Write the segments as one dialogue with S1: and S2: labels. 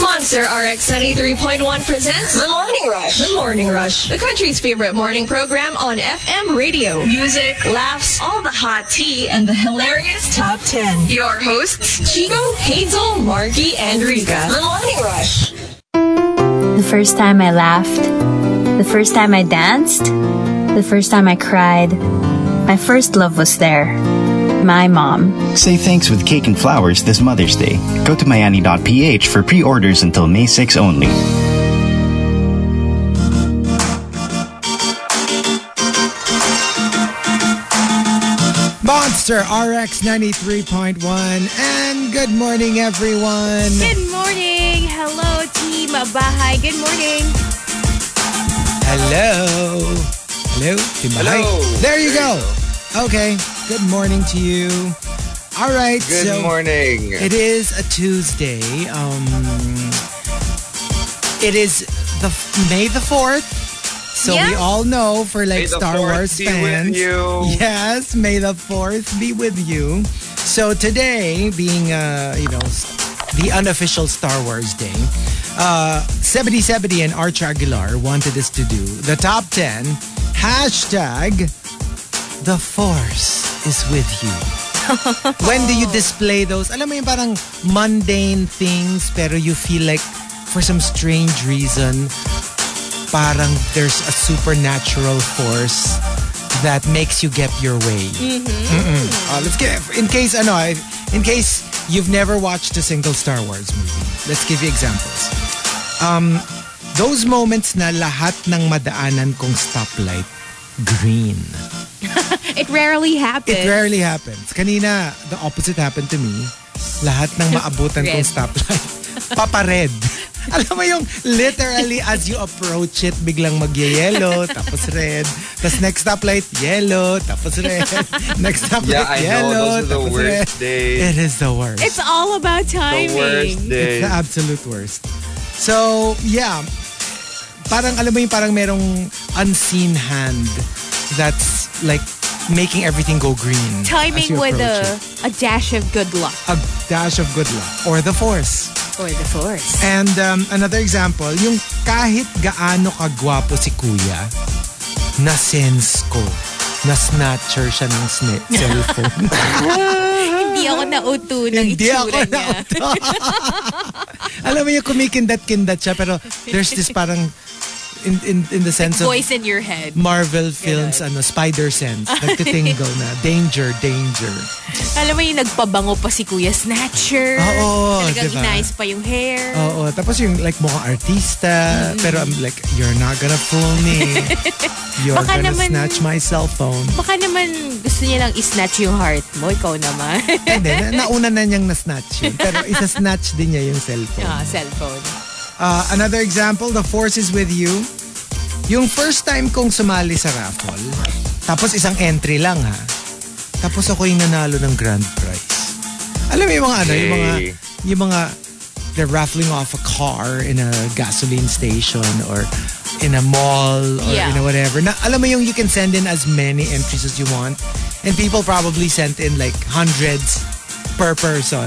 S1: Monster RX 73.1 presents
S2: The Morning Rush.
S1: The Morning Rush, the country's favorite morning program on FM radio.
S2: Music, laughs, all the hot tea, and the hilarious top 10.
S1: Your hosts, Chico, Hazel, Margie, and Rika.
S2: The Morning Rush.
S3: The first time I laughed, the first time I danced, the first time I cried, my first love was there. My mom.
S4: Say thanks with cake and flowers this Mother's Day. Go to Miami.ph for pre orders until May 6 only.
S5: Monster RX 93.1. And good morning, everyone.
S6: Good morning. Hello, team Bahay. Good morning.
S5: Hello. Hello. Timbahay. There you go. Okay. Good morning to you. All right.
S7: Good
S5: so
S7: morning.
S5: It is a Tuesday. Um, it is the May the 4th. So we
S6: Yeah.
S5: all know for
S7: May
S5: like
S7: the
S5: Star
S7: 4th
S5: Wars
S7: be with
S5: fans.
S7: you.
S5: Yes, may the 4th be with you. So today being uh, you know s- the unofficial Star Wars day, uh 7070 and Arch Aguilar wanted us to do the top 10 hashtag the force is with you. when do you display those? Alam mo yung parang mundane things pero you feel like for some strange reason parang there's a supernatural force that makes you get your way. Mm-mm. Uh, let's get in case ano, I- in case you've never watched a single Star Wars movie. Let's give you examples. Um, those moments na lahat ng madaanan kong stoplight green.
S6: It rarely happens.
S5: It rarely happens. Kanina, the opposite happened to me. Lahat ng maabutan kong
S6: Red.
S5: stoplight, papared. Alam mo yung literally as you approach it, biglang magyayelo, tapos red. Tapos next stoplight, yellow, tapos red. Next stoplight,
S7: Yeah, I know. Those are
S5: yellow,
S7: the
S5: tapos
S7: worst
S5: red.
S7: days.
S5: It is the worst.
S6: It's all about timing.
S7: The worst
S5: It's the
S7: days.
S5: absolute worst. So, yeah. Parang, alam mo yung parang merong unseen hand that's like making everything go green. as
S6: Timing
S5: you
S6: with
S5: approach it.
S6: a, a dash of good luck.
S5: A dash of good luck. Or the force.
S6: Or the force.
S5: And um, another example, yung kahit gaano kagwapo si kuya, na-sense ko, na-snatcher siya ng sne- cellphone.
S6: Hindi ako nauto ng
S5: Hindi ako
S6: itsura niya.
S5: na-auto. Alam mo yung kumikindat-kindat siya, pero there's this parang, in, in, in the sense of
S6: Voice Ah, in your head.
S5: Marvel films, ano, spider sense, nagtitingle na, danger, danger.
S6: Alam mo yung nagpabango pa si Kuya Snatcher.
S5: Ah, Oo, Ah.
S6: Talagang
S5: diba?
S6: inayos pa yung hair.
S5: Oo, tapos yung like mukhang artista,
S6: Mm-hmm.
S5: pero I'm like, you're not gonna fool me. You're
S6: Baka
S5: gonna
S6: naman-
S5: snatch my cell phone.
S6: Baka naman gusto niya lang i-snatch yung heart mo. Ikaw naman.
S5: Hindi, na, nauna na niyang na-snatch yun. Pero isa-snatch din niya yung cellphone.
S6: ah, cellphone.
S5: Uh, another example, the force is with you. Yung first time kong sumali sa raffle, tapos isang entry lang ha, tapos ako yung nanalo ng grand prize. Alam mo yung mga ano, yung mga,
S7: Hey.
S5: yung mga, they're raffling off a car in a gasoline station or in a mall or
S6: Yeah.
S5: in a whatever. Na, alam mo yung you can send in as many entries as you want. And people probably sent in like hundreds per person.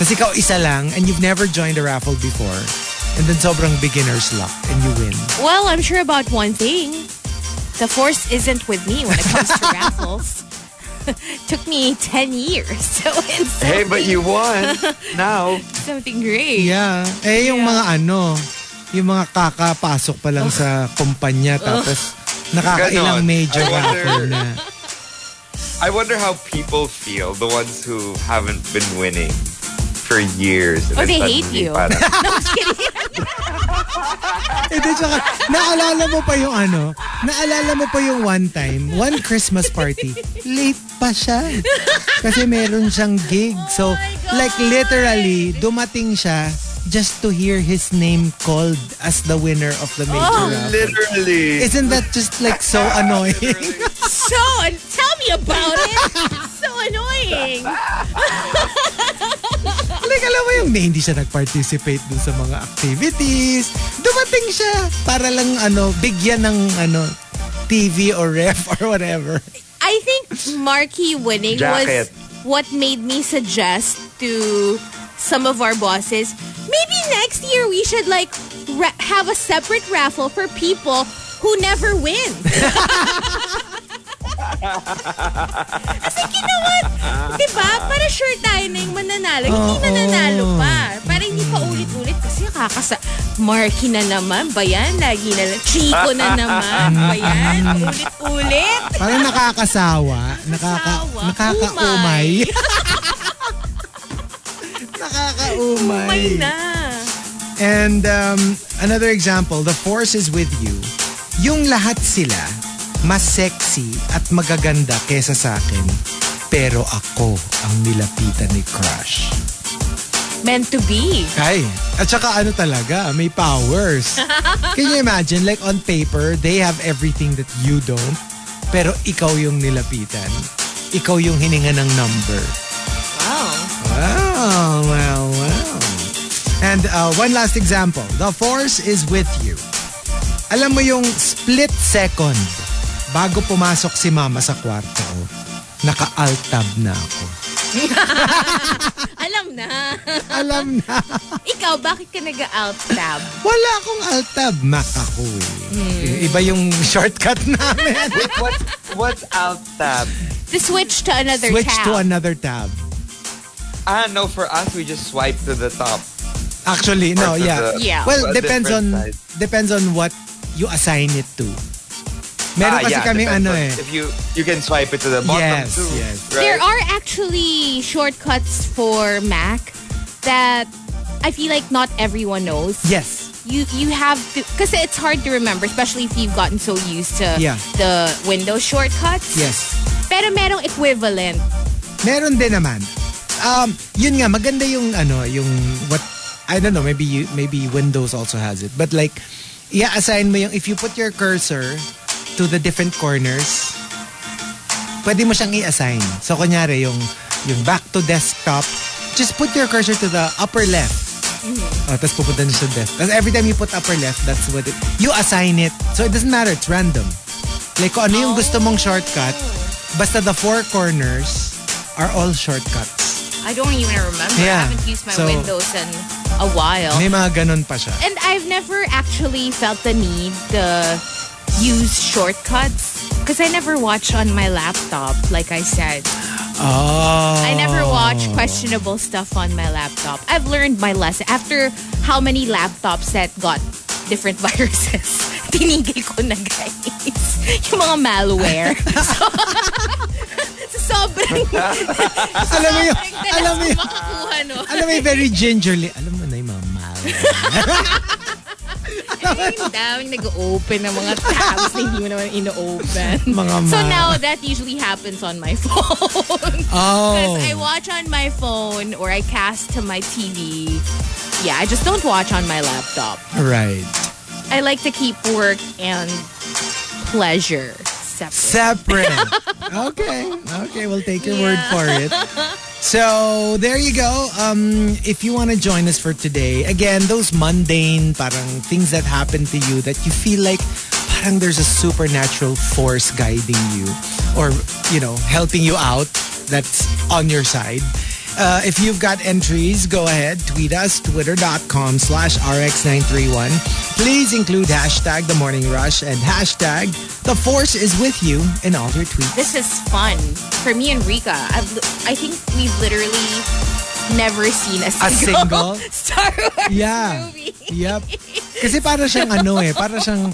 S5: Tapos ikaw isa lang and you've never joined a raffle before. And then sobrang beginner's luck and you win.
S6: Well, I'm sure about one thing. The force isn't with me when it comes to raffles. Took me 10 years. So it's something,
S7: Hey, but you won. now,
S6: something great.
S5: Yeah. Eh, yung
S6: Yeah.
S5: mga ano, yung mga kakapasok pa lang sa kumpanya tapos
S7: Ganon.
S5: nakakailang major
S7: I wonder.
S5: raffle na.
S7: I wonder how people feel, the ones who haven't been winning for years. and
S6: Or
S7: then
S6: Oh, they hate
S7: suddenly
S6: you.
S7: parang-
S5: Eh, di, tsaka, naalala mo pa yung ano, naalala mo pa yung one time, one Christmas party, late pa siya. Kasi meron siyang gig.
S7: Oh
S5: So, like literally, dumating siya just to hear his name called as the winner of the major
S7: Oh.
S5: raffle.
S7: Literally.
S5: Isn't that just like so annoying?
S6: So, and tell me about it. so annoying.
S5: like, alam mo yung na hindi siya nag-participate dun sa mga activities. Dumating siya para lang, ano, bigyan ng, ano, TV or ref or whatever.
S6: I think Marky winning
S7: Jacket.
S6: was what made me suggest to some of our bosses Maybe next year we should like ra- have a separate raffle for people who never win. As like, you know what? Diba? Para sure tayo na yung mananalo. Hindi mananalo pa. Para hindi pa ulit-ulit kasi kakasa... Marky na naman ba yan? Lagi na lang. Chico na naman ba yan? Ulit-ulit.
S5: Parang nakakasawa. Nakaka,
S6: Nakakasawa.
S5: nakakaumay. nakakaumay.
S6: May na.
S5: And um, another example, the force is with you. Yung lahat sila, mas sexy at magaganda kesa sa akin. Pero ako ang nilapitan ni Crush.
S6: Meant to be.
S5: Ay, at saka ano talaga, may powers. Can you imagine, like on paper, they have everything that you don't. Pero ikaw yung nilapitan. Ikaw yung hininga ng number.
S6: Wow.
S5: Wow, wow, wow. And uh, one last example. The force is with you. Alam mo yung split second bago pumasok si mama sa kwarto, naka-altab na ako.
S6: Alam na.
S5: Alam na.
S6: Ikaw, bakit ka nag-out tab?
S5: Wala akong altab. Mac ako eh.
S6: Hmm.
S5: Iba yung shortcut namin.
S7: Wait, what, what's out tab?
S6: To switch to another
S5: Switch
S6: tab.
S5: to another tab.
S7: Ah, no, for us, we just swipe to the top.
S5: Actually, no,
S7: Or to
S5: yeah.
S7: the-
S6: Yeah.
S5: Well,
S7: a
S5: depends on
S7: different size.
S5: depends on what you assign it to. Meron
S7: Ah,
S5: kasi
S7: yeah,
S5: kaming
S7: depends
S5: ano
S7: on-
S5: eh.
S7: If you, you can swipe it to the bottom
S5: Yes,
S7: too.
S5: yes.
S7: Right?
S6: There are actually shortcuts for Mac that I feel like not everyone knows.
S5: Yes.
S6: You you have to because it's hard to remember, especially if you've gotten so used to
S5: Yeah.
S6: the Windows shortcuts.
S5: Yes.
S6: Pero merong equivalent.
S5: Meron din naman. Um, yun nga maganda yung ano, yung what I don't know, maybe you, maybe Windows also has it. But like i-assign mo yung if you put your cursor to the different corners, pwede mo siyang i-assign. So kunyari yung yung back to desktop, just put your cursor to the upper left. Oh, tapos pupunta na siya desk. Tapos every time you put upper left, that's what it... You assign it. So it doesn't matter. It's random. Like kung ano yung gusto mong shortcut, basta the four corners are all shortcuts.
S6: I don't even remember.
S5: Yeah.
S6: I haven't used my
S5: So-
S6: Windows in a while.
S5: May mga ganun pa siya.
S6: And I've never actually felt the need to use shortcuts because I never watch on my laptop, like I said.
S5: Oh.
S6: I never watch questionable stuff on my laptop. I've learned my lesson after how many laptops that got different viruses. Tinigil ko na guys. Yung mga malware. so, sobrang
S5: Alam mo yun.
S6: sobrang
S5: Alam mo yun.
S6: makakuha no.
S5: Alam mo yung very gingerly. Alam mo na yung mga mali.
S6: Ang daming nag-open ng mga tabs na hindi mo naman ino-open.
S5: Mga mali.
S6: So now that usually happens on my phone.
S5: Oh.
S6: Because I watch on my phone or I cast to my TV. Yeah, I just don't watch on my laptop.
S5: Right.
S6: I like to keep work and pleasure separate.
S5: Separate. okay. Okay, we'll take your word for it. So, there you go. Um, if you want to join us for today, again, those mundane parang things that happen to you that you feel like parang there's a supernatural force guiding you or, you know, helping you out that's on your side. Uh, if you've got entries, go ahead, tweet us, twitter.com slash rx931. Please include hashtag the morning rush and hashtag the force is with you in all your tweets.
S6: This is fun for me and Rika. I've, li- I think we've literally never seen a
S5: A single?
S6: single, Star Wars
S5: Yeah.
S6: movie.
S5: Yep. Kasi para siyang ano eh, para siyang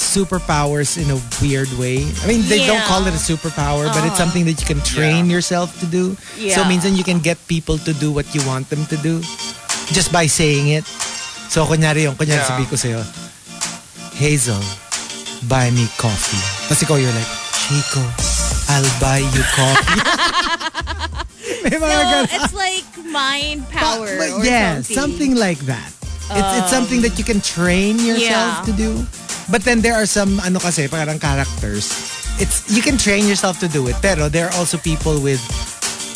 S5: superpowers in a weird way. I mean, they don't
S6: Yeah. Uh-huh.
S5: call it a superpower, but it's something that you can train yourself to do. So
S6: Yeah.
S5: minsan you can get people to do what you want them to do just by saying it. So kunyari yung, kunyari
S7: Yeah.
S5: sabi ko sa'yo, Hazel, buy me coffee. Tapos ikaw you're like, Chico, I'll buy you coffee. May mga
S6: So
S5: ganun.
S6: it's like mind power
S5: But-
S6: or
S5: yeah,
S6: something. Um,
S5: something. like that. It's, it's something that you can train yourself
S6: yeah.
S5: to do. But then there are some ano kasi parang characters. It's you can train yourself to do it. Pero there are also people with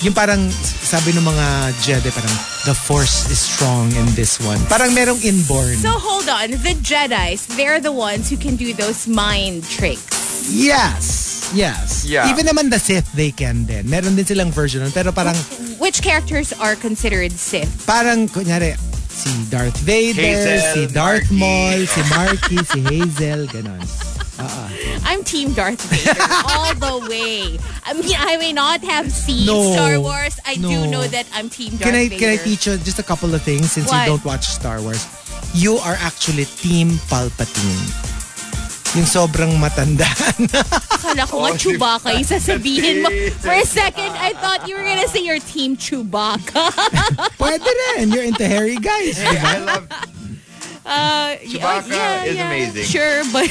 S5: yung parang sabi ng mga Jedi parang the force is strong in this one. Parang merong inborn.
S6: So hold on, the Jedi's, they're the ones who can do those mind tricks.
S5: yes. Yes.
S7: Yeah.
S5: Even naman the Sith they can din. Meron din silang version nun. Pero parang
S6: Which characters are considered Sith?
S5: parang kunyari si Darth Vader,
S7: Hazel,
S5: si Darth
S7: Marky.
S5: Maul, si Marky, si Hazel, ganon.
S6: I'm Team Darth Vader all the way. I mean, I may not have seen
S5: No.
S6: Star Wars. I do
S5: No.
S6: know that I'm Team Darth
S5: Can I
S6: Vader.
S5: can I teach you just a couple of things since
S6: What?
S5: you don't watch Star Wars? You are actually Team Palpatine. Yung sobrang matanda.
S6: Akala ko nga
S7: Oh,
S6: Chewbacca yung sasabihin mo.
S7: Vader.
S6: For a second, I thought you were gonna say you're Team Chewbacca.
S5: Pwede rin. You're into hairy guys.
S7: Hey, I love
S6: Uh,
S7: Chewbacca is amazing.
S6: Sure, but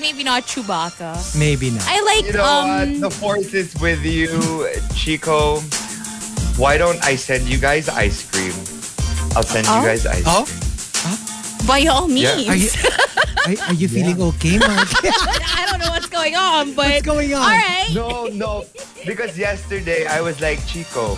S6: maybe not Chewbacca.
S5: Maybe not.
S6: I like
S7: you know
S6: um.
S7: what? The force is with you, Chico. Why don't I send you guys ice cream? I'll send
S6: Oh?
S7: you guys ice
S5: Oh?
S7: cream.
S6: By all
S7: Yeah.
S6: means,
S5: Are you, are, are you feeling okay, Mark?
S6: I don't know what's going on, but
S5: What's going on?
S6: all right.
S7: No, no. Because yesterday I was like, Chico,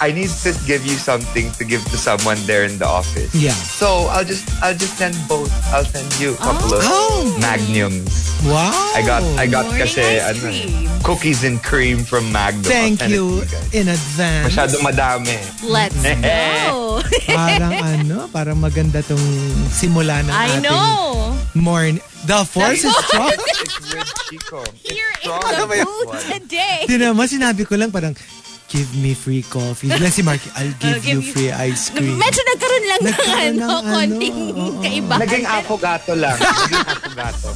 S7: I need to give you something to give to someone there in the office.
S5: Yeah.
S7: So I'll just I'll just send both. I'll send you a couple
S5: Oh.
S7: of magnums.
S5: Wow.
S7: I got I got
S6: Morning
S7: kasi
S6: ice
S7: ano,
S6: cream.
S7: cookies and cream from Magnum. I'll
S5: Thank
S7: send it
S5: you
S7: to guys.
S5: in advance.
S7: Masyado madami.
S6: Let's go.
S5: parang ano, parang maganda tong simula ng
S6: I
S5: ating
S6: know.
S5: morning. The force is strong.
S7: It's with Chico. It's
S6: Here in
S7: strong
S6: the
S7: with
S6: booth
S7: one.
S6: today.
S5: Di naman, sinabi ko lang parang, give me free coffee. Lang si Marky, I'll give,
S6: I'll give
S5: you
S6: you-
S5: free ice cream.
S6: Medyo nagkaroon lang
S5: Nagkaroon
S6: ng ano,
S5: ng ano,
S6: konting
S5: oo, oo.
S6: kaibahan.
S7: Naging afogato lang. Naging afogato.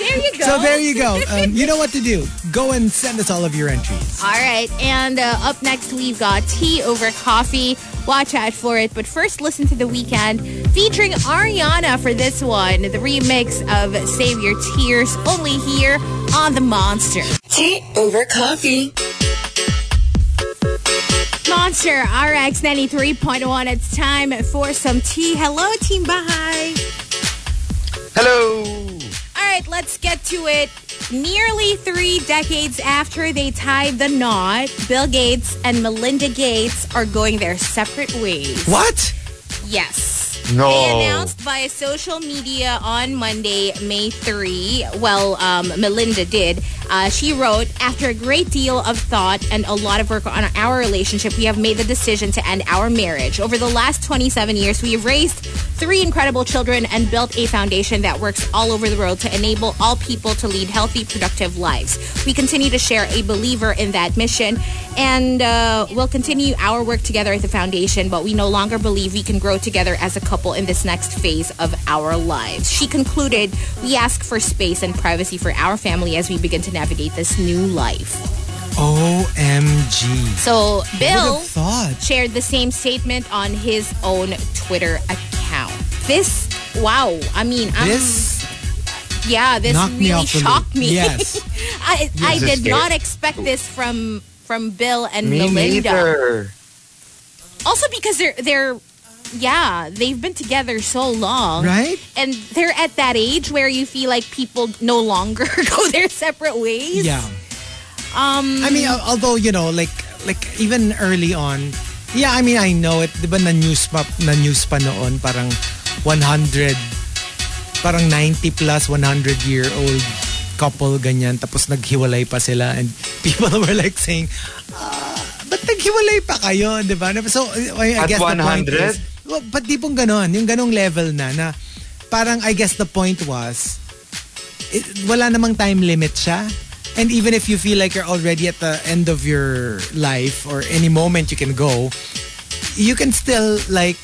S6: There you go.
S5: So there you go. Um, you know what to do. Go and send us all of your entries.
S6: All right, and uh, up next we've got tea over coffee. Watch out for it, but first listen to the weekend featuring Ariana for this one, the remix of "Save Your Tears" only here on the Monster.
S2: Tea over coffee.
S6: Monster RX ninety three point one. It's time for some tea. Hello, Team Bahay.
S7: Hello.
S6: All right, let's get to it. Nearly three decades after they tied the knot, Bill Gates and Melinda Gates are going their separate ways.
S5: What?
S6: Yes.
S7: No.
S6: They announced via social media on Monday, May 3. Well, um, Melinda did. Uh, she wrote, After a great deal of thought and a lot of work on our relationship, we have made the decision to end our marriage. Over the last 27 years, we have raised three incredible children and built a foundation that works all over the world to enable all people to lead healthy, productive lives. We continue to share a believer in that mission and uh, we'll continue our work together at the foundation, but we no longer believe we can grow together as a couple in this next phase of our lives. She concluded, We ask for space and privacy for our family as we begin to navigate this new life.
S5: OMG.
S6: So,
S5: What
S6: Bill
S5: a thought.
S6: shared the same statement on his own Twitter account. This, wow. I mean, I'm,
S5: This
S6: yeah, Um, this
S5: knocked me
S6: really
S5: off the loop.
S6: shocked me.
S5: Yes.
S6: I, I
S7: Yes,
S6: did
S7: it's
S6: not
S7: scary.
S6: expect this from from Bill and
S7: Me
S6: Melinda.
S7: neither.
S6: Also because they're they're yeah, they've been together so long.
S5: Right?
S6: And they're at that age where you feel like people no longer go their separate ways.
S5: Yeah. Um, I mean, al- although you know, like, like even early on, yeah. I mean, I know it. Di ba na news pa, na news pa noon, parang 100, parang 90 plus 100 year old couple ganyan. Tapos naghiwalay pa sila, and people were like saying, ah, ba't naghiwalay pa kayo? Di ba? So, I, I
S7: At
S5: guess the point
S7: 100?
S5: is, well, ba't di pong ganon? Yung ganong level na, na parang I guess the point was, it, wala namang time limit siya. And even if you feel like you're already at the end of your life or any moment you can go, you can still like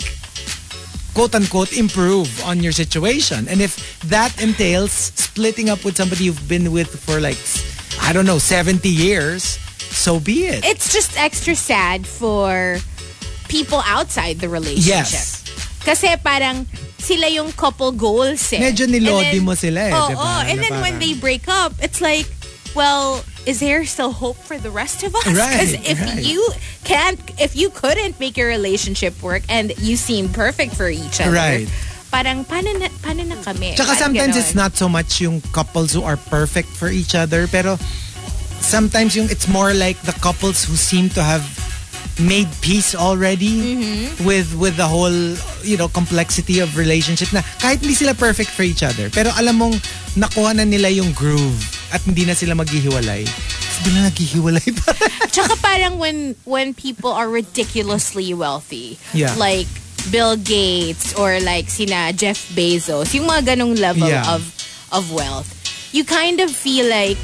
S5: quote unquote improve on your situation. And if that entails splitting up with somebody you've been with for like s- I don't know 70 years, so be it.
S6: It's just extra sad for people outside the relationship.
S5: Yes.
S6: Kasi parang sila yung couple goals eh.
S5: Medyo nilodi
S6: And then-
S5: mo sila eh,
S6: Oo,
S5: diba?
S6: oo. and
S5: Na
S6: then when
S5: parang-
S6: they break up, it's like, well, is there still hope for the rest of us?
S5: Right,
S6: Because if
S5: right.
S6: you can't, if you couldn't make your relationship work and you seem perfect for each other,
S5: Right.
S6: parang paano na, paano na kami?
S5: Tsaka
S6: Parang
S5: sometimes
S6: ganon.
S5: it's not so much yung couples who are perfect for each other, pero sometimes yung it's more like the couples who seem to have made peace already with with the whole you know complexity of relationship na kahit hindi sila perfect for each other pero alam mong nakuha na nila yung groove at hindi na sila maghihiwalay Tapos bigla naghihiwalay pa
S6: Tsaka parang when when people are ridiculously wealthy.
S5: Yeah.
S6: Like Bill Gates or like sina Jeff Bezos, yung mga ganong level
S5: Yeah.
S6: of of wealth, you kind of feel like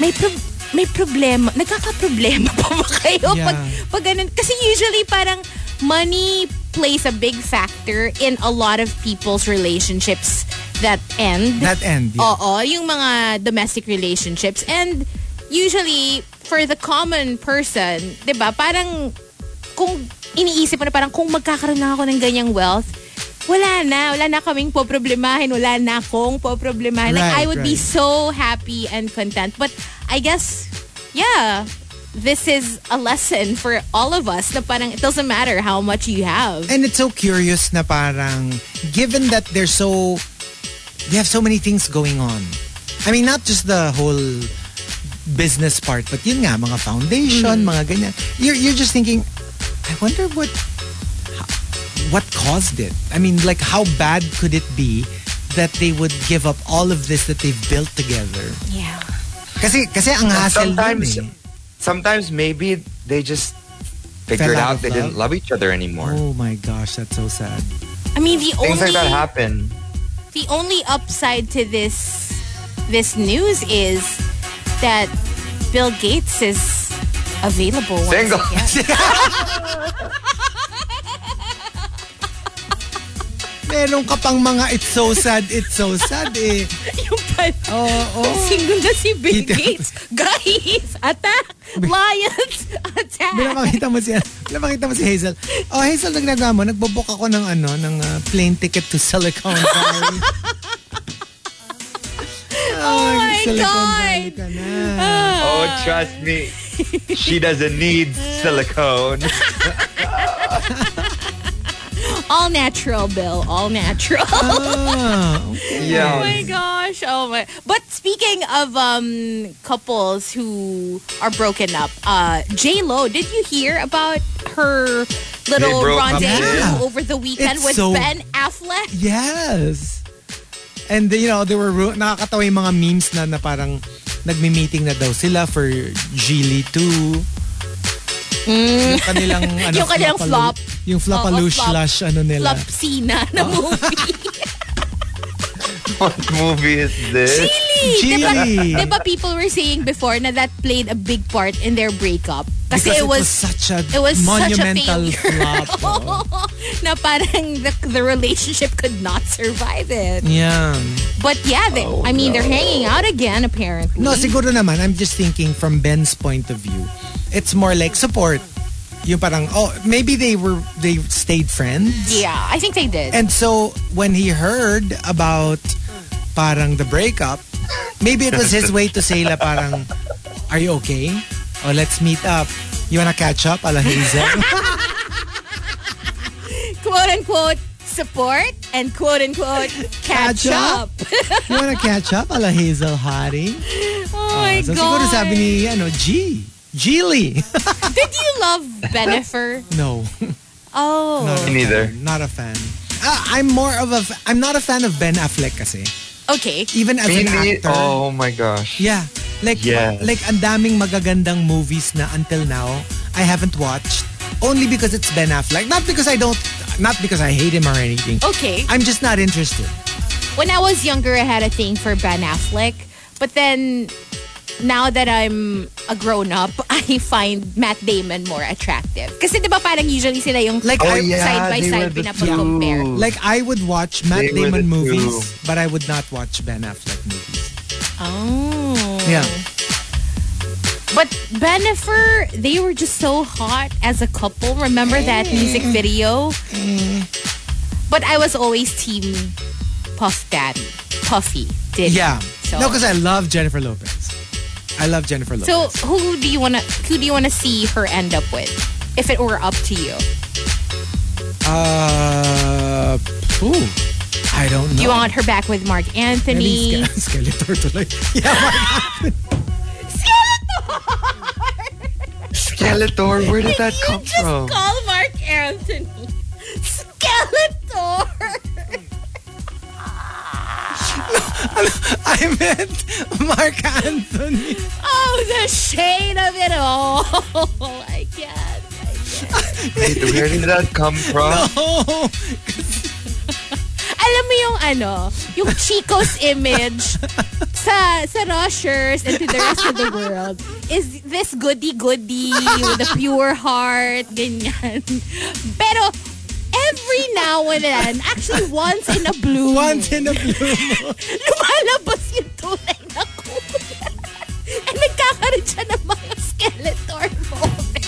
S6: may pro- may problema, nagkakaproblema pa ba kayo
S5: Yeah.
S6: pag pag ganun? Kasi usually parang money plays a big factor in a lot of people's relationships that end.
S5: That end. Yeah.
S6: Oo, yung mga domestic relationships. And usually, for the common person, di ba, parang kung iniisip mo na parang kung magkakaroon na ako ng ganyang wealth, wala na, wala na kaming poproblemahin, wala na akong poproblemahin. like,
S5: Right,
S6: I would be
S5: right.
S6: so happy and content. But I guess, yeah, this is a lesson for all of us na parang it doesn't matter how much you have.
S5: And it's so curious na parang, given that they're so, they have so many things going on. I mean, not just the whole business part, but yun nga, mga foundation, mga ganyan. You're, you're just thinking, I wonder what, what caused it? I mean, like, how bad could it be that they would give up all of this that they've built together?
S6: yeah.
S5: Kasi, kasi ang hassle dun
S7: sometimes,
S5: eh.
S7: sometimes maybe they just figured
S5: out
S7: out
S5: of
S7: they didn't love each other anymore.
S5: Oh my gosh, that's so sad.
S6: I mean, the
S7: Things
S6: only...
S7: like that happen.
S6: the only upside to this this news is that Bill Gates is available. once
S7: Single.
S6: again.
S5: Meron ka pang mga it's so sad, it's so sad eh.
S6: Yung pala.
S5: Oo.
S6: Single na si Bill
S5: Kita-
S6: Gates. Guys, attack! Lions, attack!
S5: Bila makita mo si, bila makita mo si Hazel. Oh, Hazel, nagnagawa mo. Nagbobook ako ng ano, ng ah, plane ticket to Silicon Valley. oh,
S6: my
S5: Silicon
S6: God. Ah.
S5: Valley ka na.
S7: Oh, trust me. She doesn't need silicone.
S6: All natural, Bill. All natural.
S5: Oh,
S7: Yeah.
S6: Oh my gosh. Oh my. But speaking of um couples who are broken up, uh J Lo, did you hear about her little
S7: broke up,
S6: rendezvous
S5: yeah.
S6: over the weekend
S5: It's
S6: with
S5: so-
S6: Ben Affleck?
S5: yes. And you know, there were ru- nakakatawa yung mga memes na, na parang nagmi-meeting na daw sila for Geely 2. Yung kanilang ano,
S6: Mm. Yung kanilang
S5: flopalo-
S6: flop.
S5: Yung flopaloosh
S6: flop.
S5: lush ano nila.
S6: Flopsina na
S5: Uh-huh.
S6: movie.
S7: What movie is this?
S6: Really? Diba,
S5: Geely.
S6: diba people were saying before na that played a big part in their breakup?
S5: Because
S6: Kasi
S5: it was such a
S6: it was such a
S5: monumental
S6: failure.
S5: flop. oh.
S6: na parang the, the relationship could not survive it.
S5: Yeah.
S6: But yeah, they, I mean, they're hanging out again apparently.
S5: Oh, No, siguro naman, I'm just thinking from Ben's point of view, it's more like support. Yung parang, oh, maybe they were, they stayed friends.
S6: Yeah, I think they did.
S5: And so, when he heard about parang the breakup, maybe it was his way to say la parang, are you okay? Oh, let's meet up. You wanna catch up, ala Hazel?
S6: quote unquote support and quote unquote catch,
S5: Catch up.
S6: up.
S5: you wanna catch up, ala Hazel Hari?
S6: Oh my
S5: So, siguro
S6: god.
S5: sabi ni, ano, G. Geely.
S6: Did you love Benifer?
S5: no.
S6: Oh.
S5: Not a
S7: Me neither.
S5: fan. Not a fan. Uh, I'm more of a. F- I'm not a fan of Ben Affleck kasi.
S6: Okay.
S5: Even as an
S7: Really?
S5: actor.
S7: Oh my gosh.
S5: Yeah. Like
S7: Yes.
S5: like ang daming magagandang movies na until now I haven't watched only because it's Ben Affleck. Not because I don't not because I hate him or anything.
S6: Okay.
S5: I'm just not interested.
S6: When I was younger I had a thing for Ben Affleck, but then now that I'm a grown up, I find Matt Damon more attractive. Kasi 'di ba parang usually sila yung
S5: Like
S7: Oh
S5: I
S7: yeah,
S6: side by
S7: they were
S6: side
S7: the
S6: pinapa-compare.
S7: two.
S5: like I would watch Matt
S7: They were the
S5: Damon movies,
S7: two.
S5: but I would not watch Ben Affleck movies.
S6: Oh.
S5: Yeah.
S6: But Benifer, they were just so hot as a couple. Remember that
S7: Mm.
S6: music video? But I was always team Puff Daddy. Puffy. Did
S5: Yeah.
S6: So,
S5: No, because I love Jennifer Lopez. I love Jennifer Lopez.
S6: so who do you wanna who do you wanna see her end up with? If it were up to you.
S5: Uh, ooh, I don't know.
S6: Do you want her back with Mark Anthony?
S5: Oh. Maybe Ske- Skeletor tuloy. Yeah, Mark-
S7: Skeletor, where did that come
S6: Just
S7: from?
S6: call Mark Anthony. Skeletor.
S5: I meant Mark Anthony.
S6: Oh, the shade of it all. I can't. I can't.
S7: Where did that come from?
S5: Oh,
S6: Alam mo yung ano, yung Chico's image sa sa Rushers and to the rest of the world is this goody-goody with a pure heart, ganyan. Pero every now and then, actually once in a blue,
S5: once in a blue moon.
S6: lumalabas yung tunay na kuya. At nagkakaroon siya ng mga skeletor moment.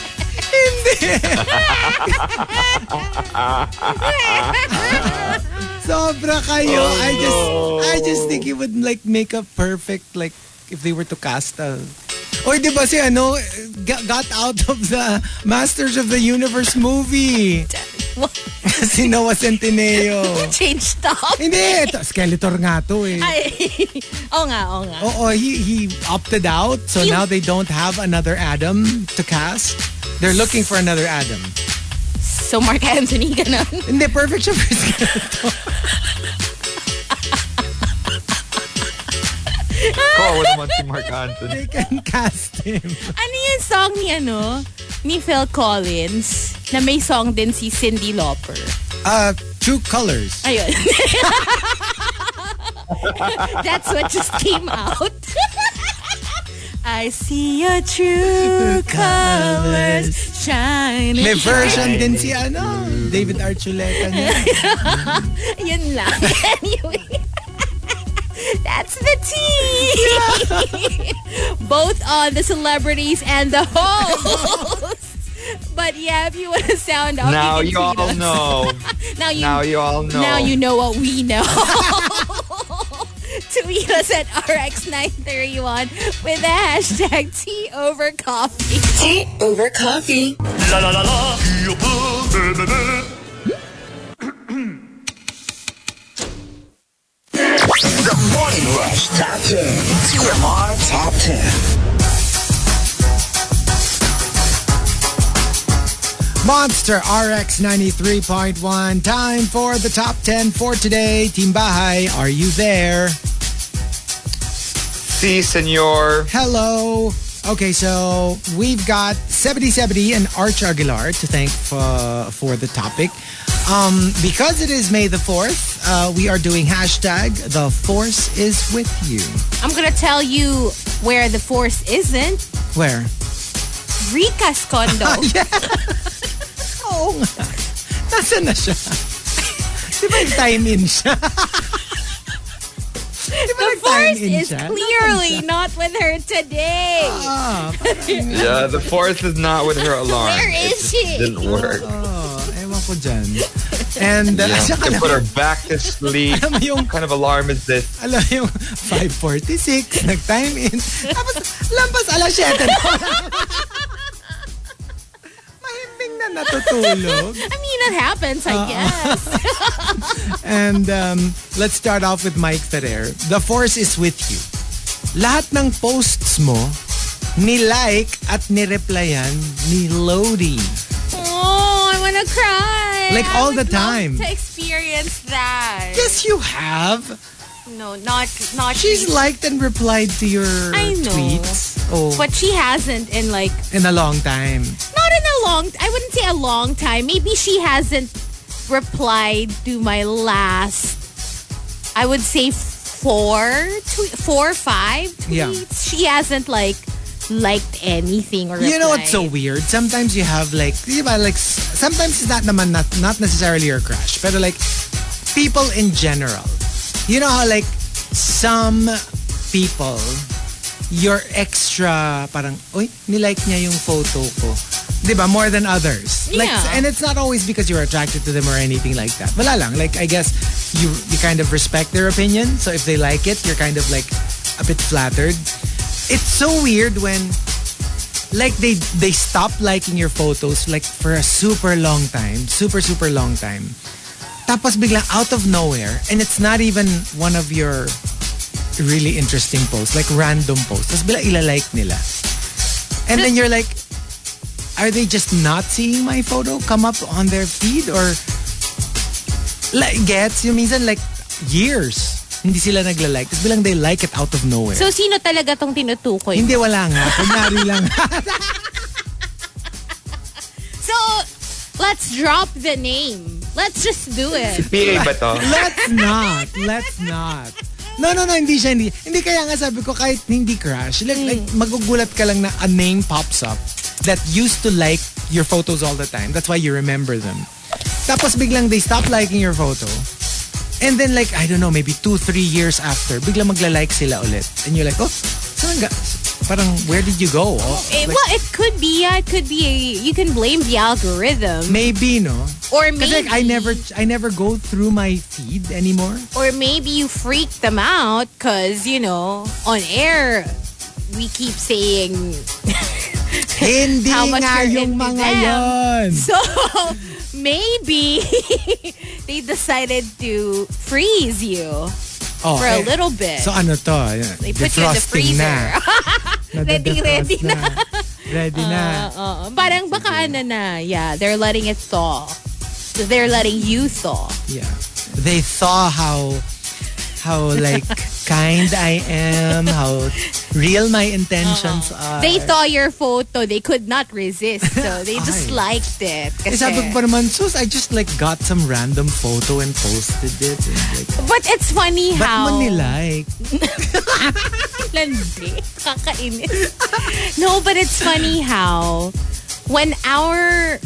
S5: Sobra kayo.
S7: Oh,
S5: I just
S7: no.
S5: I just think it would like make a perfect like if they were to cast a Oy, di ba si ano, ga- got out of the Masters of the Universe movie. si Noah Centineo.
S6: Change top.
S5: Hindi, ito, Skeletor nga to eh.
S6: Ay, oo nga, oo nga.
S5: Oo, he, he opted out. So
S6: He-
S5: now they don't have another Adam to cast. They're looking for another Adam.
S6: So Mark Anthony, ganun.
S5: Hindi, perfect siya for Skeletor.
S7: Kawawa naman si Mark Anthony.
S5: They can cast him.
S6: Ano yung song ni ano? Ni Phil Collins na may song din si Cindy Lauper.
S5: Uh, True Colors.
S6: Ayun. That's what just came out. I see your true colors shining.
S5: May version din si ano, David Archuleta niya.
S6: Yun lang. Anyway. That's the tea. Both on the celebrities and the hosts. But yeah, if you want to sound off,
S7: Now you
S6: you can tweet
S7: all
S6: us.
S7: know.
S6: Now you
S7: Now you all know.
S6: Now you know what we know. Tweet us at RX931 with the hashtag tea over coffee.
S2: Tea over coffee.
S8: The Morning Rush Top 10. TMR Top 10.
S5: Monster RX 93.1. Time for the top 10 for today. Team Bahay, are you there?
S7: Si Senor.
S5: Hello. Okay, so we've got 7070 and Arch Aguilar to thank for, for the topic. Um, because it is May the 4th, uh, we are doing hashtag the force is with you.
S6: I'm going to tell you where the force isn't.
S5: Where?
S6: Rika's condo.
S5: Oo nga. Nasaan Oh, na siya? Di ba time in siya? Di ba
S6: The
S5: nag-time
S6: force
S5: in
S6: is
S5: siya?
S6: clearly not with her today.
S5: Oh.
S7: Yeah, the fourth is not with her alarm.
S6: Where
S7: It just
S6: is she?
S7: Didn't work.
S5: Oo, ewan ko dyan. And, uh,
S7: Yeah.
S5: saka
S7: They
S5: na,
S7: put her back to sleep.
S5: alam mo yung,
S7: What kind of alarm is this?
S5: alam mo yung 5.46, nag-time in. Tapos, lampas alas 7. na. Mahimbing na natutulog.
S6: I mean, it happens,
S5: Uh-uh.
S6: I guess.
S5: And um, let's start off with Mike Ferrer. The force is with you. Lahat ng posts mo, ni-like at ni-replyan ni Lodi.
S6: Oh, I want to cry.
S5: Like
S6: I
S5: all
S6: would
S5: the
S6: love
S5: time.
S6: to experience that.
S5: Yes, you have.
S6: No, not not.
S5: She's
S6: me.
S5: liked and replied to your
S6: I know.
S5: tweets. Oh,
S6: But she hasn't in like
S5: in a long time.
S6: not in a long. I wouldn't say a long time. Maybe she hasn't replied to my last. I would say four, twe- four, five tweets.
S5: Yeah.
S6: She hasn't like liked anything or
S5: You know what's so
S6: replied.
S5: weird? Sometimes you have like, di ba, like s- sometimes it's not naman not, not necessarily your crush, but like people in general. You know how like some people you're extra parang, oy, nilike niya yung photo ko. Di ba? More than others. Like,
S6: Yeah.
S5: and it's not always because you're attracted to them or anything like that. Wala lang. Like, I guess you, you kind of respect their opinion. So if they like it, you're kind of like a bit flattered. It's so weird when like they they stop liking your photos like for a super long time. Super, super long time. Tapos bigla out of nowhere and it's not even one of your really interesting posts, like random posts. Tapos bigla ilalike nila. And then you're like, are they just not seeing my photo come up on their feed or like gets yung minsan like years hindi sila nagla-like tapos bilang they like it out of nowhere
S6: So sino talaga tong tinutukoy?
S5: hindi wala nga kunyari lang
S6: So let's drop the name. Let's just do it. Eh,
S7: PA ba to?
S5: Let's not. Let's not. No, no, no, hindi siya, hindi. Hindi kaya nga sabi ko, kahit hindi crush, like, like,
S6: Mm.
S5: magugulat ka lang na a name pops up that used to like your photos all the time. That's why you remember them. Tapos biglang they stop liking your photo. And then like, I don't know, maybe two, three years after, biglang magla-like sila ulit. And you're like, oh, saan ga? Parang, where did you go? Oh,
S6: Eh,
S5: like,
S6: well, it could be. Yeah, it could be. You can blame the algorithm.
S5: maybe, no?
S6: Or maybe,
S5: Kasi like, I never, I never go through my feed anymore.
S6: or maybe you freaked them out because, you know, on air, we keep saying
S5: Hindi
S6: How much
S5: nga
S6: you're
S5: yung
S6: into
S5: mga
S6: them.
S5: yon.
S6: So maybe they decided to freeze you
S5: Oh,
S6: for
S5: eh,
S6: a little bit.
S5: So ano to? eh,
S6: they put you in the
S5: Defrosting
S6: freezer.
S5: na.
S6: Ready, ready
S5: Nadadefrost Ready na.
S6: Uh, parang baka ano na, yeah, they're letting it thaw. So they're letting you thaw.
S5: Yeah. They saw how how like kind I am, how real my intentions are.
S6: They thaw your photo. They could not resist. So they just
S5: Ay.
S6: liked it.
S5: Eh,
S6: Kasi-
S5: sabi ko pa naman, sus, I just like got some random photo and posted it. And like,
S6: But it's funny
S5: ba't
S6: how...
S5: mo nilike?
S6: Landi. Kakainis. no, but it's funny how when our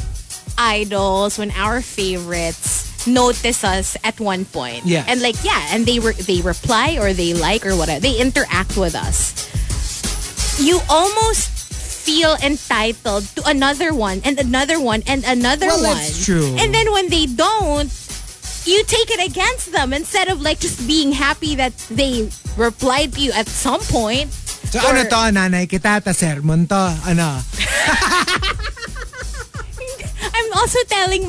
S6: idols, when our favorites notice us at one point.
S5: Yes.
S6: And like, yeah, and they re- they reply or they like or whatever. They interact with us. You almost feel entitled to another one and another one and another
S5: Well,
S6: one.
S5: that's true.
S6: And then when they don't, you take it against them instead of like just being happy that they replied to you at some point.
S5: So
S6: Or-
S5: ano to, nanay kita, ta sermon to. Ano?
S6: I'm also telling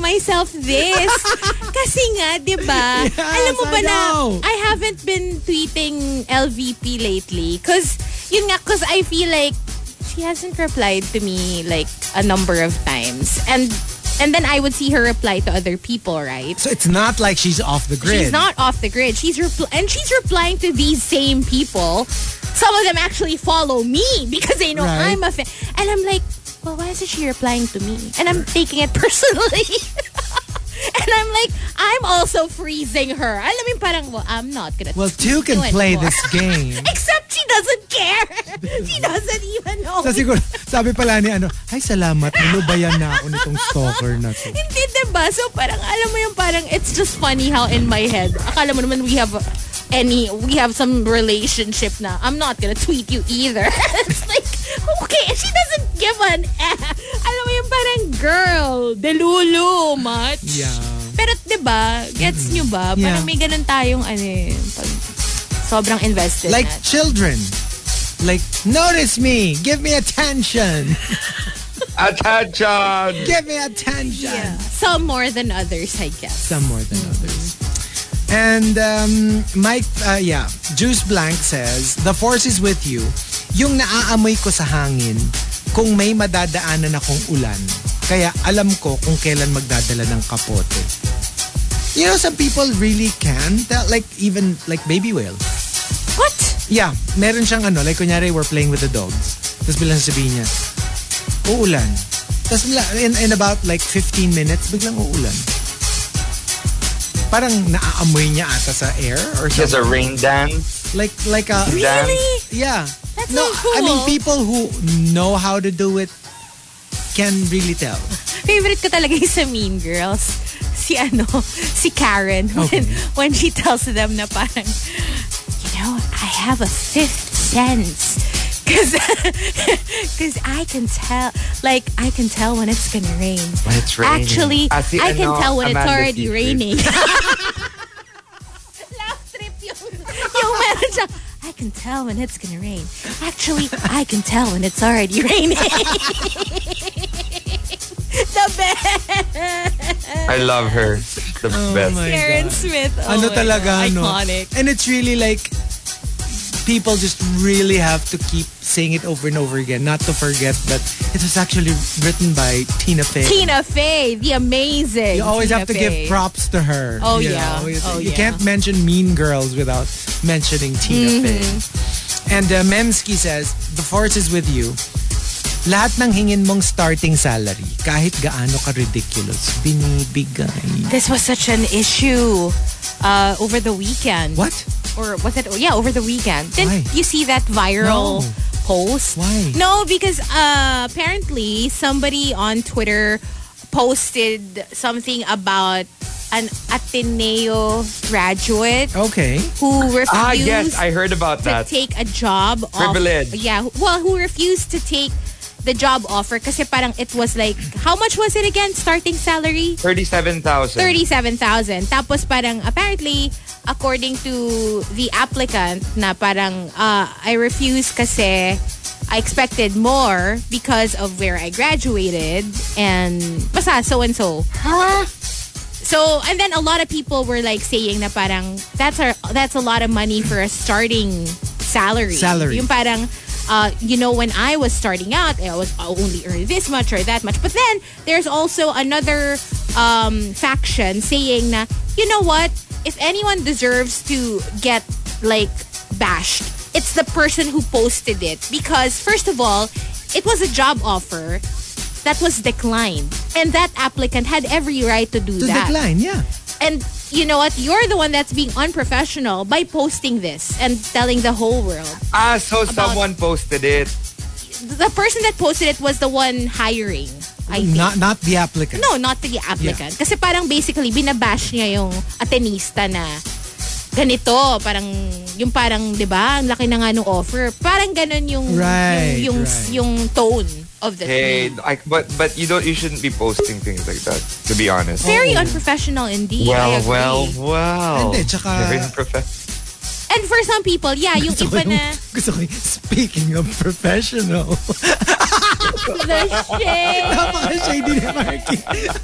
S6: myself this. Kasi nga, di ba?
S5: Yes,
S6: alam mo ba
S5: I
S6: na
S5: know.
S6: I haven't been tweeting LVP lately. Cause, yun nga, cause I feel like she hasn't replied to me like a number of times. And and then I would see her reply to other people, right?
S5: So it's not like she's off the grid.
S6: She's not off the grid. She's repl- and she's replying to these same people. Some of them actually follow me because they know
S5: Right.
S6: I'm a fan. And I'm like, well, why isn't she replying to me? And I'm taking it personally. and I'm like, I'm also freezing her. Alam mo yung parang, well, I'm not gonna.
S5: Well,
S6: tweet
S5: two can
S6: you
S5: play
S6: anymore.
S5: this game.
S6: Except she doesn't care. she doesn't even know.
S5: So siguro, sabi pala ni ano, ay salamat, nilubayan na ako nitong stalker na to.
S6: Hindi, diba? So parang, alam mo yung parang, it's just funny how in my head, akala mo naman we have any, we have some relationship na, I'm not gonna tweet you either. it's like, okay, and she doesn't give an eh. Alam mo yung parang, girl, delulu much.
S5: Yeah.
S6: Pero diba, gets nyo ba? Parang
S5: Yeah.
S6: may ganun tayong, ano eh, pag sobrang invested
S5: Like
S6: natin.
S5: children. Like, notice me. Give me attention.
S7: Attention!
S5: Give me attention.
S6: Some more than others, I guess.
S5: Some more than others. And um, Mike, uh, yeah, Juice Blank says, The force is with you. Yung naaamoy ko sa hangin, kung may madadaanan akong ulan, kaya alam ko kung kailan magdadala ng kapote. You know, some people really can tell, like even like baby whale.
S6: What?
S5: Yeah, meron siyang ano, like kunyari we're playing with the dogs. Tapos bilang sabihin niya, uulan. Tapos bila- in, in about like 15 minutes, biglang uulan. Parang naaamoy niya ata sa air or
S7: She has a
S5: something.
S7: rain dance.
S5: Like, like a...
S7: Dance.
S5: Yeah.
S6: That's
S5: no,
S6: so cool.
S5: I mean, people who know how to do it can really tell.
S6: Favorite ko talaga yung sa Mean Girls. Si ano, si Karen. When,
S5: Okay.
S6: when she tells them na parang, you know, I have a fifth sense. Cause, cause I can tell, like, I can tell when it's gonna rain.
S7: When it's raining.
S6: Actually,
S7: Ah, si
S6: I can
S7: ano,
S6: tell when it's
S7: Amanda
S6: already
S7: Seyfried.
S6: raining. Laugh trip yung, yung meron siya. I can tell when it's gonna rain. Actually, I can tell when it's already raining. the best.
S7: I love her. The
S6: Oh
S7: best.
S5: my
S6: Karen Smith. Oh
S5: ano
S6: my
S5: talaga,
S6: God.
S5: ano?
S6: Iconic.
S5: And it's really like, people just really have to keep saying it over and over again, not to forget that it was actually written by Tina Fey.
S6: Tina Fey, the amazing.
S5: you always
S6: Tina
S5: have to
S6: Fey.
S5: give props to her.
S6: Oh,
S5: you
S6: yeah.
S5: know? You,
S6: Oh,
S5: you
S6: yeah.
S5: can't mention Mean Girls without
S6: Mm-hmm.
S5: mentioning Tina Fey. And uh, Memski says, the force is with you. lahat ng hingin mong starting salary, kahit gaano ka ridiculous, binibigay.
S6: This was such an issue uh, over the weekend.
S5: What?
S6: Or was it? Yeah, over the weekend. Did
S5: Why?
S6: you see that viral
S5: No.
S6: post?
S5: Why?
S6: No, because uh, apparently somebody on Twitter posted something about an Ateneo graduate
S5: Okay.
S6: who
S7: Ah,
S6: refused
S7: yes, I heard about
S6: to
S7: that.
S6: take a job
S7: Privilege.
S6: off- yeah who- well who refused to take the job offer kasi parang it was like how much was it again starting salary
S7: 37,000.
S6: 37,000 tapos parang apparently according to the applicant na parang uh, I refuse kasi I expected more because of where I graduated and basta so and so so, and then a lot of people were like saying na parang that's our that's a lot of money for a starting salary.
S5: Salary.
S6: Yung parang uh, you know when I was starting out, I was I only earned this much or that much. But then there's also another um, faction saying na you know what, if anyone deserves to get like bashed, it's the person who posted it because first of all, it was a job offer that was declined. And that applicant had every right to do
S5: To
S6: that.
S5: decline, yeah.
S6: And you know what? You're the one that's being unprofessional by posting this and telling the whole world.
S7: Ah, so someone posted it.
S6: The person that posted it was the one hiring. I think.
S5: Not not the applicant.
S6: no, not the applicant. Kasi parang basically binabash niya yung Atenista na ganito, parang yung parang 'di ba, ang laki na nga nung offer. Parang ganun yung
S5: Right,
S6: yung yung,
S5: right.
S6: yung tone of the
S7: Hey,
S6: thing.
S7: I, but but you don't you shouldn't be posting things like that. To be honest.
S6: Very unprofessional indeed. I
S7: Well, well,
S6: agree.
S7: well.
S5: Hindi,
S9: Oh.
S5: tsaka-
S7: Very profe-
S6: And for some people, yeah, yung
S5: Gusto ko
S6: iba
S5: yung-
S6: na
S5: gusto ko yung, speaking of professional,
S6: the shade.
S5: napaka-shady ni Marky.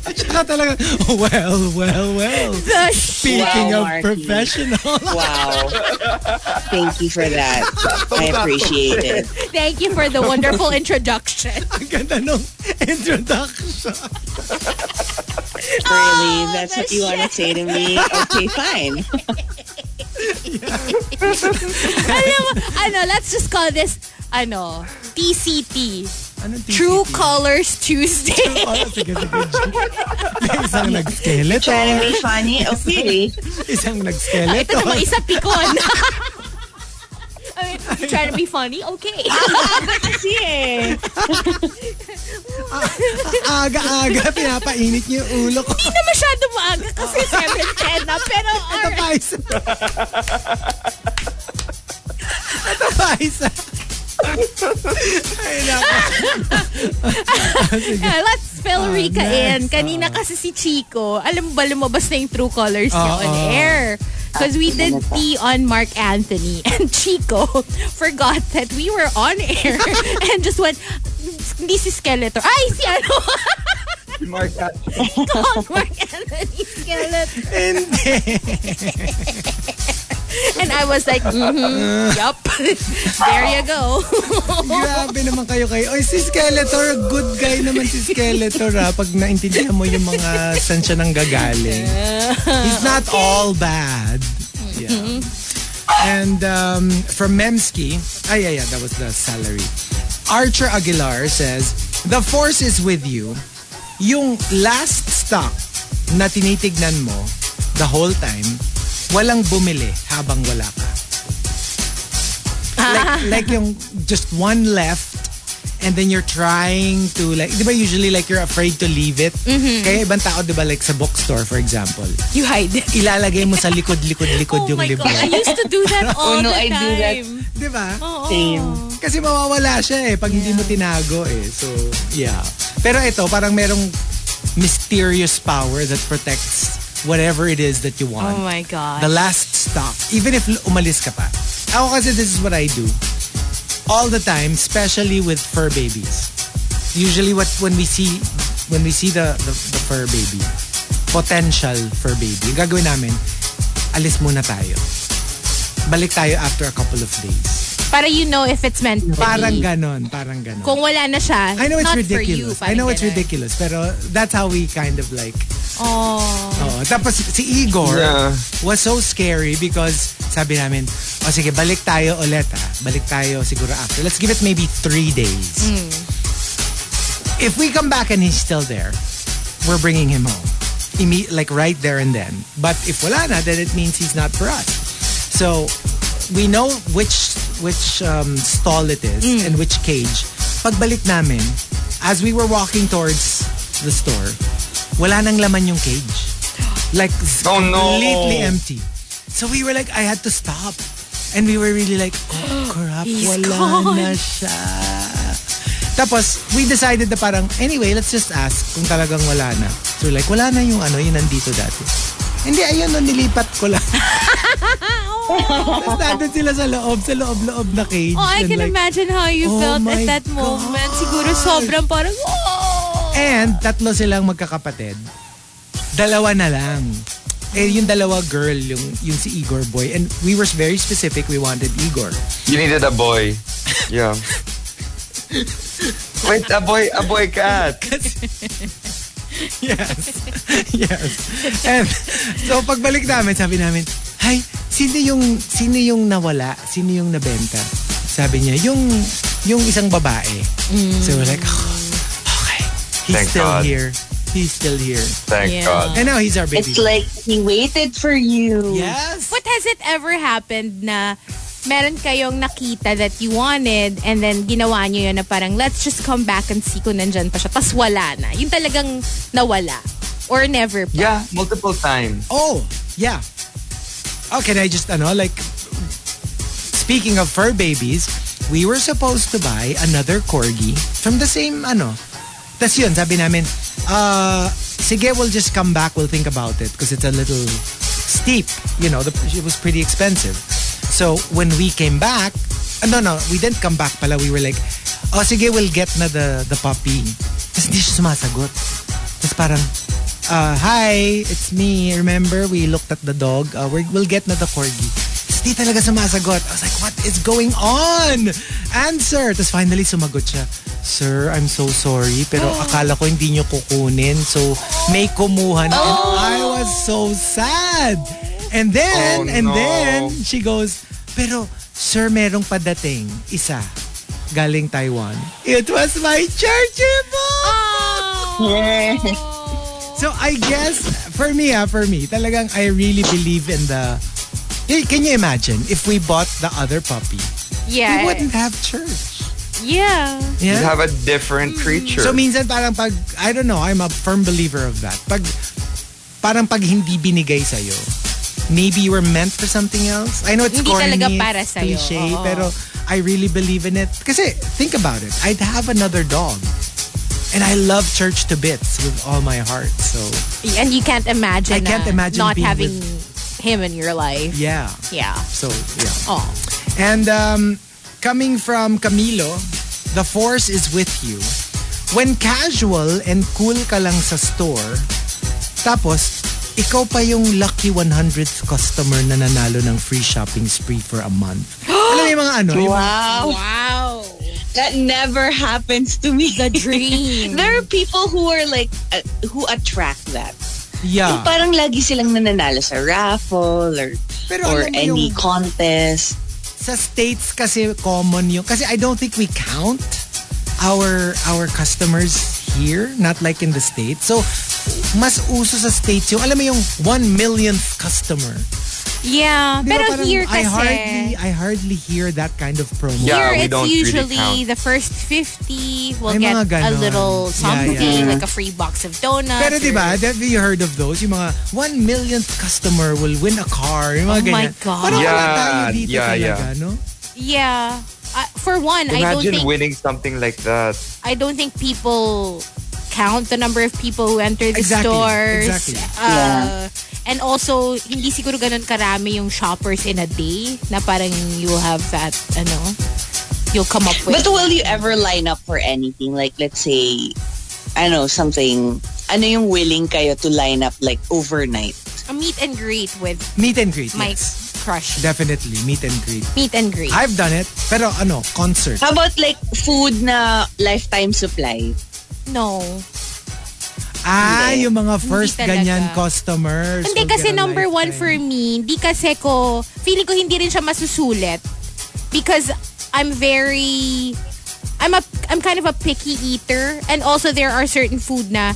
S5: At saka talaga, well, well, well.
S6: The shade.
S5: Speaking
S10: Wow,
S5: of
S10: Marky.
S5: professional.
S10: Wow. Thank you for that. I appreciate it.
S6: Thank you for the wonderful introduction.
S5: Ang ganda nung introduction.
S10: Really, Ah,
S6: the
S10: that's what you want to say to me? Okay, fine.
S6: Alam mo, ano, let's just call this, ano, TCT.
S5: Anong TCT?
S6: True Colors Tuesday.
S5: Oh, sige, sige. May isang nag-skeleton.
S10: Trying to be funny? Okay.
S5: Isang
S6: Ito
S5: nag-skeleton.
S6: naman, isa pikon. I mean, you trying to be funny? Okay.
S10: Kasi eh.
S5: Aga-aga, pinapainit niyo yung ulo ko.
S6: Hindi na masyado maaga kasi 7.10 na. Pero,
S5: Ito
S6: alright.
S5: pa isa. Ito pa isa. Ay, nako.
S6: Yeah, let's fill Rika
S10: Ah,
S6: in. Kanina kasi si Chico, alam mo ba lumabas na yung true colors niya
S5: Oo.
S6: on
S10: Ah,
S6: air? Because we did tea on Mark Anthony and Chico forgot that we were on air and just went, hindi si Skeletor. Ay, si ano?
S7: Mark that.
S6: Called Mark Anthony Skeletor.
S5: Hindi.
S6: And I was like, mm-hmm, yup. There you go.
S5: Grabe naman kayo kayo. Oy, si Skeletor, good guy naman si Skeletor ha. Pag naintindihan mo yung mga saan siya nang gagaling. He's not all bad. Yeah. And um, from Memski, ay, yeah, yeah, that was the salary. Archer Aguilar says, The force is with you. Yung last stock na tinitignan mo the whole time, walang bumili habang wala ka. like, like yung just one left and then you're trying to like, di ba usually like you're afraid to leave it?
S6: Mm-hmm.
S5: Kaya ibang tao, di ba like sa bookstore for example,
S6: You hide it.
S5: ilalagay mo sa likod-likod-likod
S6: Oh
S5: yung
S6: my
S5: libro.
S6: God, I used to do that all
S10: Oh, no,
S6: the
S10: I
S6: time. Oh.
S10: do that.
S5: Di ba?
S6: Oo.
S10: Same.
S5: Kasi mawawala siya eh pag hindi mo tinago eh. So, yeah. Pero ito, parang merong mysterious power that protects whatever it is that you want.
S6: Oh my God.
S5: The last stop. Even if umalis ka pa. Ako kasi this is what I do. All the time, especially with fur babies. Usually what when we see when we see the the, the fur baby, potential fur baby, yung gagawin namin, alis muna tayo. Balik tayo after a couple of days.
S6: Para you know if it's meant to
S5: Parang
S6: be.
S5: ganon, parang ganon.
S6: Kung wala na siya,
S5: I know it's
S6: not
S5: ridiculous.
S6: for you.
S5: I know it's
S6: parang
S5: ridiculous. Pero that's how we kind of like
S6: ganun. Oh.
S5: Oo. Tapos si Igor
S7: Yeah.
S5: was so scary because sabi namin, o sige, ah. balik tayo ulit ha. Balik tayo siguro after. Let's give it maybe three days. If we come back and he's still there, we're bringing him home. Imme- like right there and then. But if wala na, then it means he's not for us. So we know which which um, stall it is
S7: Mm.
S5: and which cage. Pagbalik namin, as we were walking towards the store, wala nang laman yung cage. Like, it's
S7: Oh, no.
S5: completely empty. So we were like, I had to stop. And we were really like, oh crap, wala na siya. Tapos, we decided na parang, anyway, let's just ask kung talagang wala na. So we're like, wala na yung ano, yun nandito dati. Hindi, ayun, no, nilipat ko lang. Tapos nandun sila sa loob, sa loob-loob na cage.
S6: Oh, I
S5: And
S6: can
S5: like,
S6: imagine how you
S5: Oh
S6: felt
S5: my
S6: at that moment. Siguro
S5: God.
S6: sobrang parang, oh!
S5: And tatlo silang magkakapatid. Dalawa na lang. Eh, yung dalawa girl, yung, yung si Igor boy. And we were very specific, we wanted Igor.
S7: You needed a boy. Yeah. Wait, a boy, a boy cat.
S5: Yes. yes. And so pagbalik namin, sabi namin, Hay, sino yung, sino yung nawala? Sino yung nabenta? Sabi niya, yung, yung isang babae.
S10: Mm.
S5: So we're like, "Oh, okay. He's
S7: Thank
S5: still
S7: God.
S5: here. He's still here.
S7: Thank
S6: Yeah.
S7: God.
S5: And now he's our baby.
S10: It's like he waited for you.
S5: yes.
S6: But has it ever happened na meron kayong nakita that you wanted and then ginawa nyo yun na parang let's just come back and see kung nandyan pa siya. Tapos wala na. Yung talagang nawala. Or never pa.
S7: Yeah, multiple times.
S5: Oh, yeah. Oh, can I just, ano, like, speaking of fur babies, we were supposed to buy another corgi from the same, ano. Tapos yun, sabi namin, uh, sige, we'll just come back, we'll think about it because it's a little steep. You know, the, it was pretty expensive. So, when we came back, uh, no, no, we didn't come back pala. We were like, oh, sige, we'll get na the, the puppy. Tapos hindi siya sumasagot. Tapos parang, uh, hi, it's me. Remember, we looked at the dog. Uh, we're, we'll get na the corgi. Tapos di talaga sumasagot. I was like, what is going on? Answer! Tapos finally sumagot siya. Sir, I'm so sorry, pero akala ko hindi niyo kukunin. So, may kumuha na. And I was so sad. And then,
S7: Oh,
S5: and
S7: no.
S5: then, she goes, pero, sir, merong padating. Isa. Galing Taiwan. It was my Churchill
S6: Oh!
S10: Yeah.
S5: So I guess for me, ah, for me, talagang I really believe in the. Eh, Can you imagine if we bought the other puppy?
S6: Yeah.
S5: We wouldn't have church.
S6: Yeah. Mm.
S7: You
S5: Yeah.
S7: have a different creature.
S5: So minsan parang pag I don't know, I'm a firm believer of that. Pag parang pag hindi binigay sa maybe you were meant for something else. I know it's
S6: Hindi
S5: corny,
S6: talaga para
S5: it's
S6: sa'yo.
S5: cliche,
S6: Oo.
S5: pero I really believe in it. Kasi think about it, I'd have another dog. And I love church to bits with all my heart. So,
S6: And you can't imagine,
S5: I can't
S6: na
S5: imagine
S6: not
S5: being
S6: having him in your life.
S5: yeah.
S6: Yeah.
S5: So, yeah.
S6: Oh.
S5: And um, coming from Camilo, the force is with you. When casual and cool ka lang sa store, tapos ikaw pa yung lucky 100th customer na nanalo ng free shopping spree for a month. Alam mo yung mga ano? yung-
S10: Wow.
S6: Wow.
S10: That never happens to me.
S6: The dream.
S10: There are people who are like, uh, who attract that. Yung
S5: yeah.
S10: parang lagi silang nananalo sa raffle or,
S5: Pero
S10: or
S5: alam mo
S10: any
S5: yung
S10: contest.
S5: sa states kasi common yung kasi I don't think we count our our customers here not like in the states so mas uso sa states yung alam mo yung 1 millionth customer
S6: Yeah.
S5: Di ba,
S6: Pero
S5: parang
S6: here
S5: I
S6: kasi.
S5: hardly I hardly hear that kind of promo
S7: Yeah, we
S6: Here, it's
S7: don't really
S6: usually
S7: count.
S6: the first 50 will
S5: May
S6: get
S5: mga
S6: a
S5: ganon.
S6: little
S5: Yeah,
S6: something,
S5: yeah.
S6: like a free box of donuts.
S5: pero di ba
S6: or-
S5: have you heard of those yung mga 1 millionth customer will win a car yung mga
S6: Oh my
S5: ganyan
S6: God.
S5: parang wala
S7: Yeah,
S5: tayo dito
S7: yeah,
S5: talaga no
S6: Yeah. Uh, for one, I don't
S7: Imagine
S6: think
S7: winning something like that.
S6: I don't think people count the number of people who enter the
S5: Exactly,
S6: stores.
S5: exactly.
S6: Uh, And also, hindi siguro ganun karami yung shoppers in a day na parang you'll have that, ano, you'll come up with.
S10: But will you ever line up for anything? Like, let's say, I know, something, ano yung willing kayo to line up like overnight?
S6: a meet and greet with
S5: meet and greet
S6: my
S5: yes.
S6: crush.
S5: definitely meet and greet
S6: meet and greet.
S5: I've done it pero ano concert
S10: How about like food na lifetime supply?
S6: no.
S5: Ah, yung mga first
S6: Hindi talaga.
S5: ganyan customers.
S6: Hindi
S5: will
S6: kasi
S5: get a
S6: number one for
S5: lifetime.
S6: me, hindi kasi ko, feeling ko hindi rin siya masusulit because I'm very, I'm a, I'm kind of a picky eater. And also, there are certain food na,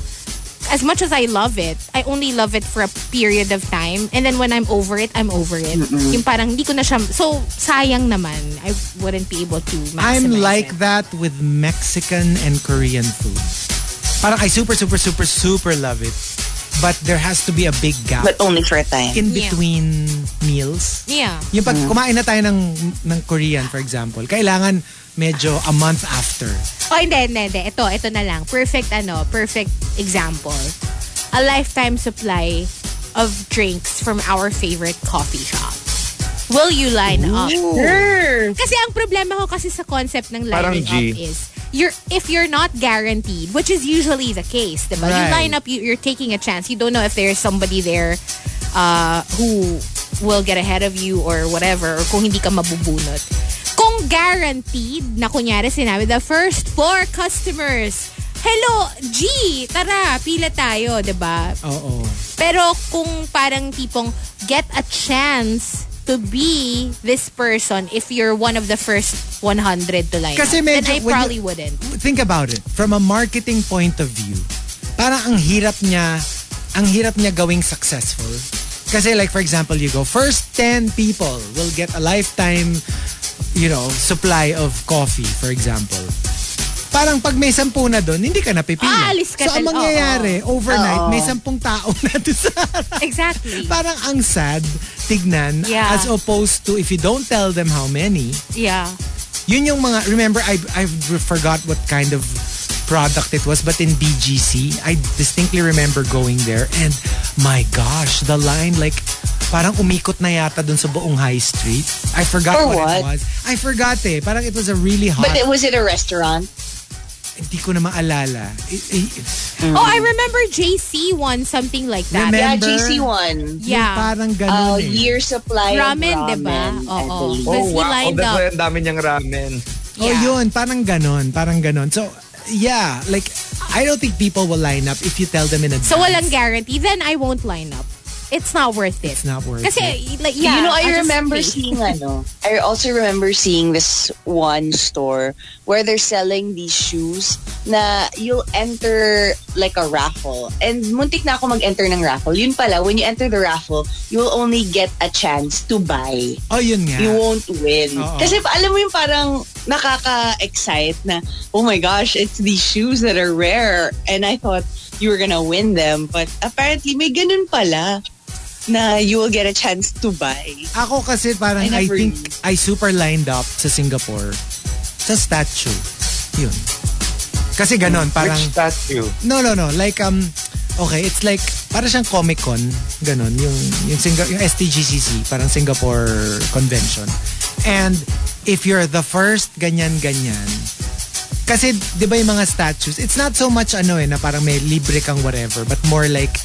S6: as much as I love it, I only love it for a period of time. And then when I'm over it, I'm over it. Yung parang hindi ko na siya, so sayang naman. I wouldn't be able to maximize
S5: I'm like
S6: it.
S5: that with Mexican and Korean food. Parang I super, super, super, super love it. But there has to be a big gap
S10: But oh, only for a time.
S5: in
S6: Yeah.
S5: between meals.
S6: Yeah.
S5: Yung pag kumain na tayo ng, ng Korean, for example, kailangan medyo a month after.
S6: Oh, hindi, hindi, hindi. Ito, ito na lang. Perfect, ano, perfect example. A lifetime supply of drinks from our favorite coffee shop. Will you line up? Kasi ang problema ko kasi sa concept ng
S7: Parang
S6: lining
S7: G.
S6: up is, you're, if you're not guaranteed, which is usually the case, diba? You
S5: Right.
S6: line up, you, you're taking a chance. You don't know if there's somebody there uh, who will get ahead of you or whatever, or kung hindi ka mabubunot. Kung guaranteed, na kunyari sinabi, the first four customers, hello, G, tara, pila tayo, diba?
S5: Oo.
S6: Pero kung parang tipong get a chance to be this person if you're one of the first 100 to line
S5: Kasi
S6: up,
S5: medyo-
S6: then I
S5: when
S6: probably
S5: you-
S6: wouldn't.
S5: Think about it. From a marketing point of view, parang ang hirap niya, ang hirap niya gawing successful. Kasi like for example, you go, first 10 people will get a lifetime, you know, supply of coffee, for example. Parang pag may sampu na doon, hindi ka napipila.
S6: Aalis ka
S5: so ang
S6: tal-
S5: mangyayari, overnight, may sampung tao na doon sa
S6: Exactly.
S5: Parang ang sad tignan
S6: Yeah.
S5: as opposed to if you don't tell them how many,
S6: yeah.
S5: yun yung mga, remember, I, I forgot what kind of product it was, but in BGC, I distinctly remember going there and my gosh, the line like, parang umikot na yata dun sa buong high street. I forgot
S10: For
S5: what, it was.
S10: what?
S5: I forgot eh. Parang it was a really hot,
S10: But it, was it a restaurant?
S5: hindi ko na maalala. Eh, I- I-
S6: Oh, I remember JC won something like
S5: Mm.
S6: that.
S5: Remember-
S10: Yeah,
S5: Member?
S10: GC one.
S5: yung
S6: yeah.
S5: Parang ganun
S10: Uh,
S5: eh.
S10: year supply
S6: Ramen,
S10: of ramen,
S6: diba?
S10: I
S6: Oo.
S10: believe.
S6: But
S7: Oh,
S6: he
S7: wow. Oh,
S6: lined
S7: that's
S6: up.
S7: why ang dami niyang ramen.
S5: Oh,
S6: Yeah.
S5: yun. Parang ganon. Parang ganon. So, yeah. Like, I don't think people will line up if you tell them in advance.
S6: So walang guarantee. Then I won't line up. It's not worth it.
S5: It's not worth it.
S6: Kasi, like, yeah.
S10: you know, I
S6: I'll just
S10: remember
S6: pay.
S10: seeing ano. I also remember seeing this one store where they're selling these shoes na you'll enter like a raffle. And muntik na ako mag-enter ng raffle. Yun pala, when you enter the raffle, you'll only get a chance to buy.
S5: Oh, yun nga.
S10: You won't win.
S5: Oo.
S10: Kasi pa- alam mo yung parang nakaka-excite na, oh my gosh, it's these shoes that are rare. And I thought you were gonna win them. But apparently, may ganun pala na you will get a chance to buy.
S5: Ako kasi parang I,
S10: I never-
S5: think I super lined up sa Singapore sa statue. Yun. Kasi ganon. Parang,
S7: Which statue?
S5: no, no, no. Like, um, okay, it's like, para siyang Comic-Con. Ganon. Yung, yung, Singa- yung STGCC. Parang Singapore convention. And if you're the first, ganyan, ganyan. Kasi, di ba yung mga statues, it's not so much ano eh, na parang may libre kang whatever, but more like,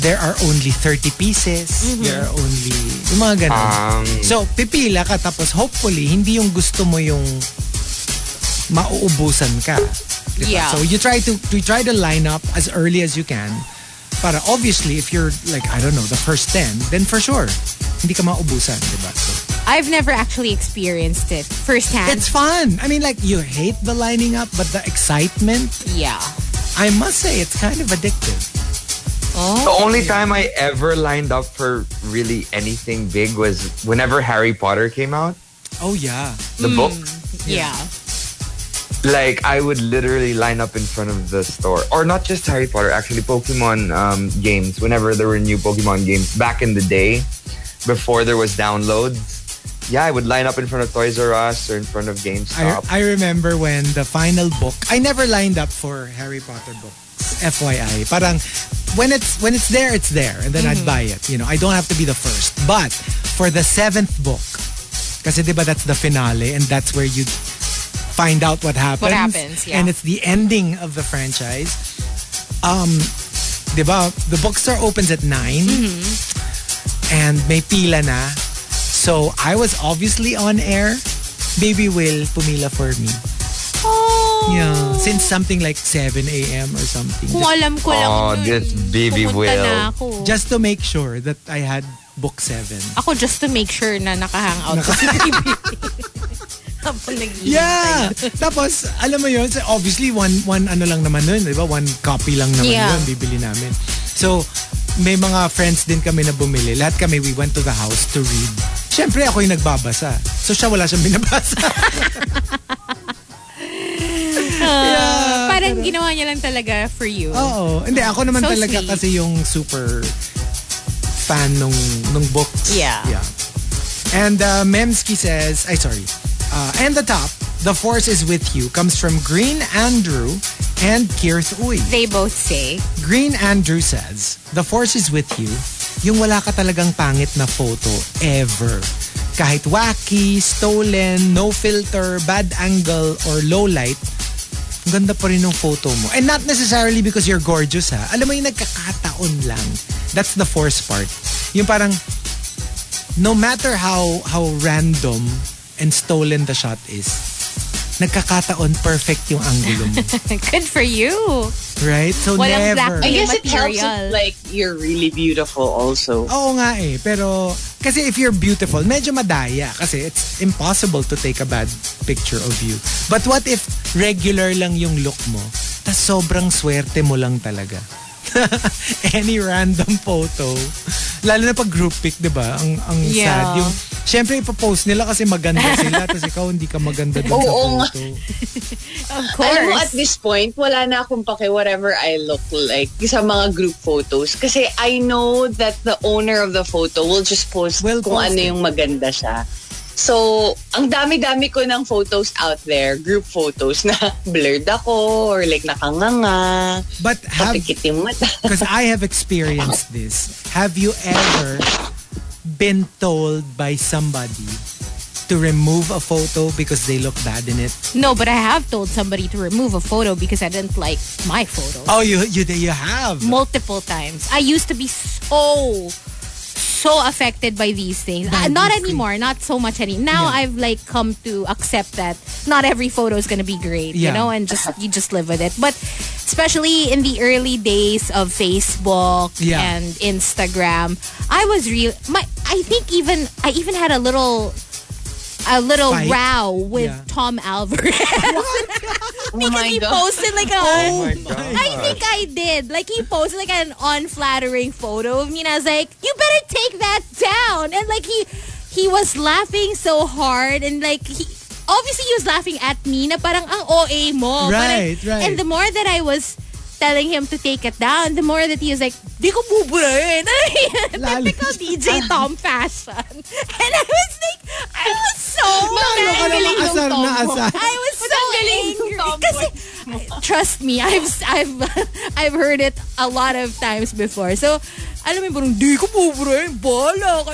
S5: there are only 30 pieces, there are only, yung mga ganun.
S7: Um,
S5: So, pipila ka tapos hopefully hindi yung gusto mo yung mauubusan ka. Diba?
S6: Yeah.
S5: So you try to you try to line up as early as you can. Para obviously if you're like I don't know, the first 10, then for sure hindi ka mauubusan, 'di ba? So,
S6: I've never actually experienced it firsthand.
S5: it's fun. I mean like you hate the lining up but the excitement,
S6: yeah.
S5: I must say it's kind of addictive.
S7: the
S6: Oh,
S7: only time I ever lined up for really anything big was whenever Harry Potter came out,
S5: Oh yeah.
S7: the
S6: Hmm.
S7: book.
S6: Yeah.
S7: Like I would literally line up in front of the store, or not just Harry Potter. Actually, Pokemon um, games. Whenever there were new Pokemon games back in the day, before there was downloads, yeah, I would line up in front of Toys R Us or in front of
S5: I,
S7: GameStop.
S5: I remember when the final book I never lined up for Harry Potter books. FYI. Parang when it's when it's there, it's there. And then I'd buy it. You know, I don't have to be the first. But for the seventh book, kasi di ba that's the finale and that's where you find out what happens.
S6: happens, yeah.
S5: And it's the ending of the franchise. Um di ba, the bookstore opens at 9
S6: Mm-hmm.
S5: and may pila na. So I was obviously on air. Baby Will pumila for me.
S6: Oh.
S5: Yeah. Since something like 7 a.m. or something.
S6: Kung
S5: Just,
S6: alam ko lang
S7: Oh,
S6: yun,
S7: this baby
S6: pumunta
S7: will.
S6: na ako.
S5: just to make sure that I had book 7.
S6: ako just to make sure na nakahangout ko si baby. habang naghihintay.
S5: Yeah. Tapos, alam mo yun, so obviously, one, one ano lang naman nun, di ba? One copy lang naman
S6: Yeah.
S5: yun, bibili namin. So, may mga friends din kami na bumili. Lahat kami, we went to the house to read. Siyempre, ako yung nagbabasa. So, siya wala siyang binabasa.
S6: Ah, parang ginawa niya lang talaga for you.
S7: Oh.
S5: Oo. Hindi, ako naman
S6: So
S5: talaga
S6: sweet.
S5: kasi yung super fan nung, nung books.
S6: Yeah.
S5: Yeah. And uh, Memski says, ay sorry. Uh, and the top, The Force is With You comes from Green Andrew and Kirth Uy.
S6: They both say,
S5: Green Andrew says, The Force is with you. Yung wala ka talagang pangit na photo ever. Kahit wacky, stolen, no filter, bad angle, or low light, ang ganda pa rin ng photo mo. And not necessarily because you're gorgeous ha. Alam mo yung nagkakataon lang. That's the force part. Yung parang, no matter how how random and stolen the shot is, nagkakataon perfect yung angulo mo.
S6: good for you.
S5: right? So
S6: Walang
S5: never.
S10: I
S6: blackmail.
S10: guess it helps
S6: Material.
S10: if, like, you're really beautiful also.
S5: Oo nga eh, pero kasi if you're beautiful, medyo madaya kasi it's impossible to take a bad picture of you. But what if regular lang yung look mo, tas sobrang swerte mo lang talaga? Any random photo, lalo na pag group pic, 'di ba? Ang ang sad
S6: Yeah.
S5: yung Siyempre, ipopost nila kasi maganda sila tapos ikaw hindi ka maganda dun sa
S10: Oo nga.
S5: photo.
S6: Of
S10: Alam mo, at
S6: course.
S10: this point, wala na akong pake whatever I look like sa mga group photos. Kasi I know that the owner of the photo will just post
S5: Will
S10: kung
S5: post
S10: ano
S5: it.
S10: yung maganda siya. So, ang dami-dami ko ng photos out there, group photos na blurred ako or like nakanganga,
S5: But have
S10: patikit yung mata.
S5: Because I have experienced this. Have you ever been told by somebody to remove a photo because they look bad in it?
S6: no, but I have told somebody to remove a photo because I didn't like my photo.
S5: Oh, you you you have.
S6: multiple times. I used to be so so affected by these things. Uh, not anymore, not so much any. Now
S5: Yeah.
S6: I've like come to accept that not every photo is going to be great, you
S5: Yeah.
S6: know, and just you just live with it. But especially in the early days of Facebook
S5: Yeah.
S6: and Instagram, I was real my I think even I even had a little a little
S5: Fight?
S6: row with
S5: Yeah.
S6: Tom Alvarez.
S10: Oh my
S6: he
S10: God. Oh
S6: posted like a
S5: Oh
S7: my God.
S6: I think I did. Like he posted like an unflattering photo of me, and I was like, "You better take that down." And like he, he was laughing so hard, and like he. Obviously, he was laughing at me na parang ang OA mo.
S5: Right,
S6: Parang-
S5: right.
S6: And the more that I was telling him to take it down, the more that he was like, di ko buburahin.
S5: Lalo.
S6: Typical DJ Tom fashion. And I was like, I was so
S5: Lalo ka na
S6: angry.
S5: makasar na asar.
S6: I was so angry. Kasi, trust me, I've, I've, I've heard it a lot of times before. So, alam mo yung parang, di ko buburahin, bala ka.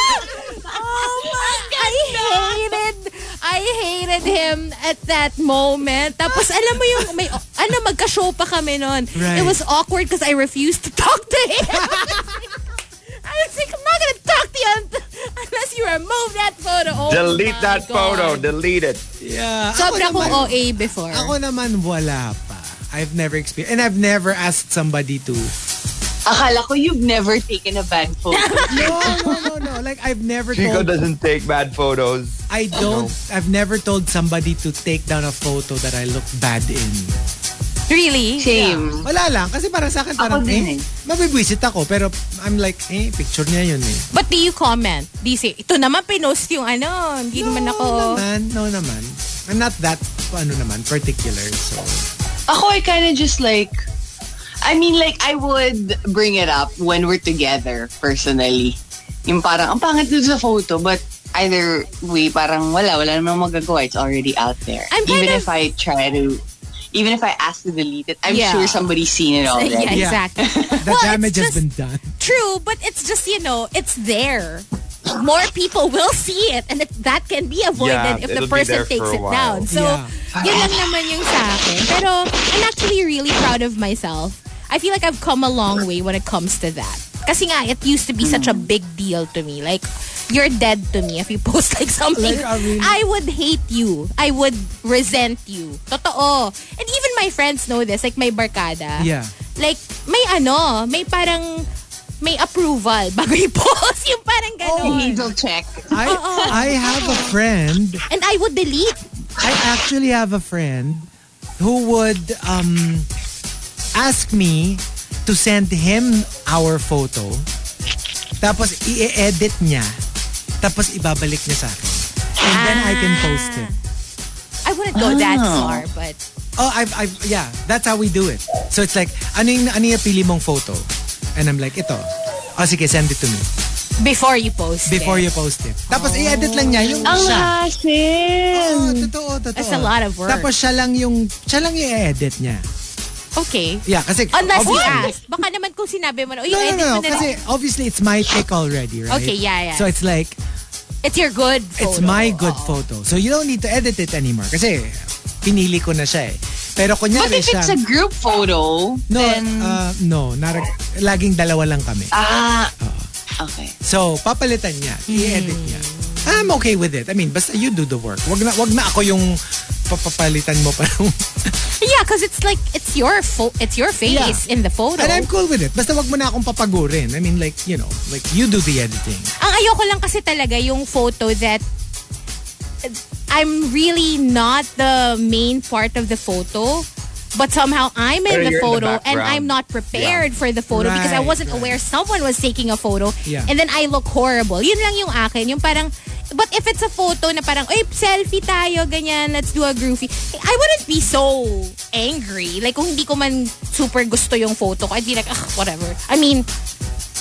S6: oh my, I hated, I hated him at that moment. Tapos, alam mo yung, may, ano, magka-show pa kami nun.
S5: Right.
S6: It was awkward because I refused to talk to him. I was like, I'm not gonna talk to you un- unless you remove that photo. Oh
S7: Delete
S6: my
S7: that photo.
S6: God.
S7: Delete it.
S5: Yeah. Ako
S6: Sobra akong
S5: naman-
S6: OA before.
S5: Ako naman wala pa. I've never experienced and I've never asked somebody to
S10: Akala ko you've never taken a bad photo.
S5: No, no, no, no. Like I've never
S7: Chico
S5: told
S7: doesn't take bad photos.
S5: I don't I've never told somebody to take down a photo that I look bad in.
S6: Really?
S10: Same.
S5: Wala lang. Kasi para sa akin, parang, eh,
S10: din eh.
S5: mabibwisit ako. Pero I'm like, eh, picture niya yun eh.
S6: But do you comment? Do you say, ito naman pinost yung ano, hindi naman ako.
S5: naman, no naman. I'm not that, ano naman, particular. So,
S10: Ako, I kind of just like, I mean, like, I would bring it up when we're together, personally. Yung parang, ang pangit dun sa photo, but either way, parang wala, wala namang magagawa. It's already out there.
S6: I'm kind
S10: even
S6: of-
S10: if I try to, even if I ask to delete it, I'm
S6: Yeah.
S10: sure somebody's seen it already.
S6: yeah,
S5: Yeah.
S6: exactly.
S5: the
S6: Well,
S5: damage has
S6: it's
S5: been done.
S6: True, but it's just, you know, it's there. More people will see it and it, that can be avoided
S7: Yeah,
S6: if the
S7: it'll be
S6: person
S7: there for
S6: takes
S7: a
S6: it
S7: while.
S6: down. So,
S5: Yeah.
S6: yun lang naman yung sa akin. Pero, I'm actually really proud of myself. I feel like I've come a long way when it comes to that. Kasi nga, it used to be such a big deal to me. Like, you're dead to me if you post like something.
S5: Like, I mean-
S6: I would hate you. I would resent you. Totoo. And even my friends know this. Like, my barkada
S5: Yeah.
S6: like, may ano, may parang may approval bago i-post. Yung
S5: Oh.
S6: parang gano'n.
S10: Needle check.
S5: I, I have a friend.
S6: And I would delete.
S5: I actually have a friend who would um, ask me to send him our photo. Tapos i-edit niya. Tapos ibabalik niya sa akin. And then I can post it.
S6: I wouldn't go that
S5: Ah.
S6: far, but
S5: Oh, I've, I've, yeah, that's how we do it. So it's like, ano yung, ano yung pili mong photo? And I'm like, ito. Oh, sige, send it to me.
S6: before you post
S5: Before
S6: it.
S5: you post it. Tapos i-edit lang niya yung
S10: Ang
S5: siya.
S10: hassle.
S5: Oo, totoo, totoo.
S6: That's a lot of work.
S5: Tapos siya lang yung, siya lang yung edit niya.
S6: Okay.
S5: Yeah, kasi...
S6: Unless you
S5: obviously-
S6: ask. Baka naman kung sinabi mo na, uy,
S5: No, no,
S6: edit
S5: no,
S6: mo
S5: no.
S6: na lang.
S5: Kasi obviously it's my pick already, right?
S6: Okay, yeah, yeah.
S5: So it's like,
S6: It's your good photo.
S5: it's my good
S6: Oo.
S5: photo. So you don't need to edit it anymore. Kasi pinili ko na siya eh. Pero
S10: But
S5: kunyari
S10: if
S5: siya...
S10: it's a group photo,
S5: no,
S10: then...
S5: uh, no, not a- laging dalawa lang kami.
S10: ah, okay.
S5: So, papalitan niya. I-edit niya. I'm okay with it. I mean, basta you do the work. Wag na, wag na ako yung papapalitan mo pa. ng-
S6: Yeah, because it's like, it's your fo- it's your face in the photo.
S5: And I'm cool with it. Basta wag mo na akong papagurin. I mean, like, you know, like you do the editing.
S6: Ang ayoko lang kasi talaga yung photo that uh, I'm really not the main part of the photo. But somehow I'm
S7: Pero
S6: in the
S7: you're in the
S6: photo and
S7: background.
S6: I'm not prepared for the photo because I
S5: Right,
S6: wasn't
S5: right.
S6: aware someone was taking a photo
S5: Yeah.
S6: and then I look horrible. Yun lang yung akin. Yung parang, but if it's a photo na parang, uy, selfie tayo, ganyan, let's do a groovy. I wouldn't be so angry. Like, kung hindi ko man super gusto yung photo ko, I'd be like, ah, whatever. I mean,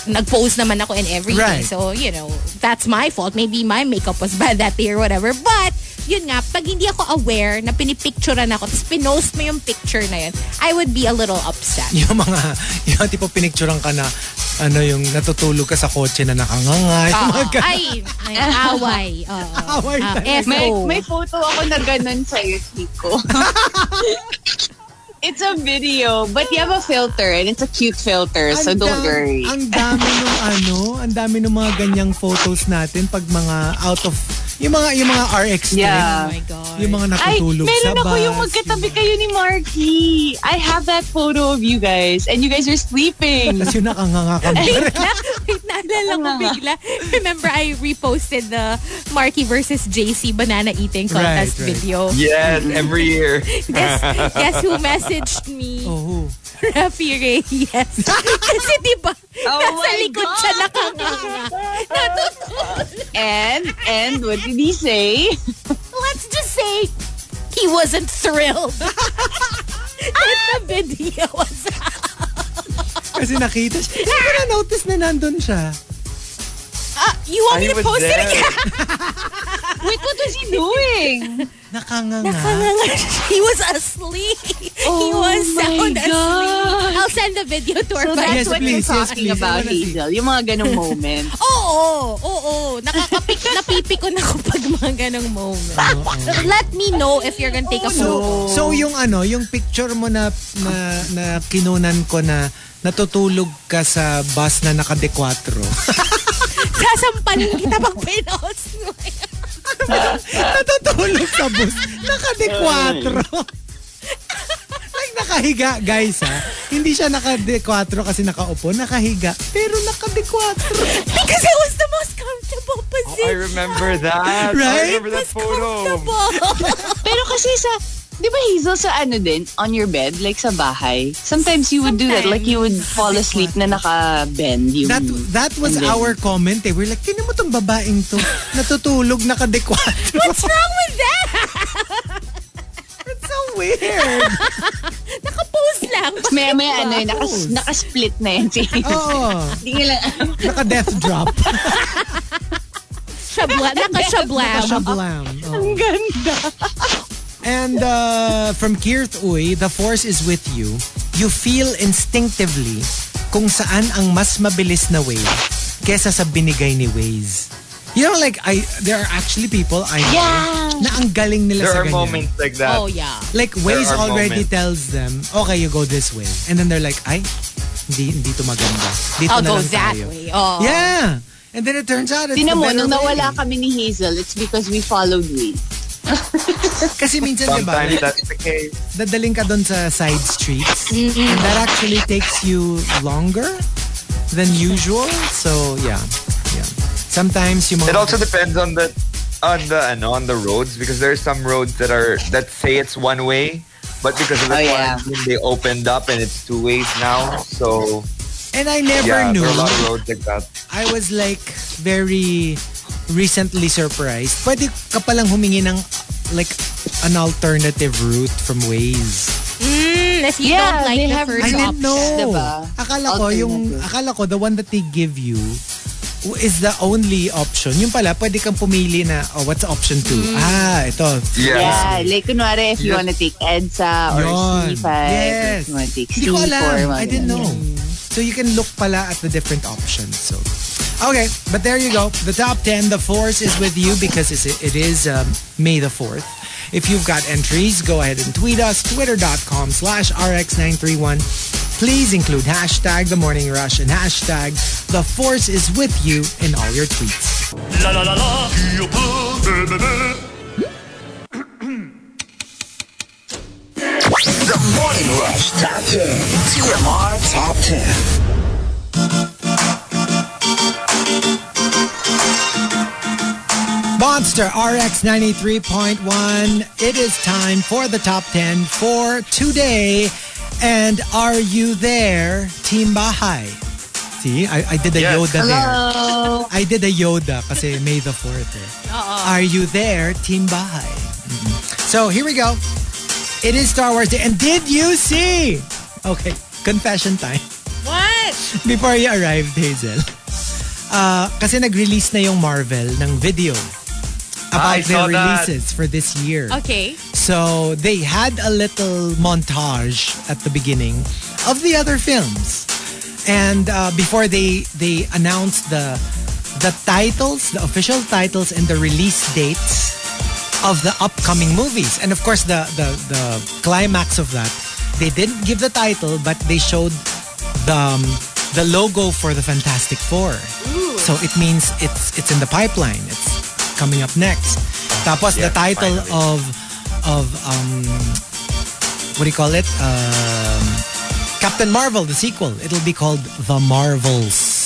S6: nag-pose naman ako and
S5: Right.
S6: everything. So, you know, that's my fault. Maybe my makeup was bad that day or whatever. But, yun nga, pag hindi ako aware na pinipicturean ako, tapos pinost mo yung picture na yun, I would be a little upset.
S5: Yung mga, yung tipo pinicturean ka na, ano yung natutulog ka sa kotse na nakanganga. Yung mga
S6: Oo.
S5: ganun.
S6: Ah, ay, ay, away. Oo.
S5: Away
S6: Ah,
S5: talaga.
S6: SO.
S10: May, may photo ako na ganun sa'yo, Chico. it's a video, but you have a filter and it's a cute filter, so
S5: Ang
S10: don't
S5: dam-
S10: worry.
S5: Ang dami nung ano, ang dami nung mga ganyang photos natin pag mga out of, yung mga, yung mga RX trip.
S6: Oh
S10: Yeah.
S6: my God.
S5: Yung mga
S10: Ay,
S5: nakatulog sa
S10: meron
S5: bus.
S10: ako yung magkatabi kayo ni Marky. I have that photo of you guys and you guys are sleeping.
S5: Tapos yung nakanganga ka mo.
S6: Wait, naalala ko bigla. Remember, I reposted the Marky versus JC banana eating contest
S5: Right, right.
S6: video.
S7: Yes, every year.
S6: Guess, guess who messaged me?
S5: Oh.
S6: Rafi Reyes. Kasi diba,
S10: Oh
S6: nasa
S10: my
S6: likod
S10: God!
S6: siya nakanganga. Natutul.
S10: and, and what did he say?
S6: Let's just say, he wasn't thrilled. If the video was
S5: Kasi nakita siya. Hindi ko na-notice na nandun siya.
S6: Ah, you want
S7: I
S6: me to
S7: was
S6: post it
S7: there.
S6: again?
S10: Wait, what was he doing?
S5: Nakanganga.
S6: Nakanganga siya. He was asleep. he was
S10: my
S6: sound
S10: God.
S6: asleep. I'll send the video to our
S10: So
S6: friends.
S5: Yes,
S10: that's what
S5: please,
S10: you're
S5: yes,
S10: talking
S5: please. Ano I
S10: about,
S5: wanna see.
S10: Hazel. Yung mga ganong moment.
S6: Oo, oo, oo. Nakakapik, napipikon ako pag mga ganong moment. Let me know if you're gonna take
S5: So,
S6: a photo.
S5: so yung ano, yung picture mo na, na, na kinunan ko na natutulog ka sa bus na naka-dequatro.
S6: Sasampalin kita pag pinost mo.
S5: natutulog sa bus. Naka-dequatro. like nakahiga, guys ha. Hindi siya naka-dequatro kasi nakaupo. Nakahiga. Pero naka-dequatro.
S6: Because it was the most
S5: Oh,
S6: comfortable
S7: Oh, I
S6: position.
S7: remember that.
S5: Right?
S7: I remember that
S6: Mas
S7: photo.
S6: comfortable.
S10: Pero kasi sa, di ba Hazel, sa ano din, on your bed, like sa bahay, sometimes you would do that. Like you would fall asleep na naka-bend. Yung,
S5: That, that was
S10: And then-
S5: our comment eh. We're like, tinan mo tong babaeng to. Natutulog naka-dequatro.
S6: What's wrong with that?
S5: so weird.
S6: Nakapost lang.
S10: Maya,
S5: Diba?
S10: maya, ano yun, nakas, nakasplit na eh. yan si
S5: Oo.
S10: Hindi nila,
S5: Naka-death drop.
S6: Shabla, nakashablam.
S5: Shablam. Ang ganda. And uh, from Kirt Uy, the force is with you. You feel instinctively kung saan ang mas mabilis na way kesa sa binigay ni Waze. You know, like, I there are actually people I know na ang galing nila
S7: There
S5: sa
S7: are
S5: ganyan.
S7: moments like that.
S6: Oh, yeah.
S5: Like, Waze
S7: There are
S5: already
S7: moments.
S5: tells them, okay, you go this way. And then they're like, ay, hindi, hindi to maganda. Dito
S6: I'll
S5: na
S6: go
S5: lang
S6: that
S5: tayo."
S6: way. Oh.
S5: Yeah. And then it turns out it's the
S10: tinan mo,
S5: better
S10: nung
S5: way.
S10: nawala kami ni Hazel, it's because we followed me.
S5: Kasi minsan, di ba,
S7: Sometimes that's the case.
S5: dadaling ka doon sa side streets. And that actually takes you longer than usual. So, yeah. Yeah. Sometimes you
S7: It also depends on the on the and on the roads because there are some roads that are that say it's one way, but because of the
S10: Oh, yeah.
S7: quarantine, they opened up and it's two ways now. So
S5: And I never
S7: yeah,
S5: knew.
S7: there are a lot of roads like that.
S5: I was like very recently surprised. Pwede ka palang humingi ng like an alternative route from Waze.
S6: Mm, if you
S10: Yeah,
S6: don't like
S10: they
S6: the
S10: have
S6: first
S5: I
S6: option.
S5: didn't know.
S10: diba?
S5: Akala ko yung
S10: Alternative.
S5: akala ko the one that they give you w- is the only option. Yung pala, pwede kang pumili na, oh, what's option two?
S10: Mm.
S5: Ah, ito.
S7: Yeah.
S11: Yeah, like kunwari if you
S7: Yes.
S11: wanna take EDSA or
S5: Yun.
S11: C5 or
S5: Yes.
S11: if you wanna take
S5: Hindi ko
S11: C4.
S5: alam.
S11: mga
S5: I didn't
S11: ganun.
S5: know. So you can look pala at the different options. So okay, but there you go. The top ten. The force is with you because it's, it is um, May the fourth. If you've got entries, go ahead and tweet us twitter.com slash rx931. Please include hashtag the morning rush and hashtag the force is with you in all your tweets.
S8: The Morning Rush Top 10. TMR Top 10.
S5: Monster RX 93.1. It is time for the top 10 for today. And are you there, Team Bahay? See, I, I did a
S7: Yes.
S5: Yoda there. I did a Yoda kasi May the 4th. Eh. Are you there, Team Bahay? Mhm. So here we go. It is Star Wars Day. And did you see? Okay, confession time
S6: What?
S5: before you arrived, Hazel. Uh, kasi nag-release na yung Marvel ng video
S7: Ah, I
S5: about
S7: saw
S5: their
S7: that.
S5: releases for this year.
S6: Okay.
S5: So they had a little montage at the beginning of the other films. And uh, before they they announced the the titles, the official titles and the release dates of the upcoming movies. And of course the the, the climax of that, they didn't give the title but they showed the um, the logo for the Fantastic Four. So it means it's it's in the pipeline. It's coming up next. Tapos the
S7: Yeah,
S5: title
S7: finally.
S5: of of um what do you call it? Um, Captain Marvel, the sequel. It'll be called The Marvels.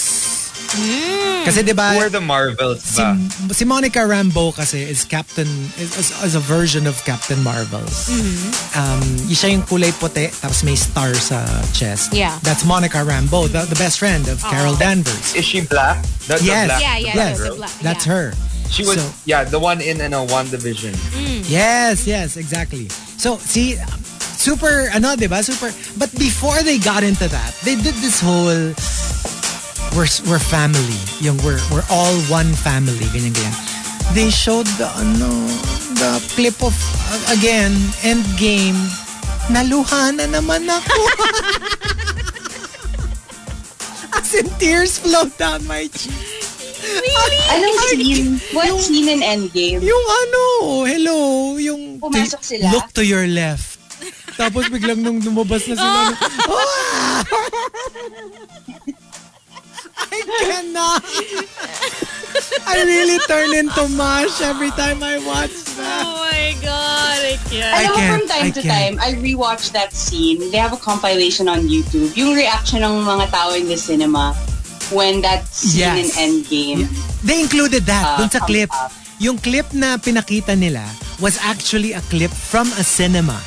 S7: Hmm.
S5: Kasi di ba,
S7: Who are the Marvels
S5: si,
S7: ba?
S5: si Monica Rambeau kasi is Captain, is, is, is a version of Captain Marvel.
S6: Mm-hmm.
S5: Um, yung siya yung kulay puti, tapos may star sa chest.
S6: Yeah. Oh.
S5: That's Monica Rambeau, the, the best friend of Carol Danvers.
S7: Is she black? The, the
S5: Yes.
S7: black-
S6: Yeah,
S7: the
S6: yeah,
S7: black
S5: yes,
S6: the
S7: girl?
S6: black-
S5: that's
S6: yeah.
S5: her.
S7: She was
S5: So-
S7: yeah, the one in and a one division.
S5: Yes, yes, exactly. So, see, super, ano, di ba? Super. But before they got into that, they did this whole, we're, we're family. Yung we're, we're all one family. Ganyan, ganyan. They showed the, ano, the clip of, uh, again, Endgame. Naluha na naman ako. As in, tears flowed down my cheek.
S10: Anong scene? What scene in Endgame?
S5: Yung ano, hello, yung...
S10: Pumasok sila?
S5: Look to your left. Tapos biglang nung lumabas na sila, "Ah!" I cannot. I really turn into mush every time I watch that.
S6: Oh my God, I can't.
S5: I
S10: Alam mo, from
S5: can't,
S10: time
S5: I
S10: to
S5: can't.
S10: time, I rewatch that scene. They have a compilation on YouTube. Yung reaction ng mga tao in the cinema when that scene in
S5: Yes.
S10: Endgame.
S5: They included that
S10: Ah,
S5: dun sa
S10: thumbs
S5: clip.
S10: up.
S5: Yung clip na pinakita nila was actually a clip from a cinema.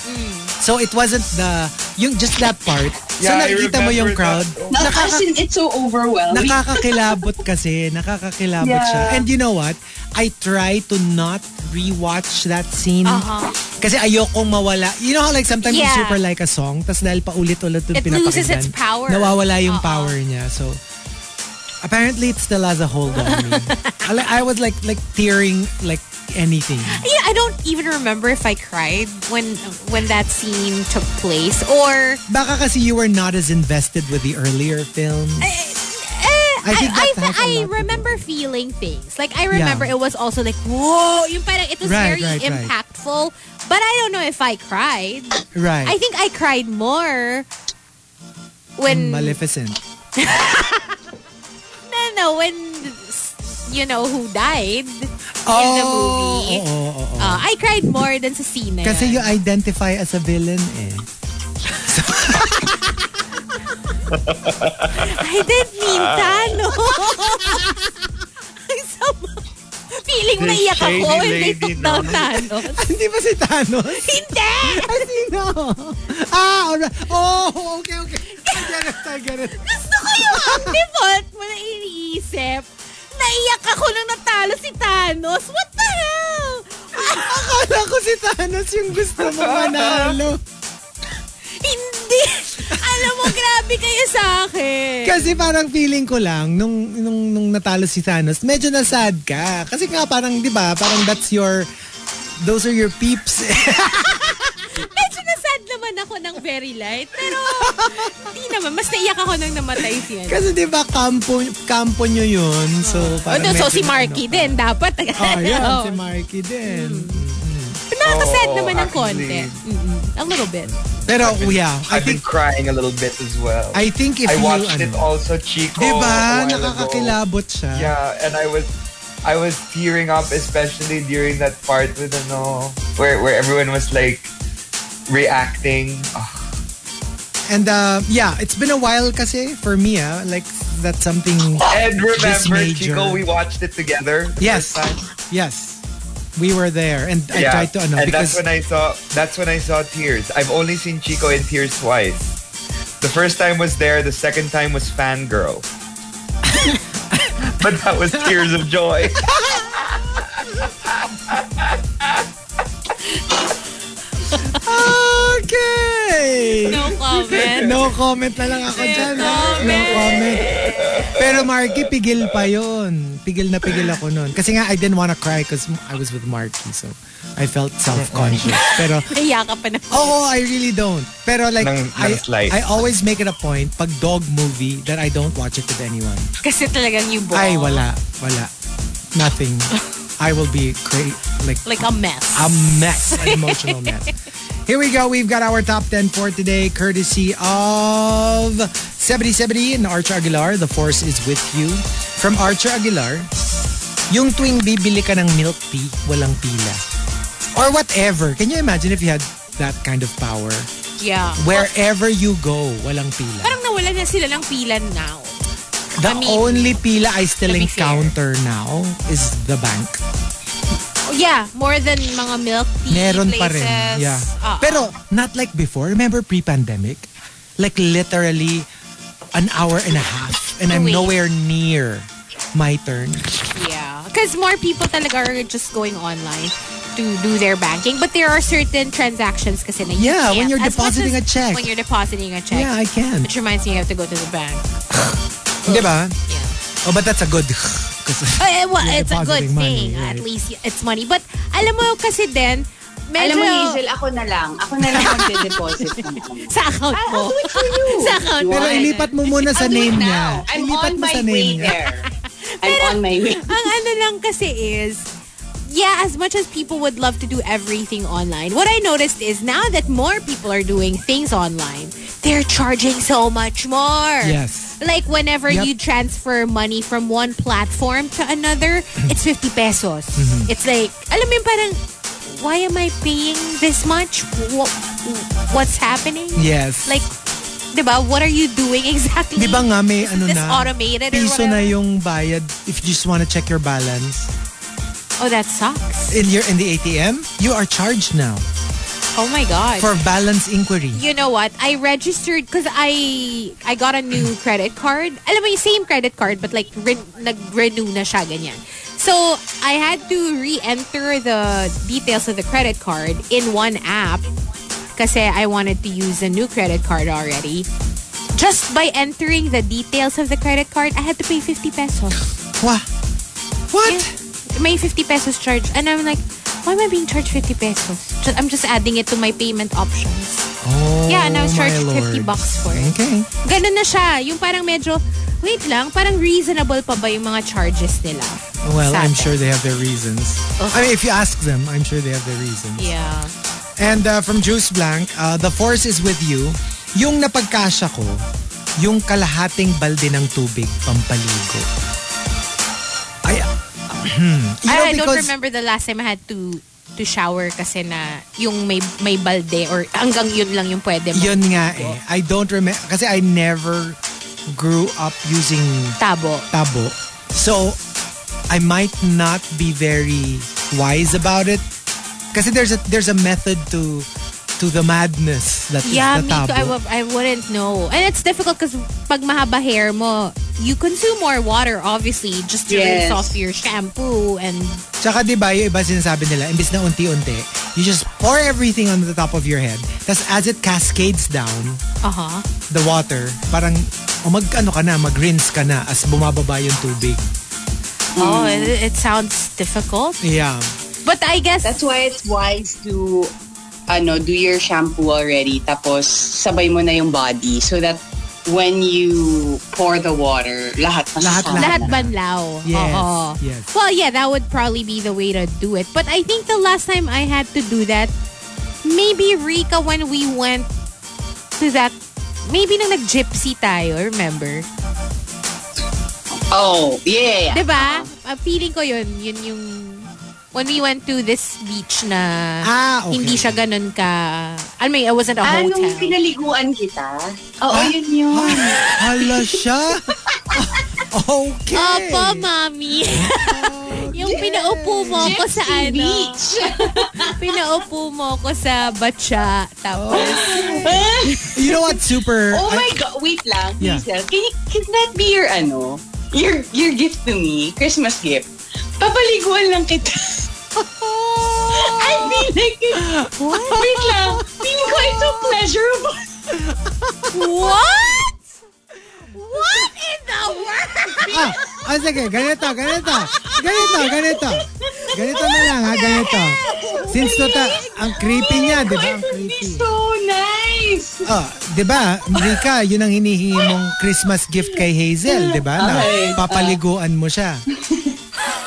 S5: So it wasn't the, yung just that part. so
S7: Yeah, I
S5: nakikita mo yung
S7: remember
S5: crowd.
S7: that.
S10: No,
S5: Nakaka-
S10: as in, it's so overwhelming.
S5: Nakakakilabot kasi. Nakakakilabot siya.
S10: Yeah.
S5: And you know what? I try to not rewatch that scene.
S6: Uh-huh.
S5: Kasi ayokong mawala. You know how like sometimes you
S6: Yeah.
S5: super like a song, tas dahil paulit-ulit yung
S6: It loses its
S5: pinapakinggan,
S6: power.
S5: Nawawala yung
S6: Uh-uh.
S5: power niya. So, apparently it still has a hold on me. I, like- I was like like tearing like anything.
S6: Yeah, I don't even remember if I cried when when that scene took place or
S5: Baka kasi you were not as invested with the earlier films.
S6: I,
S5: think
S6: eh, I,
S5: that happened a lot.
S6: remember feeling things. Like I remember it was also like whoa, yung parang it was
S5: Right,
S6: very
S5: right, right.
S6: impactful. But I don't know if I cried.
S5: right.
S6: I think I cried more when
S5: Maleficent.
S6: no, no, when you know who died in the
S5: Oo,
S6: movie.
S5: oo, oo.
S6: Uh, I cried more than sa scene. na
S5: Oh, Kasi you
S6: yun.
S5: identify as a villain eh. So-
S6: I didn't mean that, no. Ang sama. Feeling
S5: This
S6: naiyak ako
S5: shady
S6: and they
S5: lady,
S6: took down
S5: no?
S6: Thanos.
S5: Ah, Hindi ba si Thanos?
S6: Hindi!
S5: Ay, sino? Ah, alright. Oh, okay, okay. I get it, I get it.
S6: Gusto ko yung ang default mo na iniisip. Naiyak ako nung natalo si Thanos. What the hell?
S5: Akala ko si Thanos yung gusto mo manalo.
S6: Hindi. Alam mo, grabe kayo sa akin.
S5: Kasi parang feeling ko lang, nung, nung, nung natalo si Thanos, medyo nasad ka. Kasi nga parang, di ba, parang that's your, those are your peeps.
S6: Medyo nasad naman ako ng very light. Pero, hindi naman. Mas naiyak ako nang namatay si ano.
S5: Kasi di ba, kampo, kampo nyo yun. So,
S6: Oh,
S5: parang
S6: no,
S5: medyo ano
S6: so si Marky din, dapat.
S5: Ah, yan,
S6: Oo.
S5: si Marky din.
S6: Hmm. Nakakasad
S7: Oo,
S6: naman ng konti.
S7: actually.
S6: Mm-mm. Ang little bit.
S5: Pero, yeah, I
S7: I've been
S5: think,
S7: crying a little bit as well.
S5: I think if
S7: I
S5: you,
S7: watched it
S5: ano,
S7: also, Chico.
S5: di
S7: a
S5: ba,
S7: while ago.
S5: nakakakilabot siya.
S7: Yeah, and I was I was tearing up, especially during that part with the no, where where everyone was like reacting. Ah,
S5: And, uh, yeah, it's been a while kasi for me, ah, like, that's something,
S7: And
S5: This
S7: remember,
S5: major-
S7: Chico, we watched it together. the
S5: Yes.
S7: first time.
S5: yes, we were there. And I tried to, ano,
S7: and
S5: because,
S7: that's when I saw that's when I saw tears. I've only seen Chico in tears twice. The first time was there. The second time was Fangirl. but that was tears of joy.
S5: okay!
S6: No comment.
S5: No comment na lang ako dyan. ha? No
S6: comment.
S5: comment. Pero Marky, pigil pa yon. Pigil na pigil ako nun. Kasi nga, I didn't wanna cry because I was with Marky. So, I felt self-conscious. Pero,
S6: Naiyak ka pa na.
S5: oh, I really don't. Pero like,
S7: Nang- nang
S5: I,
S7: slice.
S5: I always make it a point, pag dog movie, that I don't watch it with anyone.
S6: Kasi talagang you ball.
S5: Ay, wala. Wala. Nothing. I will be great. Like,
S6: Like a mess.
S5: a mess, an emotional mess. Here we go. We've got our top 10 for today, courtesy of 7070 and Archer Aguilar. The Force is with you. From Archer Aguilar, yung tuwing bibili ka ng milk tea, walang pila. Or whatever. Can you imagine if you had that kind of power?
S6: yeah.
S5: Wherever you go, walang pila.
S6: Parang nawala na sila ng pilan now.
S5: The
S6: I mean,
S5: only pila I still
S6: to be fair.
S5: encounter now is the bank.
S6: Oh, yeah, more than mga milk tea
S5: Meron
S6: places. Ah,
S5: pa rin. Yeah.
S11: Ah,
S6: Oo.
S5: Pero not like before. Remember pre-pandemic? Like literally an hour and a half and I'm
S6: Wait.
S5: nowhere near my turn.
S6: Yeah. Because more people talaga are just going online to do their banking. But there are certain transactions kasi na you
S5: Yeah, when
S6: can't.
S5: you're
S6: As much
S5: depositing a
S6: as
S5: check.
S6: When you're depositing a check.
S5: Yeah, I can.
S6: Which reminds me, you have to go to the bank.
S5: Di ba?
S6: Yeah.
S5: Oh, but that's a good 'cause-
S6: Eh, well,
S5: You're
S6: it's a good
S5: depositing money,
S6: thing.
S5: right.
S6: At least it's money. But alam mo kasi din, medyo
S11: Alam mo, Hazel, ako na lang. Ako na lang magde-deposit. ng ano.
S6: sa account mo.
S11: I'll do it for you.
S6: sa account mo.
S5: Pero ilipat mo muna sa
S11: I'll do
S5: name
S11: it
S5: niya.
S11: now. I'm
S5: ilipat
S11: on
S5: mo
S11: my
S5: sa
S11: way
S5: name niya.
S11: there. I'm on my way.
S6: Ang ano lang kasi is, yeah, as much as people would love to do everything online, what I noticed is now that more people are doing things online, they're charging so much more.
S5: Yes.
S6: Like whenever
S5: Yep.
S6: you transfer money from one platform to another, it's 50 pesos.
S5: Mm-hmm.
S6: It's like, alam mo yung parang, why am I paying this much? Wha- What's happening?
S5: Yes.
S6: Like, di ba, what are you doing exactly?
S5: Di ba nga may
S6: Is
S5: ano
S6: this
S5: na?
S6: automated or
S5: Piso na
S6: whatever?
S5: yung bayad if you just want to check your balance
S6: Oh, that sucks.
S5: in your in the ATM, you are charged now
S6: Oh my God.
S5: for balance inquiry.
S6: you know what? I registered because I I got a new credit card. Alam mo yung same credit card but like re- nag-renew na siya ganyan. So, I had to re-enter the details of the credit card in one app kasi I wanted to use a new credit card already. Just by entering the details of the credit card, I had to pay 50 pesos.
S5: Wah. What?
S6: Yeah. May 50 pesos charge. And I'm like, why am I being charged 50 pesos? Ju- I'm just adding it to my payment options.
S5: Oh,
S6: Yeah, and I was
S5: my
S6: charged
S5: Lord.
S6: 50 bucks for it.
S5: Okay.
S6: Ganun na siya. Yung parang medyo, wait lang, parang reasonable pa ba yung mga charges nila?
S5: Well,
S6: Sa
S5: I'm
S6: atin?
S5: sure they have their reasons.
S6: Ugh.
S5: I mean, if you ask them, I'm sure they have their reasons.
S6: Yeah.
S5: And uh, from Juice Blank, uh, the force is with you. Yung napagkasya ko, yung kalahating balde ng tubig pampaligo. Ay, ah, you know,
S6: I, I don't
S5: because
S6: remember the last time I had to to shower kasi na yung may, may balde or hanggang yun lang yung pwede mo.
S5: Yun nga eh. I don't remember. Kasi I never grew up using
S6: Tabo.
S5: tabo. So, I might not be very wise about it. Kasi there's a, there's a method to to the madness that is
S6: Yeah,
S5: the
S6: me
S5: tabo.
S6: too. I, w- I wouldn't know. And it's difficult because pag mahaba hair mo, you consume more water, obviously, just to rinse
S10: Yes.
S6: off your shampoo and
S5: Tsaka di ba, yung iba sinasabi nila, imbis na unti-unti, you just pour everything on the top of your head. Tapos as it cascades down,
S6: uh-huh.
S5: the water, parang oh, mag ano ka na, mag rinse ka na as bumababa yung tubig.
S6: Oh, it, it sounds difficult.
S5: Yeah.
S6: But I guess
S11: That's why it's wise to ano, do your shampoo already tapos sabay mo na yung body so that when you pour the water, lahat masasama.
S5: Lahat-lahat.
S6: Lahat banlaw.
S5: Yes,
S6: Oo.
S5: yes.
S6: Well, yeah, that would probably be the way to do it. But I think the last time I had to do that, maybe Rika when we went to that, maybe nang nag-gypsy tayo, remember?
S11: Oh, yeah.
S6: Diba? Uh, feeling ko yun, yun yung when we went to this beach na
S5: Ah, okay.
S6: hindi siya ganun ka, I mean, it wasn't
S10: Ah,
S6: a
S11: Anong
S6: hotel.
S11: pinaliguan kita? Oo, yun yun.
S5: Hala siya. okay.
S6: Opo, mami. yung pinaupo mo ako sa
S11: Gypsy
S6: ano.
S11: Beach.
S6: Pinaupo mo ako sa batsa. Tapos,
S5: You know what's super
S11: Oh
S5: I-
S11: my God, wait lang.
S5: Yeah.
S11: Hazel. Can, you, can that be your ano? Your, your gift to me? Christmas gift? Papaliguan lang kita. I feel like,
S6: Oh,
S11: wait lang. Feeling ko it's so pleasurable.
S6: what? What in the world?
S5: Ah, ah, sige, ganito, ganito. Ganito, ganito. Ganito na lang, ha, ganito. Since tota, ang creepy niya, di ba? Ang creepy.
S11: So nice.
S5: Ah, di ba, Rika, yun ang hinihingi mong Christmas gift kay Hazel, di ba? Na
S11: ah.
S5: papaliguan mo siya.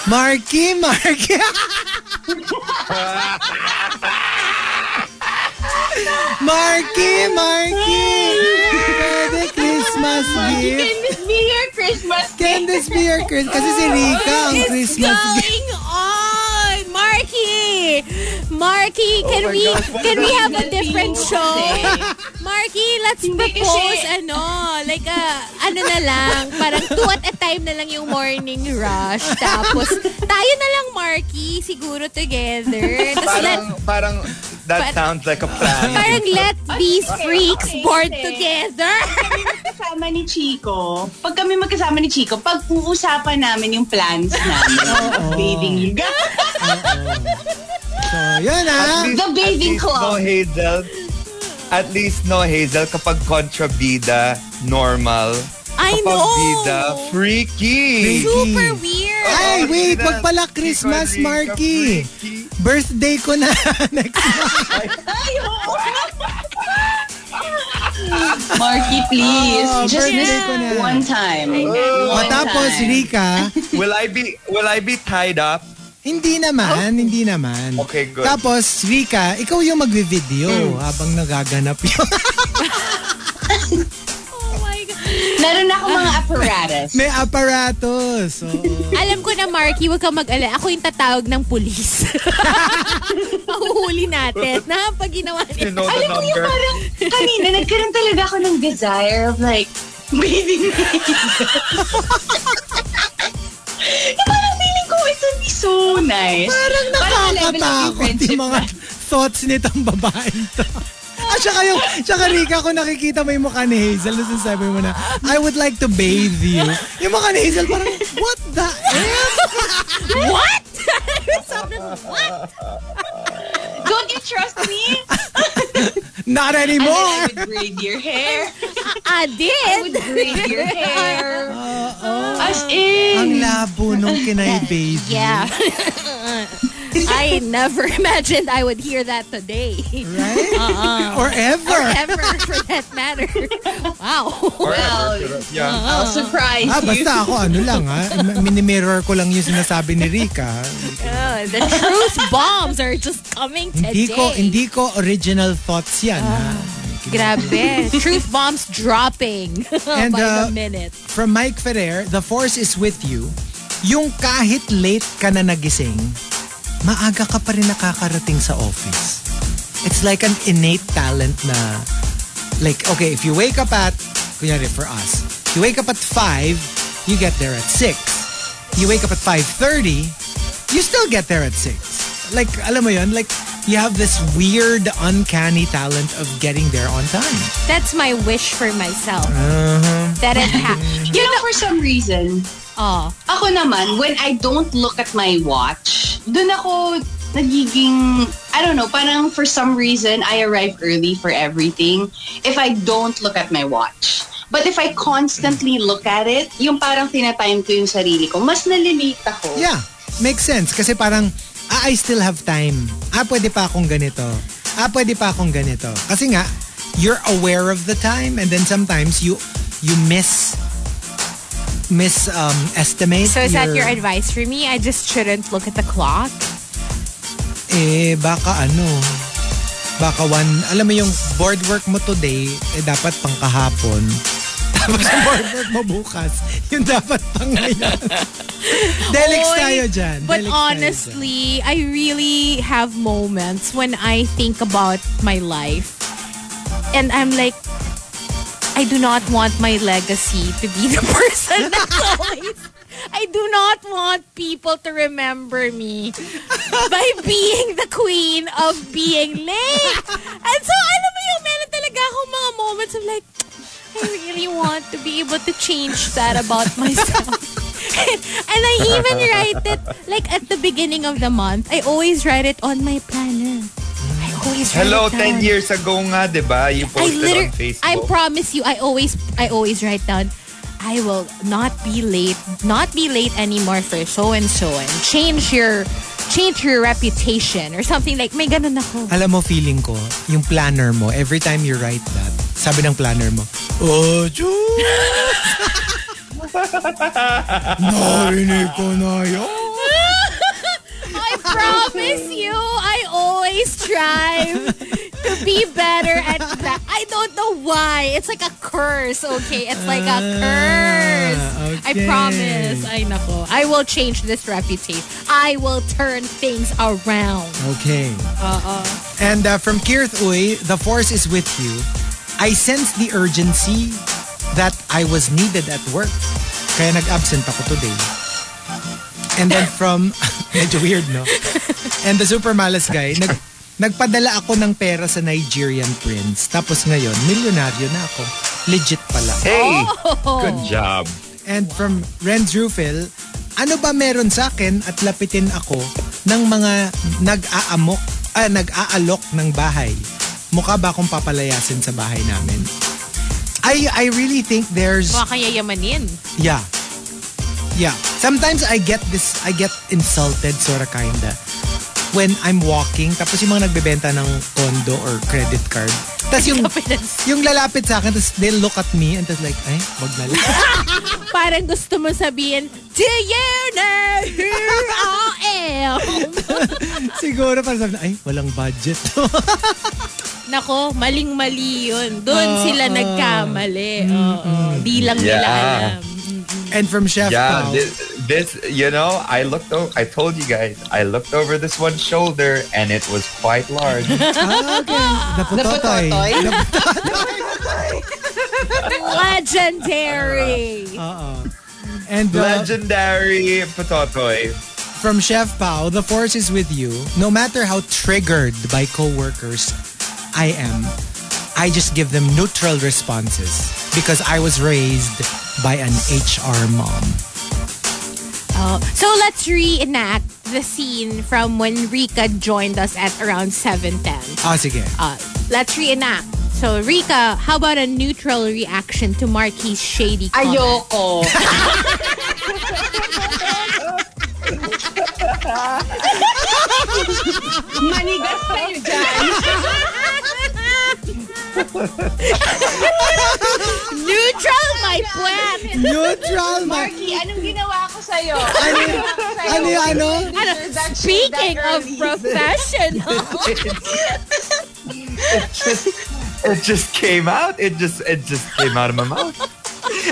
S5: Marky, Marky. Marky, Marky. Pwede Christmas gift.
S11: Can this be your Christmas
S5: Can
S11: gift?
S5: this be your Christmas? Kasi si Rika ang
S6: What is
S5: Christmas gift.
S6: going on? Marky! Marky,
S5: Oh
S6: can we can we have a different show? Marky, let's propose ano, like a, ano na lang, parang two at a time na lang yung morning rush. Tapos, tayo na lang, Marky, siguro together. Tapos let,
S7: Parang, parang, that
S6: Par-
S7: sounds like a plan.
S6: parang let these freaks
S11: okay,
S6: board
S11: okay.
S6: together.
S11: Kasama ni Chico. Pag kami magkasama ni Chico, pag-uusapan namin yung plans namin. of bathing you guys.
S5: So, yun ah.
S11: The bathing
S7: At least No
S11: club.
S7: Hazel. At least no Hazel kapag kontrabida, normal.
S6: I
S7: Kapag
S6: know!
S7: bida, freaky.
S6: Super weird!
S5: Ay, wait, wag pala Christmas,
S7: Chico,
S5: Marky.
S7: freaky.
S5: Birthday ko na next
S11: Marky, please.
S5: Oh,
S11: Just
S5: birthday
S11: this
S5: ko na.
S11: one time.
S5: Matapos, Rika,
S7: Will I be will I be tied up?
S5: hindi naman, hindi naman.
S7: Okay, good.
S5: Tapos, Rika, ikaw yung magvi-video
S11: Hmm.
S5: habang nagaganap yun.
S6: Oh my God.
S11: Meron ako mga apparatus.
S5: May aparatos. Oo.
S6: Alam ko na, Marky, huwag kang mag-ala. Ako yung tatawag ng pulis. Pahuhuli natin. Na, pag ginawa
S7: You
S6: niya.
S7: know the
S11: Alam mo yung
S7: number.
S11: parang kanina, nagkaroon talaga ako ng desire of like, bathing Yung parang feeling ko, it would be so nice. Parang
S5: Nakakatakot yung mga thoughts nitong babaeng to. At saka yung, tsaka Rika, kung nakikita mo yung mukha ni Hazel, tapos sabi mo na, I would like to bathe you. Yung mukha ni Hazel, parang, what the F?
S6: What? Sobrang,
S11: Don't you trust me?
S5: Not anymore!
S11: I would braid your hair.
S6: I did.
S11: Braid your hair. As in.
S5: Ang labo nung kinay baby.
S6: Yeah. I never imagined I would hear that today.
S5: Right? Or ever.
S6: Ever, for that matter. Wow.
S11: Well,
S7: Yeah.
S6: Oh,
S11: I'll surprise
S5: Ah,
S11: you.
S5: basta ako ano lang ha. M- Minimirror ko lang yung sinasabi ni Rika.
S6: Uh, the truth bombs are just coming
S5: Hindi
S6: today.
S5: ko, hindi ko original thoughts yan ah. ha.
S6: Grabe. Truth bombs dropping
S5: And,
S6: by
S5: uh,
S6: the minute.
S5: From Mike Ferrer, The Force is with you. Yung kahit late ka na nagising, maaga ka pa rin nakakarating sa office. It's like an innate talent na, like, okay, if you wake up at, kunyari for us, if you wake up at 5, you get there at 6. You wake up at 5.30, you still get there at 6. Like, alam mo yun, like, you have this weird, uncanny talent of getting there on time.
S6: That's my wish for myself.
S5: Uh-huh.
S6: That it ha-
S11: You know, for some reason,
S6: Oh,
S11: ako naman, when I don't look at my watch, dun ako nagiging, I don't know, parang for some reason, I arrive early for everything if I don't look at my watch. But if I constantly look at it, yung parang tinatime ko yung sarili ko, mas nalilate ako.
S5: Yeah, makes sense. Kasi parang, ah, I still have time. Ah, pwede pa akong ganito. Ah, pwede pa akong ganito. Kasi nga, you're aware of the time and then sometimes you you miss miss um estimate
S6: so is that your
S5: your-
S6: advice for me? I just shouldn't look at the clock.
S5: eh baka ano baka one alam mo yung board work mo today eh dapat pang kahapon tapos yung board work mo bukas yun dapat pang ngayon Delix
S6: Oy,
S5: tayo dyan
S6: But
S5: Delix tayo dyan.
S6: honestly, I really have moments when I think about my life. And I'm like, I do not want my legacy to be the person that's always. I do not want people to remember me by being the queen of being late. And so, alam mo yung meron talaga akong mga moments of like, I really want to be able to change that about myself. and I even write it, like at the beginning of the month, I always write it on my planner. I always write
S7: Hello,
S6: it down.
S7: 10 years ago nga, di ba? You
S6: I
S7: posted on
S6: literally,
S7: Facebook.
S6: I promise you, I always, I always write down. I will not be late, not be late anymore for so and so, and change your, change your reputation or something like. May ganun ako.
S5: Alam mo, feeling ko, yung planner mo, every time you write that, sabi ng planner mo, Oh, Diyos! Narinig ko na yun.
S6: I promise you, I always strive to be better at that. I don't know why. It's like a curse, okay? It's like a curse. I
S5: okay.
S6: promise. I know. I will change this reputation. I will turn things around.
S5: Okay. And uh, from Kirth Uy, the force is with you. I sense the urgency that I was needed at work. Kaya nag-absent ako today. And then from, medyo weird, no? And the super malas guy, nag, nagpadala ako ng pera sa Nigerian prince. Tapos ngayon, milyonaryo na ako. Legit pala.
S7: Hey! Good job.
S5: And from Renz Rufil, ano ba meron sa akin at lapitin ako ng mga nag-aamok, ah, nag-aalok ng bahay? Mukha ba akong papalayasin sa bahay namin? I, I really think there's,
S6: Baka yayamanin.
S5: yeah. Yeah. Sometimes I get this, I get insulted, sort of kinda. When I'm walking, tapos yung mga nagbebenta ng condo or credit card. Tapos yung, yung lalapit sa akin, tapos they'll look at me and tapos like, ay, wag na lang.
S6: Parang gusto mo sabihin, Do you know who I am?
S5: Siguro para sabi na, ay, walang budget.
S6: Nako, maling-mali yun. Doon sila nagkamali. Oo. Di lang nila
S7: Yeah.
S6: alam.
S5: And from Chef
S7: Yeah,
S5: Pao,
S7: this, this, you know, I looked over, I told you guys, I looked over this one shoulder and it was quite large.
S5: Ah, the pototoy.
S10: Napototoy?
S5: The pot-
S6: Legendary.
S5: uh-uh. And uh,
S7: Legendary Pototoy.
S5: from Chef Pao, the force is with you. No matter how triggered by coworkers I am, I just give them neutral responses because I was raised by an HR mom.
S6: Oh, so let's reenact the scene from when Rika joined us at around 7.10.
S5: Ah, sige.
S6: Uh, let's reenact. So Rika, how about a neutral reaction to Marky's shady comment?
S11: Ayoko. Manigas tayo dyan.
S6: Neutral, my plan.
S5: Neutral, my...
S11: Marky, anong ginawa ko sa'yo?
S5: Ano, ano, yung ano?
S6: Speaking of professional,
S7: It just, it just came out. It just, it just came out of my mouth.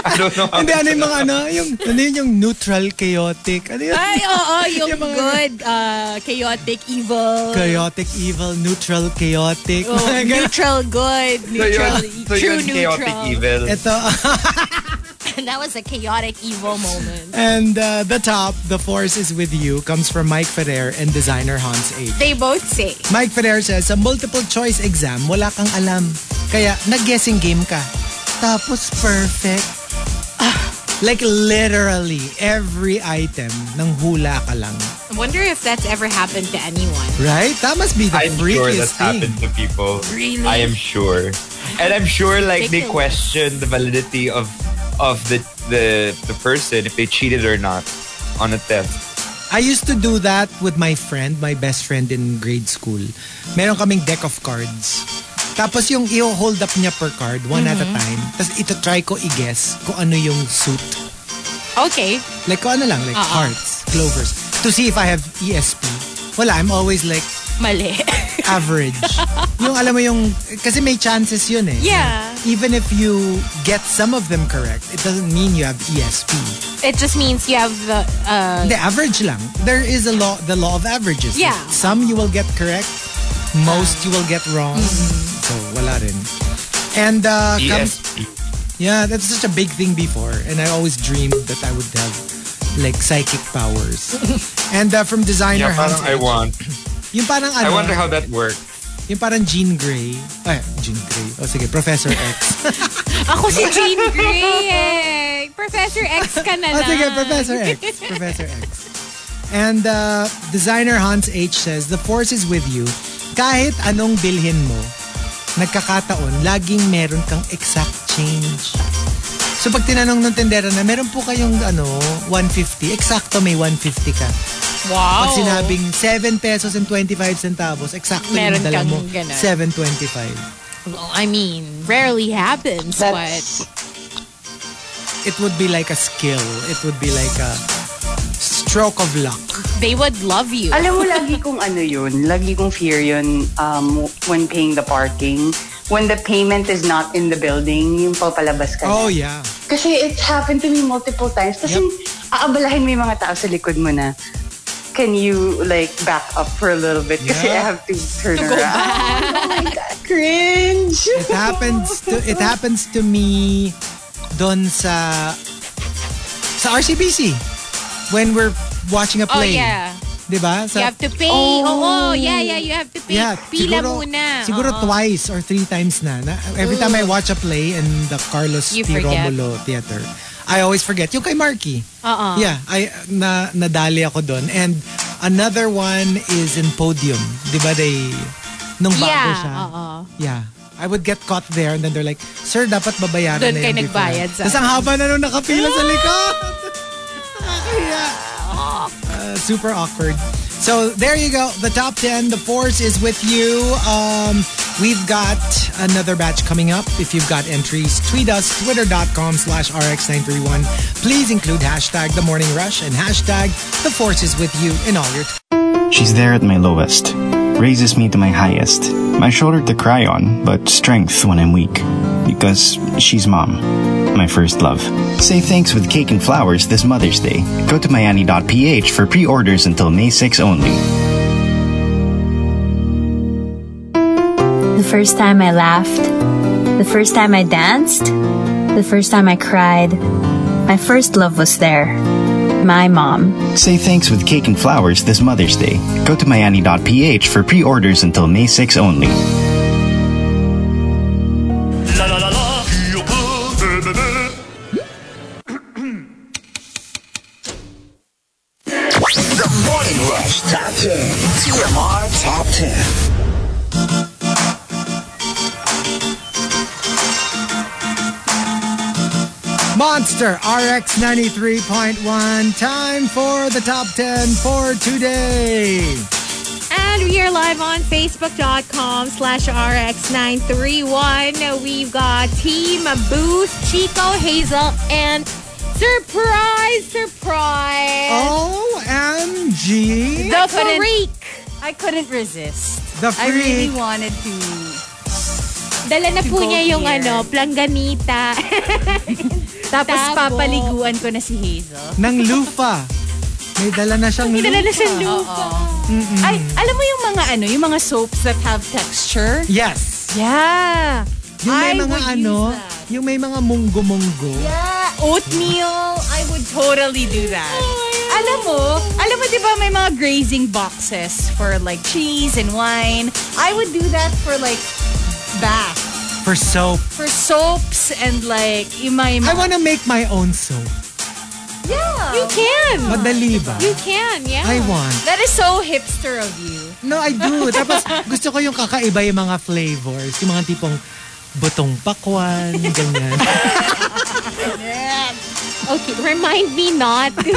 S7: I don't know how
S5: Hindi,
S7: to
S5: ano yung mga ano, yung, ano yun yung neutral, chaotic, ano yun?
S6: Ay, oo, yung,
S5: Yung mga-
S6: good, uh, chaotic, evil.
S5: Chaotic, evil, neutral, chaotic.
S6: Oh,
S5: Mga ganun.
S6: neutral good,
S7: So
S6: neutral,
S7: yun, so
S6: true
S7: yun chaotic
S6: neutral.
S7: evil.
S5: Ito,
S6: that was a chaotic evil moment.
S5: and uh, the top, the force is with you, comes from Mike Ferrer and designer Hans H.
S6: They both say.
S5: Mike Ferrer says, sa multiple choice exam, wala kang alam. Kaya nag-guessing game ka. Tapos perfect. Ah, like literally every item ng hula ka lang.
S6: I wonder if that's ever happened to anyone.
S5: Right? That must be the
S7: I'm sure that's
S5: freakiest thing.
S7: happened to people.
S6: Really?
S7: I am sure. And I'm sure like they
S6: Ridiculous.
S7: question the validity of of the the the person if they cheated or not on a test.
S5: I used to do that with my friend, my best friend in grade school. Meron kaming deck of cards. Tapos yung i-hold up niya per card, one at a time. Tapos ito try ko i-guess kung ano yung suit
S6: Okay.
S5: Like kung ano lang, like hearts, clovers. To see if I have ESP. Wala, I'm always like
S6: Mali.
S5: average. yung alam mo yung, kasi may chances yun eh.
S6: Yeah.
S5: Even if you get some of them correct, it doesn't mean you have E ESP.
S6: it just means you have the, uh,
S5: The average lang. There is a law, the law of averages.
S6: Yeah.
S5: Some you will get correct, most you will get wrong. So wala rin. And uh,
S7: E
S5: comes-
S7: ESP.
S5: Yeah, that's such a big thing before. And I always dreamed that I would have like psychic powers. and uh, from
S7: Yeah,
S5: designer Hans
S7: parang I
S5: H.
S7: want.
S5: Yung parang ano,
S7: I wonder how that works.
S5: yung parang Jean Grey. Ay, Jean Grey. O sige, Professor X.
S6: ako si Jean Grey eh. Professor X ka
S5: o
S6: na
S5: Oh, sige,
S6: lang.
S5: Professor X. Professor X. And uh, designer Hans H. says, The force is with you. Kahit anong bilhin mo, nagkakataon, laging meron kang exact change. So pag tinanong ng tendera na, meron po kayong ano, 150, eksakto may 150 ka.
S6: Wow.
S5: Pag sinabing 7 pesos and 25 centavos, eksakto
S6: Meron
S5: yung dala
S6: kang
S5: mo.
S6: ganun.
S5: 7.25.
S6: Well, I mean, rarely happens,
S10: That's,
S5: It would be like a skill. It would be like a stroke of luck.
S6: but they would love you.
S11: Alam mo, lagi kong ano yun, lagi kong fear yun um, when paying the parking. When the payment is not in the building, yung papalabas ka. na.
S5: Oh yeah.
S11: Kasi it's happened to me multiple times. Tapos
S5: Yep.
S11: yung aabalahin mo yung mga tao sa likod mo na, can you like back up for a little bit? Kasi
S5: Yeah.
S11: I have to turn around. Oh my God, cringe!
S5: It happens to it happens to me doon sa sa RCBC when we're watching a
S6: oh,
S5: play.
S6: yeah.
S5: 'Di ba? Sa
S6: you have to pay.
S11: Oh.
S6: Oh, yeah, yeah, you have to pay.
S5: Yeah,
S6: Pila
S5: siguro,
S6: muna. Oh,
S5: Siguro
S6: Oo.
S5: twice or three times na. na every time I watch a play in the Carlos
S6: You
S5: P.
S6: forget.
S5: Romulo Theater, I always forget. Yung kay Marky.
S6: Oo.
S5: Yeah, I, na, nadali ako doon. And another one is in Podium. Di ba they, nung bago
S6: Yeah, uh-huh. Uh-uh.
S5: siya.
S6: oo.
S5: Yeah. I would get caught there and then they're like, Sir, dapat babayaran
S6: Doon
S5: na
S6: kayo
S5: yun before."
S6: nagbayad sa- Ah!
S5: Tapos ang haba na nung nakapila sa likod. Nakakahiya. Uh, super awkward. So there you go. The top 10, the force is with you. Um, we've got another batch coming up. If you've got entries, tweet us, twitter.com slash rx931. Please include hashtag the morning rush and hashtag the force is with you in all your
S4: She's there at my lowest, raises me to my highest, my shoulder to cry on, but strength when I'm weak. Because she's mom, my first love. Say thanks with cake and flowers this Mother's Day. Go to myani.ph for pre orders until May 6 only.
S3: The first time I laughed, the first time I danced, the first time I cried, my first love was there. My mom.
S4: Say thanks with cake and flowers this Mother's Day. Go to myani.ph for pre orders until May 6 only.
S8: The Morning Rush Top 10. TMR Top 10.
S5: Monster RX 93.1. Time for the top 10 for today.
S6: And we are live on Facebook.com slash RX931. We've got Team Booth, Chico, Hazel, and surprise, surprise,
S5: Oh. OMG.
S6: the
S12: couldn't-
S6: freak.
S12: I couldn't resist.
S5: The
S12: I really
S5: freak.
S12: wanted to.
S6: Dala na po
S12: Go
S6: niya yung
S12: here.
S6: ano, planganita.
S12: Tapos papaliguan ko na si Hazel.
S5: Nang lupa. May dala na siyang
S12: May
S5: lupa.
S12: dala na siyang lupa.
S5: Mm-mm.
S12: Ay, alam mo yung mga ano, yung mga soaps that have texture?
S5: Yes.
S12: Yeah.
S5: Yung may
S12: I
S5: mga
S12: would use
S5: ano, yung may mga munggo-munggo.
S12: Yeah, Ah, oatmeal. I would totally do that. Alam mo, alam mo 'di ba may mga grazing boxes for like cheese and wine. I would do that for like bath,
S5: For soap.
S12: for soaps and like imay.
S5: I wanna make my own soap.
S12: Yeah. You can.
S5: Madali ba?
S12: You can, yeah.
S5: I want.
S12: That is so hipster of you.
S5: No, I do. Tapos gusto ko yung kakaiba yung mga flavors. Yung mga tipong butong pakwan, ganyan.
S6: Okay, remind me not to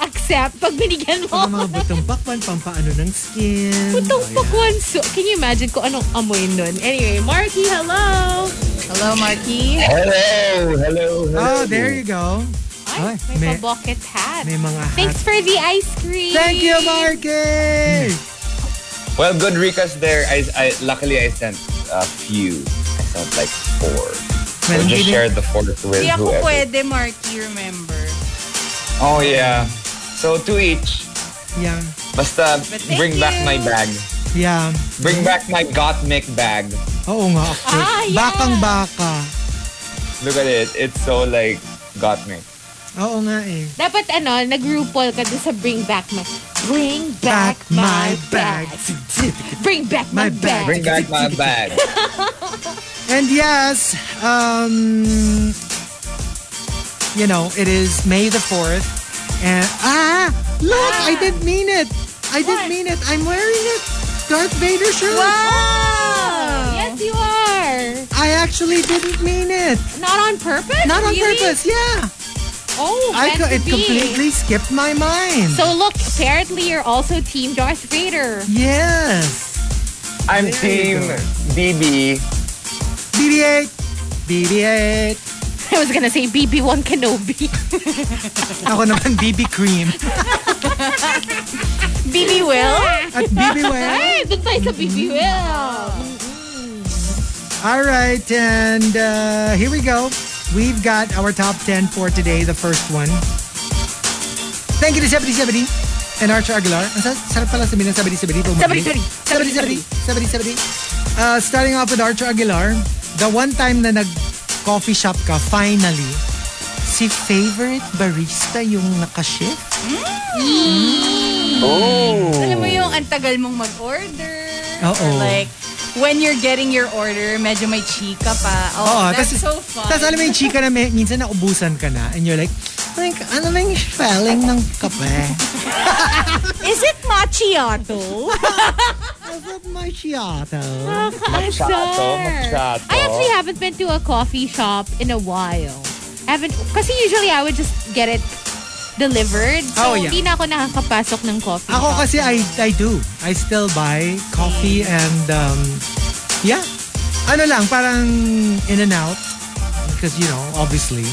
S6: accept pag binigyan mo.
S5: Yung mga butong pakwan, pampaano ng skin.
S6: Putong Oh. pakwan. So, can you imagine kung anong amoy nun? Anyway, Marky, hello!
S12: Hello, Marky.
S9: Hello, hello, hello.
S5: Oh, there you go. Ay,
S6: May pa-bucket hat.
S5: may mga hat.
S6: Thanks for the ice cream.
S5: Thank you, Marky!
S9: Well, good Rika's there. I, I luckily I sent a few. I sent like four.
S5: Well,
S9: so just
S5: hindi-
S9: share the four with
S12: Hindi ako
S9: whoever.
S12: pwede, Marky, remember.
S9: Oh yeah. So two each.
S5: Yeah.
S9: Basta
S12: thank
S9: bring back my bag.
S5: Yeah.
S9: Bring back my Gottmik bag.
S5: Oo nga, actually.
S9: Ah, yeah.
S5: Bakang baka.
S9: Look at it. It's so like Gottmik.
S5: Oo nga eh.
S6: Dapat ano, nag-RuPaul ka dun sa bring back my... Bring back my bag. Bring back my bag.
S9: Bring back my bag.
S5: And yes, um, you know, it is May the 4th. And, ah, look, I didn't mean it. I didn't mean it. I'm wearing it. Darth Vader shirt.
S6: Wow! Yes, you are.
S5: I actually didn't mean it.
S6: Not on purpose?
S5: Not on
S6: Really?
S5: purpose, yeah.
S6: Oh,
S5: I
S6: meant
S5: co-
S6: to
S5: it
S6: be.
S5: completely skipped my mind.
S6: So look, apparently you're also Team Darth Vader.
S5: yes.
S9: I'm
S5: There you
S9: team
S5: go.
S9: BB.
S5: BB-8. BB-8.
S6: I was gonna say BB1 Kenobi.
S5: Ako naman BB Cream.
S12: BB Will?
S5: At BB Will.
S6: Ay, doon tayo sa BB Will.
S5: All right, and uh, here we go. We've got our top 10 for today, the first one. Thank you to 7070 and Archer Aguilar. Ang sa- sarap pala sabihin ng 7070. pag mabili.
S2: 70-70.
S5: 7070. Uh, starting off with Archer Aguilar, the one time na nag-coffee shop ka, finally, si favorite barista yung nakashift.
S9: Oh.
S12: Alam mo yung ang tagal mong mag-order.
S5: Oo.
S12: Or Like, when you're getting your order, medyo may chika pa. Oh, that's
S5: tas-
S12: so fun.
S5: tas alam mo yung chika na may, minsan naubusan ka na and you're like, like ano lang yung spelling ng kape?
S12: Is it macchiato?
S5: Macchiato.
S9: Machato, machato.
S6: I actually haven't been to a coffee shop in a while. I haven't, kasi usually I would just get it delivered.
S5: Oh,
S6: So,
S5: yeah.
S6: hindi na ako nakakapasok ng coffee
S5: Ako
S6: shop.
S5: kasi I I do. I still buy coffee and um yeah. Ano lang parang in and out because you know, obviously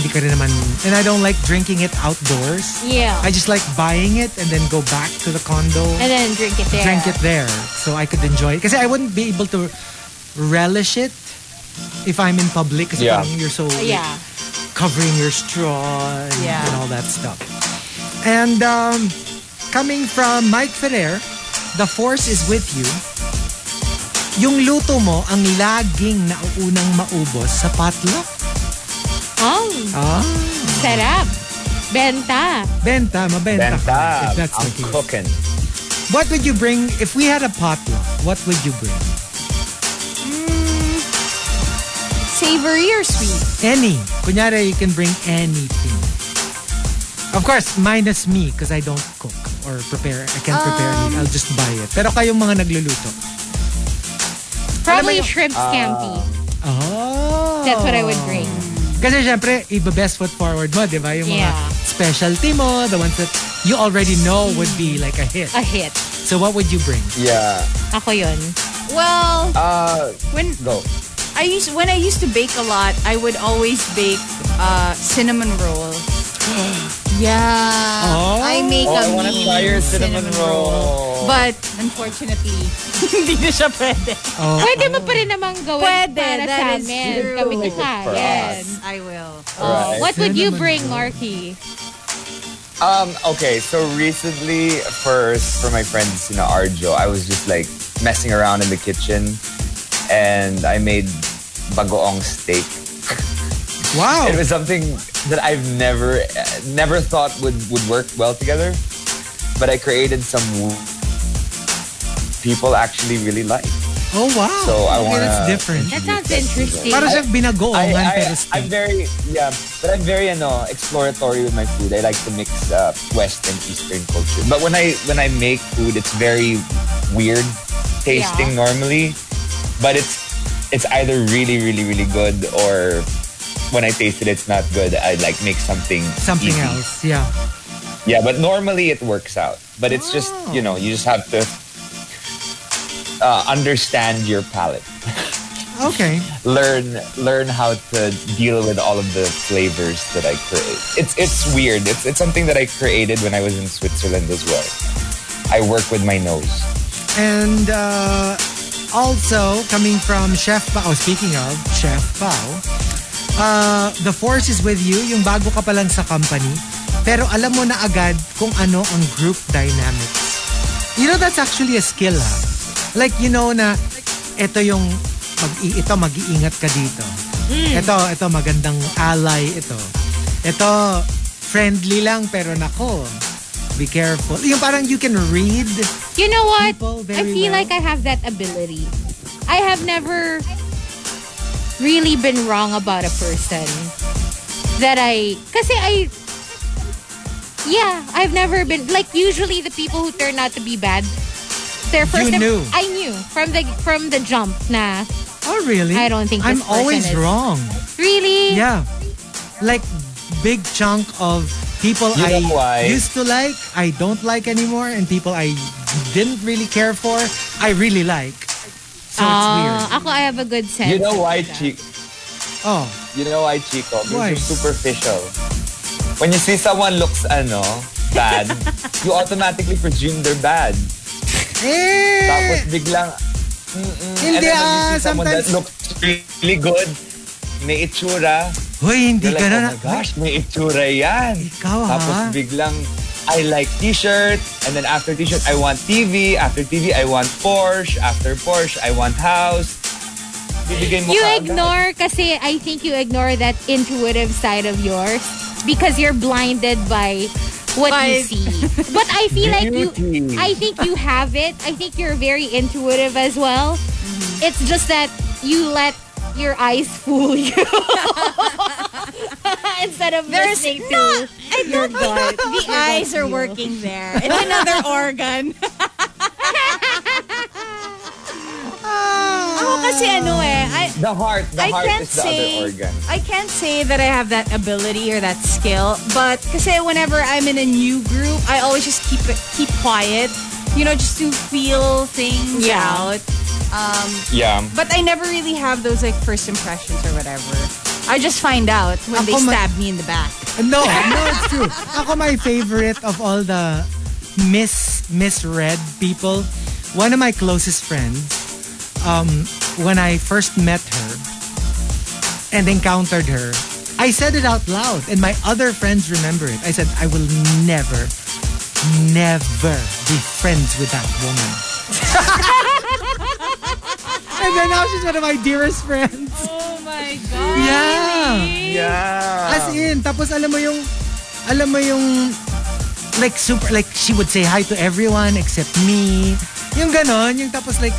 S5: hindi ka rin naman and I don't like drinking it outdoors.
S6: Yeah.
S5: I just like buying it and then go back to the condo.
S6: And then drink it there.
S5: Drink it there so I could enjoy it. Kasi I wouldn't be able to relish it if I'm in public kasi
S9: Yeah.
S5: parang you're so
S6: Yeah.
S5: covering your straw and,
S12: Yeah.
S5: and all that stuff. And um, coming from Mike Ferrer, The Force is with you. Yung luto mo ang laging nauunang maubos sa potluck.
S6: Oh,
S5: Ah,
S6: sarap. Benta.
S5: benta, mabenta. ka, If
S9: Benta.
S5: that's the
S9: I'm
S5: case.
S9: cooking.
S5: What would you bring if we had a potluck? What would you bring?
S12: Savory or sweet?
S5: Any. Kunyari, you can bring anything. Of course, minus me because I don't cook or prepare. I can't prepare
S9: Um,
S5: anything. I'll just buy it. Pero kayong mga nagluluto.
S6: Probably shrimp
S5: Ah.
S6: scampi.
S5: Oh.
S6: That's what I would bring.
S5: Kasi syempre, iba-best foot forward mo, di ba? Yung mga
S6: Yeah.
S5: specialty mo, the ones that you already know would be like a hit.
S6: A hit.
S5: So what would you bring?
S9: Yeah.
S6: Ako yun.
S12: Well,
S9: Uh,
S12: when
S9: go.
S12: I used when I used to bake a lot, I would always bake uh, cinnamon roll. yeah.
S5: Oh.
S12: I make
S9: Oh,
S12: a
S6: Uh,
S9: I want to
S12: mean
S9: try your cinnamon roll.
S12: But, unfortunately, hindi na siya pwede.
S6: Oh. Pwede mo pa rin namang gawin
S12: Pwede,
S6: para
S12: that
S6: sa
S12: is
S6: amin.
S12: true.
S6: Kami ni Ka,
S12: For
S6: yes.
S12: us. I will.
S6: Oh,
S9: Alright.
S6: What would
S9: Fair
S6: you
S9: naman
S6: bring, Marky?
S9: Um, okay, so recently, first for my friend Sina Arjo, I was just like messing around in the kitchen and I made bagoong steak.
S5: Oh, Wow.
S9: It was something that I've never, uh, never thought would, would work well together, but I created some w- people actually really like.
S5: Oh, wow.
S9: So I
S5: okay,
S9: want
S5: that's different.
S6: That sounds interesting.
S5: Para siyang binagoong ang
S9: I, I,
S5: pero
S9: I'm very yeah, but I'm very you know, exploratory with my food. I like to mix uh, West and Eastern culture. But when I when I make food, it's very weird tasting normally. But it's it's either really really really good or when I taste it, it's not good. I like make something
S5: something
S9: easy.
S5: else. Yeah.
S9: Yeah, but normally it works out. But it's just you
S5: Oh.
S9: know you just have to uh, understand your palate
S5: Okay.
S9: learn learn how to deal with all of the flavors that I create. It's it's weird. It's it's something that I created when I was in Switzerland as well. I work with my nose.
S5: And uh, also coming from Chef Pao, speaking of Chef Pao, uh, the force is with you, yung bago ka pa lang sa company, pero alam mo na agad kung ano ang group dynamics. You know, that's actually a skill, ha? Like, you know na, ito yung, mag ito, mag-iingat ka dito.
S2: Mm.
S5: Ito, ito, magandang ally ito. Ito, friendly lang, pero nako, be careful. Yung parang you can read
S6: You know what? I
S5: very
S6: feel
S5: well.
S6: like I have that ability. I have never really been wrong about a person that I kasi I yeah, I've never been like usually the people wwho turn out to be bad their
S5: You
S6: first time-
S5: knew.
S6: I knew from the from the jump na
S5: Oh, really?
S6: I don't think
S5: I'm
S6: this person
S5: always
S6: is-
S5: wrong.
S6: Really?
S5: Yeah. Like, big chunk of people
S9: You
S5: I
S9: know why?
S5: used to like, I don't like anymore, and people I didn't really care for, I really like. So it's weird.
S6: Ah, Ako, I have a good sense.
S9: you know
S6: of
S9: why,
S6: that.
S9: Chico?
S5: Oh.
S9: You know why, Chico?
S5: Why?
S9: Because you're superficial. When you see someone looks ano bad, you automatically presume they're bad.
S5: Eh!
S9: Tapos biglang mm-mm.
S5: Hindi
S9: and then when you
S5: ah,
S9: see someone that
S5: sometimes-
S9: looks really good, may itsura.
S5: Hoy, hindi
S9: you're
S5: ka
S9: like,
S5: na-
S9: Oh my gosh, may itsura yan.
S5: Ikaw,
S9: Tapos
S5: ha?
S9: biglang, I like t-shirt. And then after t-shirt, I want TV. After TV, I want Porsche. After Porsche, I want house. Bibigay mo
S6: You
S9: kaagad.
S6: ignore kasi I think you ignore that intuitive side of yours because you're blinded by what you
S2: By-
S6: see. But I feel like you
S2: Beauty.
S6: I think you have it. I think you're very intuitive as well.
S12: Mm-hmm.
S6: It's just that you let your eyes fool you instead of
S12: There's
S6: listening to
S12: no- I
S6: your
S12: don't
S6: gut.
S12: think the
S6: Your gut
S12: eyes are
S6: feel.
S12: working there. It's another organ. Ako kasi ano eh, I,
S9: The heart, the
S12: I
S9: heart
S12: can't
S9: is the
S12: say
S9: other organ.
S12: I can't say that I have that ability or that skill, but kasi whenever I'm in a new group, I always just keep it keep quiet, you know, just to feel things
S6: Yeah.
S12: out. Um,
S9: Yeah.
S12: but I never really have those like first impressions or whatever. I just find out when they
S5: Ako ma-
S12: stab me in the back.
S5: No, no, it's true. Ako my favorite of all the mis misread people. One of my closest friends, um, when I first met her and encountered her, I said it out loud, and my other friends remember it. I said, "I will never, never be friends with that woman." and then now she's one of my dearest friends.
S12: Oh my god.
S5: Yeah.
S9: Yeah.
S5: As in, tapos alam mo yung, alam mo yung, like super, like she would say hi to everyone except me. Yung ganon, yung tapos like,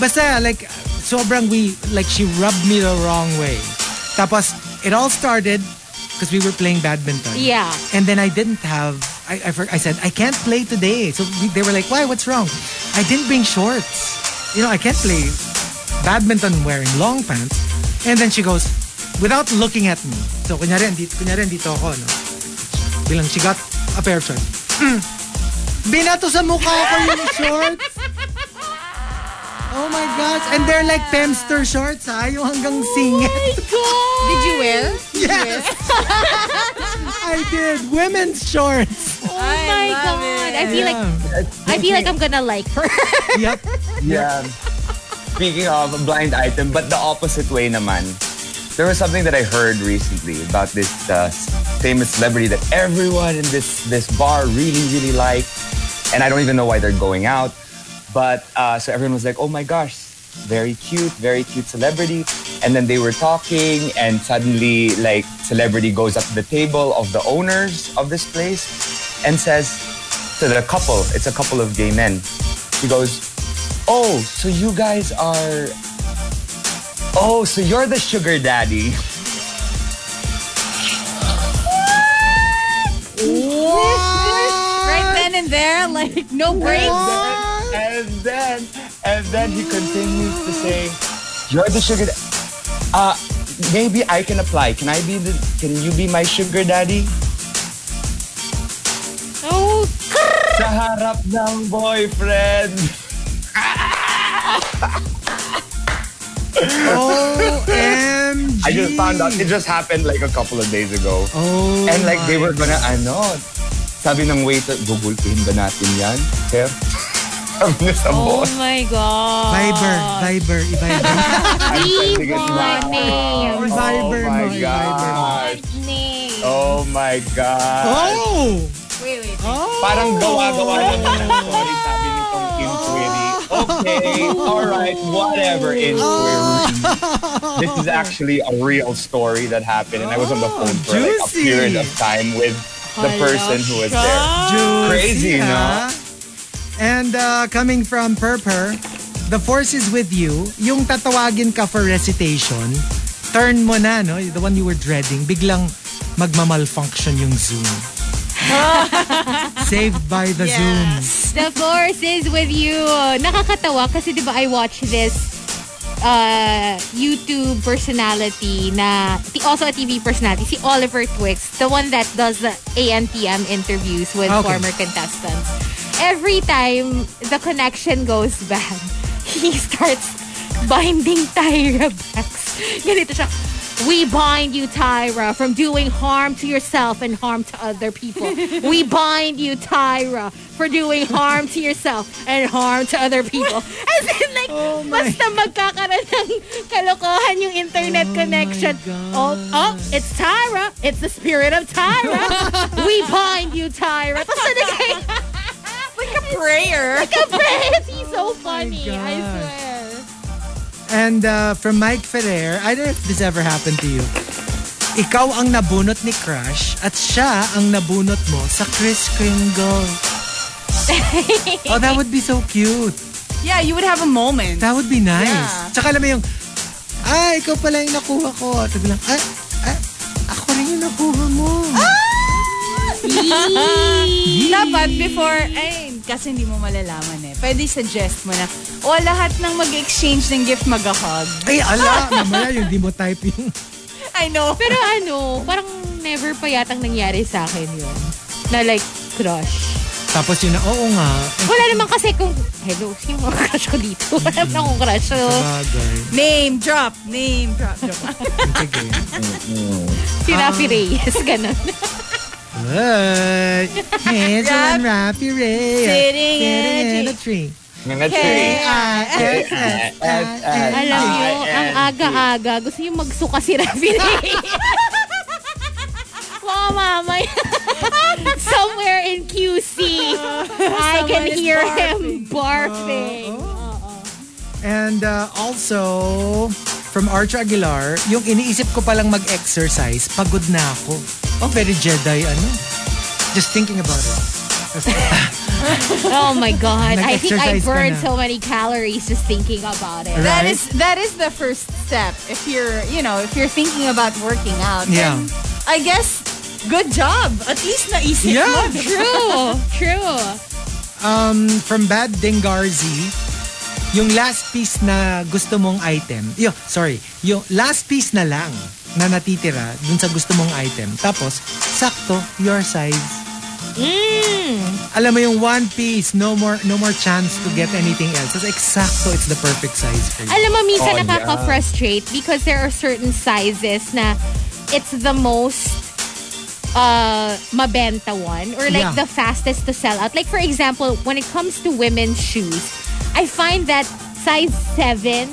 S5: basta like, sobrang we, like she rubbed me the wrong way. Tapos, it all started because we were playing badminton.
S6: Yeah.
S5: And then I didn't have, I, I, for- I said, I can't play today. So we, they were like, why? What's wrong? I didn't bring shorts. You know, I can't play badminton wearing long pants. And then she goes, without looking at me. So, kunyari, andito, kunyari, andito ako, no? Bilang she got a pair of shorts. Mm. Binato sa mukha ko yung shorts. Oh my gosh. And they're like Pemster shorts, ha? Yung hanggang
S9: Oh
S5: singit.
S12: Did you wear?
S5: Yes. I did. Women's shorts.
S6: Oh my god. I I feel like I feel like I'm gonna like her.
S5: yep.
S9: Yeah. Speaking of a blind item, but the opposite way naman. There was something that I heard recently about this uh, famous celebrity that everyone in this this bar really really liked, and I don't even know why they're going out. But uh, so everyone was like, "Oh my gosh, very cute, very cute celebrity." And then they were talking, and suddenly like celebrity goes up to the table of the owners of this place and says to the couple, "It's a couple of gay men." He goes, Oh, so you guys are. Oh, so you're the sugar daddy.
S12: Right then and there, like no breaks.
S9: And then, and then he continues to say, "You're the sugar. Da- uh, maybe I can apply. Can I be the? Can you be my sugar daddy?"
S6: Oh,
S9: sa harap ng boyfriend.
S5: OMG.
S9: I just found out it just happened like a couple of days ago.
S5: Oh
S9: and like they
S5: my
S9: were gonna ano, sabi ng waiter, gugulpin ba natin yan? Sir? Sabi na sa
S6: Oh
S9: boss.
S6: my god.
S5: Viber, Viber, Viber.
S6: Ebony.
S5: Viber,
S9: Oh my
S5: Viber.
S9: gosh. Oh my god.
S5: Oh!
S12: Wait, wait.
S9: Parang gawa-gawa naman ng story sabi nitong inquiry. Okay,
S5: Oh!
S9: alright, whatever inquiry. This is actually a real story that happened and I was on the phone for like a
S5: juicy. Oh
S9: period of time with the
S6: Hala
S9: person who was there.
S5: Juicy,
S9: Crazy, no?
S5: ah. And uh, coming from Perper, the force is with you. Yung tatawagin ka for recitation, turn mo na, no? The one you were dreading, biglang magmamalfunction yung Zoom. Saved by the Zoom.
S6: The force is with you. Nakakatawa kasi 'di ba I watch this uh, YouTube personality na also a TV personality si Oliver Twix, the one that does the ANTM interviews with
S5: Okay.
S6: former contestants. Every time the connection goes bad, he starts binding Tyra Banks. Ganito siya. We bind you, Tyra, from doing harm to yourself and harm to other people. we bind you, Tyra, for doing harm to yourself and harm to other people. As in, like, basta magkakaroon ng kalokohan yung internet connection. Oh, oh, it's Tyra. It's the spirit of Tyra. we bind you, Tyra. Tapos na like a prayer. Oh Like a prayer. He's so funny. I
S5: God.
S6: swear.
S5: And uh, from Mike Ferrer, I don't know if this ever happened to you. Ikaw ang nabunot ni Crush at siya ang nabunot mo sa Kris Kringle. oh, that would be so cute.
S12: Yeah, you would have a moment.
S5: That would be nice.
S12: Yeah.
S5: Tsaka alam mo yung, ah, ikaw pala yung nakuha ko. At biglang, ah, ah, ako rin yung nakuha mo.
S12: Ah! Dapat before, ay, kasi hindi mo malalaman eh. Pwede suggest mo na, o lahat ng mag-exchange ng gift mag-hug.
S5: Ay, ala, mamaya yung di mo type yung,
S12: I know.
S6: Pero ano, parang never pa yatang nangyari sa akin yun. Na like, crush.
S5: tapos yun na, oo nga,
S6: Wala naman kasi kung, hello, sino yung mga crush ko dito? Wala naman akong crush. So,
S12: Oh.
S5: bagay.
S12: Name drop, name drop. Joke.
S5: Sige.
S6: si
S12: Um,
S6: Rafi Reyes, ganun.
S5: Hey, hands on Rafi Reyes.
S12: Sitting in a
S5: in a tree.
S9: Mga tree.
S5: K-I-S-S-I-N.
S6: Alam
S12: Ah,
S6: niyo,
S12: eh,
S6: ang aga-aga, gusto niyo magsuka si Rafi Reyes. Mga mamay. Somewhere in QC,
S12: Uh,
S6: I can hear him barfing.
S12: Uh,
S5: And uh, also, from Arch Aguilar, yung iniisip ko palang mag-exercise, pagod na ako. Oh, very Jedi, ano? Just thinking about it.
S6: Oh my god. I think I
S5: Nag-exercise ka
S6: burned
S5: na.
S6: so many calories just thinking about it.
S12: That
S5: Right?
S12: is that is the first step if you're you know if you're thinking about working out.
S5: Yeah.
S12: Then I guess good job. At least naisip
S5: Yeah.
S12: mo. di ba?
S6: True. True.
S5: Um, from Bad Dengarzi, yung last piece na gusto mong item, yo, sorry, yung last piece na lang na natitira dun sa gusto mong item. Tapos, sakto, your size.
S12: Hmm.
S5: Alam mo yung one piece, no more no more chance to get anything else. It's exacto, it's the perfect size for you.
S6: Alam mo,
S9: Oh,
S6: minsan
S9: yeah.
S6: nakaka-frustrate because there are certain sizes na it's the most uh, mabenta one or like
S12: Yeah.
S6: the fastest to sell out. Like for example, when it comes to women's shoes, I find that size 7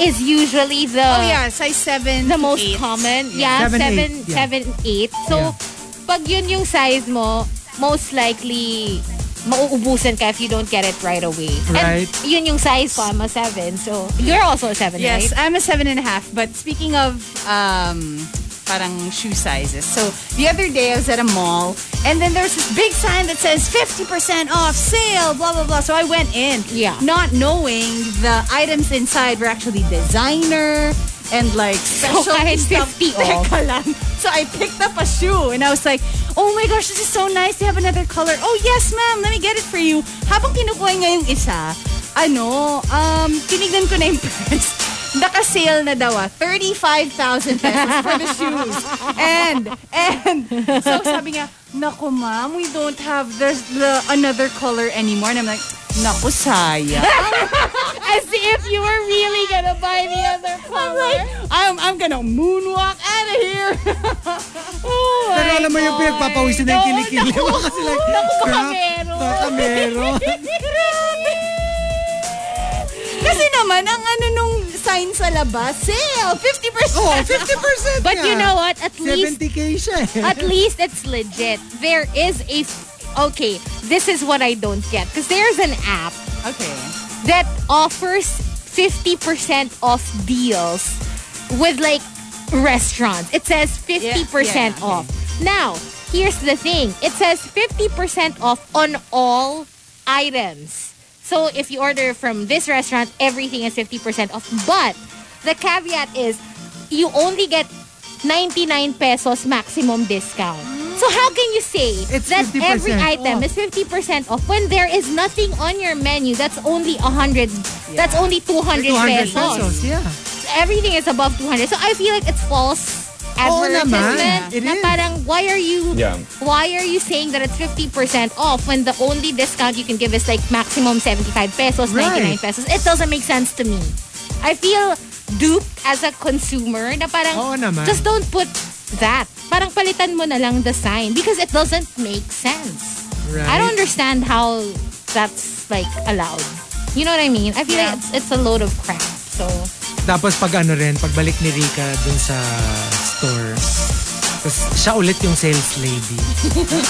S6: is usually the
S12: Oh, yeah, size 7
S6: the most
S12: eight.
S6: common.
S12: Yeah.
S6: Yeah,
S12: Seven,
S6: 7 7
S12: eight, yeah.
S6: 8. So pag yun yung size mo, most likely mauubusan ka if you don't get it right away.
S12: Right.
S6: And yun yung size ko, I'm a 7. So you're also a 7,
S12: Yes,
S6: right?
S12: I'm a seven and a half. But speaking of um, parang shoe sizes, so the other day I was at a mall, and then there's this big sign that says 50% off sale, blah blah blah. So I went in, yeah, not knowing the items inside were actually designer and like special
S6: kahit
S12: stuff.
S6: 50 off.
S12: Teka lang. So I picked up a shoe and I was like, oh my gosh, this is so nice. They have another color. Oh yes, ma'am. Let me get it for you. Habang kinukuha niya yung isa, ano, um, tinignan ko na yung price. Naka-sale na daw ah. 35,000 pesos for the shoes. And, and, so sabi niya, Naku ma'am, we don't have the, the another color anymore. And I'm like, Naku, sayang.
S6: As if you were really gonna buy the other color.
S12: I'm, I'm gonna moonwalk out of here. oh
S5: Pero
S12: my
S5: alam mo yung
S12: God.
S5: pinagpapawisan na yung kilikili mo kasi like,
S12: Naku, baka
S5: crap,
S12: meron.
S5: baka meron.
S12: Grabe. Kasi naman, ang ano nung sign sa labas, sale, 50%.
S5: Oh, 50%
S6: But you
S5: nga.
S6: know what? At least
S5: 70K siya eh.
S6: at least it's legit. There is a okay. This is what I don't get because there's an app
S12: Okay.
S6: that offers fifty percent off deals with like restaurants. It says fifty percent
S12: yeah,
S6: off. Now here's the thing. It says fifty percent off on all items. So if you order from this restaurant, everything is fifty percent off. But the caveat is you only get 99 pesos maximum discount. So how can you say that
S5: 50%
S6: every item
S5: off.
S6: is 50% off when there is nothing on your menu that's only 100 that's only 200,
S5: 200
S6: pesos.
S5: pesos, yeah.
S6: Everything is above 200. So I feel like it's false
S5: Oo
S6: advertisement.
S5: naman. It
S6: na
S5: is.
S6: parang why are you
S7: Yeah.
S6: why are you saying that it's 50% off when the only discount you can give is like maximum 75 pesos,
S12: Right.
S6: 99 pesos? It doesn't make sense to me. I feel duped as a consumer na parang
S12: Oo naman.
S6: just don't put that. Parang palitan mo na lang the sign because it doesn't make sense.
S12: Right.
S6: I don't understand how that's like allowed. You know what I mean? I feel like it's, it's a load of crap. So,
S5: Tapos pag ano rin, pagbalik ni Rika dun sa store, tapos siya ulit yung sales lady.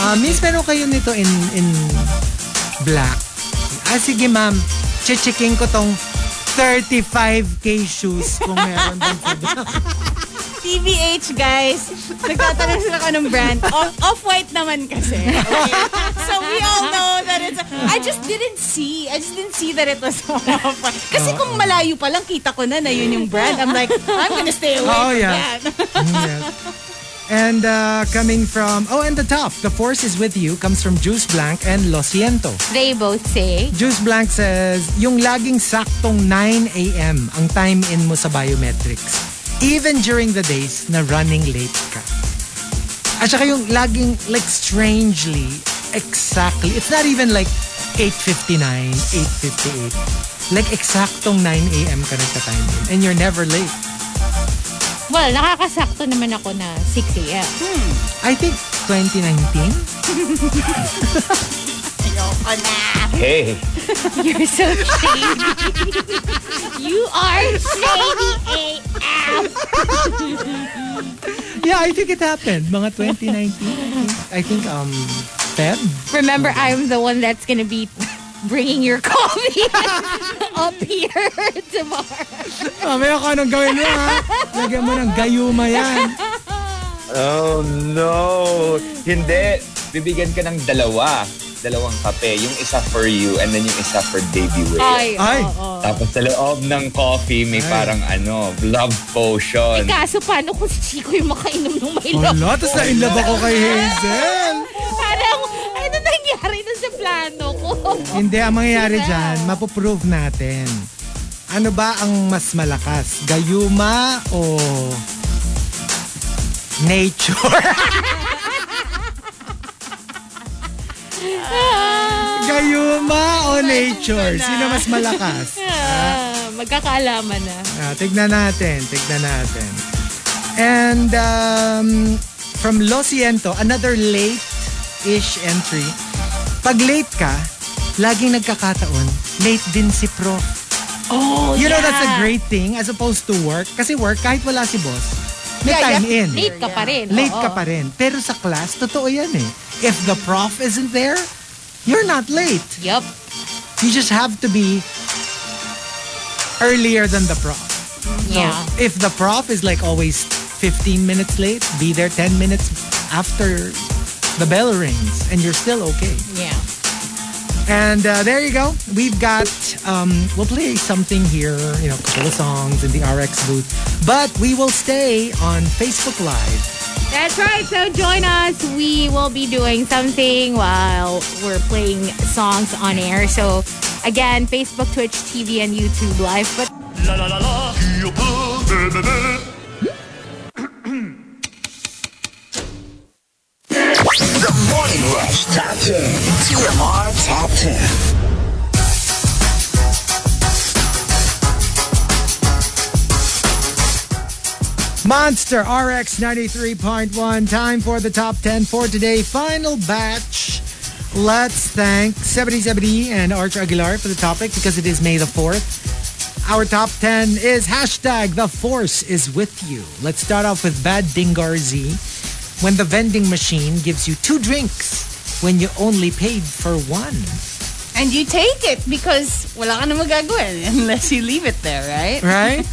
S5: Ah, miss, meron kayo nito in in black. Ah, sige ma'am, chichiking ko tong 35k shoes kung meron dun sa black.
S12: TBH, guys. Nagtatanong sila ka ng brand. Off- Off-white naman kasi. Okay? So we all know that it's... I just didn't see. I just didn't see that it was off-white. Kasi kung malayo pa lang, kita ko na na yun yung brand. I'm like, I'm gonna stay away
S5: Oh,
S12: from
S5: yeah.
S12: that.
S5: And uh, coming from, oh, and the top, the force is with you, comes from Juice Blank and Lo Siento.
S6: they both say,
S5: Juice Blank says, yung laging saktong 9 a.m. ang time-in mo sa biometrics. Even during the days na running late ka. At saka yung laging, like, strangely, exactly. It's not even like 8.59, 8.58. Like, exactong 9 a.m. ka nagka-time-in. And you're never late.
S6: well, nakakasakto naman ako na 6 a.m.
S5: I think 2019?
S12: Ayoko na.
S5: Hey!
S6: You're so shady. you are shady
S12: eh.
S6: AF.
S5: Yeah, I think it happened. Mga 2019. I think, um, Feb?
S6: Remember, I'm the one that's gonna be bringing your coffee up here tomorrow.
S5: Mamaya ka anong gawin mo, ha? Lagyan mo ng gayuma yan.
S9: Oh no! Hindi! Bibigyan ka ng dalawa. Dalawang kape. Yung isa for you and then yung isa for baby whale.
S6: Ay,
S12: oh.
S6: Ay. oo.
S9: Tapos sa loob ng coffee may parang ano, love potion.
S6: Eh, kaso paano kung si Chico yung makainom ng Milo?
S5: Wala, tapos na-inlove ako kay Hazel.
S6: Parang, ano nangyari na sa plano ko?
S5: Hindi, ang mangyayari
S6: Sira.
S5: dyan, mapoprove natin. Ano ba ang mas malakas? Gayuma o nature?
S6: Ah,
S5: Gayuma o nature? Sino mas malakas?
S6: Ah, magkakaalaman na.
S5: Ah, tignan natin, tignan natin. And um, From Los Ciento, another late-ish entry. Pag late ka, laging nagkakataon, late din si prof.
S6: Oh,
S5: You know,
S6: yeah.
S5: that's a great thing as opposed to work. Kasi work, kahit wala si boss, may
S6: Yeah,
S5: time
S6: yeah.
S5: in.
S6: Late ka pa rin,
S5: Late
S6: oo.
S5: ka pa rin. Pero sa class, totoo yan eh. If the prof isn't there, you're not late.
S6: Yup.
S5: You just have to be earlier than the prof. So,
S6: Yeah.
S5: if the prof is like always 15 minutes late, be there 10 minutes after the bell rings and you're still okay.
S6: Yeah.
S5: And uh, there you go. We've got, um, we'll play something here, you know, a couple of songs in the RX booth. But we will stay on Facebook Live.
S6: That's right. So join us. We will be doing something while we're playing songs on air. So again, Facebook, Twitch, TV, and YouTube Live. But
S8: La la la la. Qui peut? Bé, bé, bé.
S2: The Morning Rush Top 10. TMR Top 10.
S5: Monster RX 93.1, time for the top 10 for today. Final batch. Let's thank 7070 and Arch Aguilar for the topic because it is May the 4th. Our top 10 is hashtag the force is with you. Let's start off with Bad Dingar Z. When the vending machine gives you two drinks when you only paid for one.
S12: And you take it because wala ka na magagawin unless you leave it there, right?
S5: Right?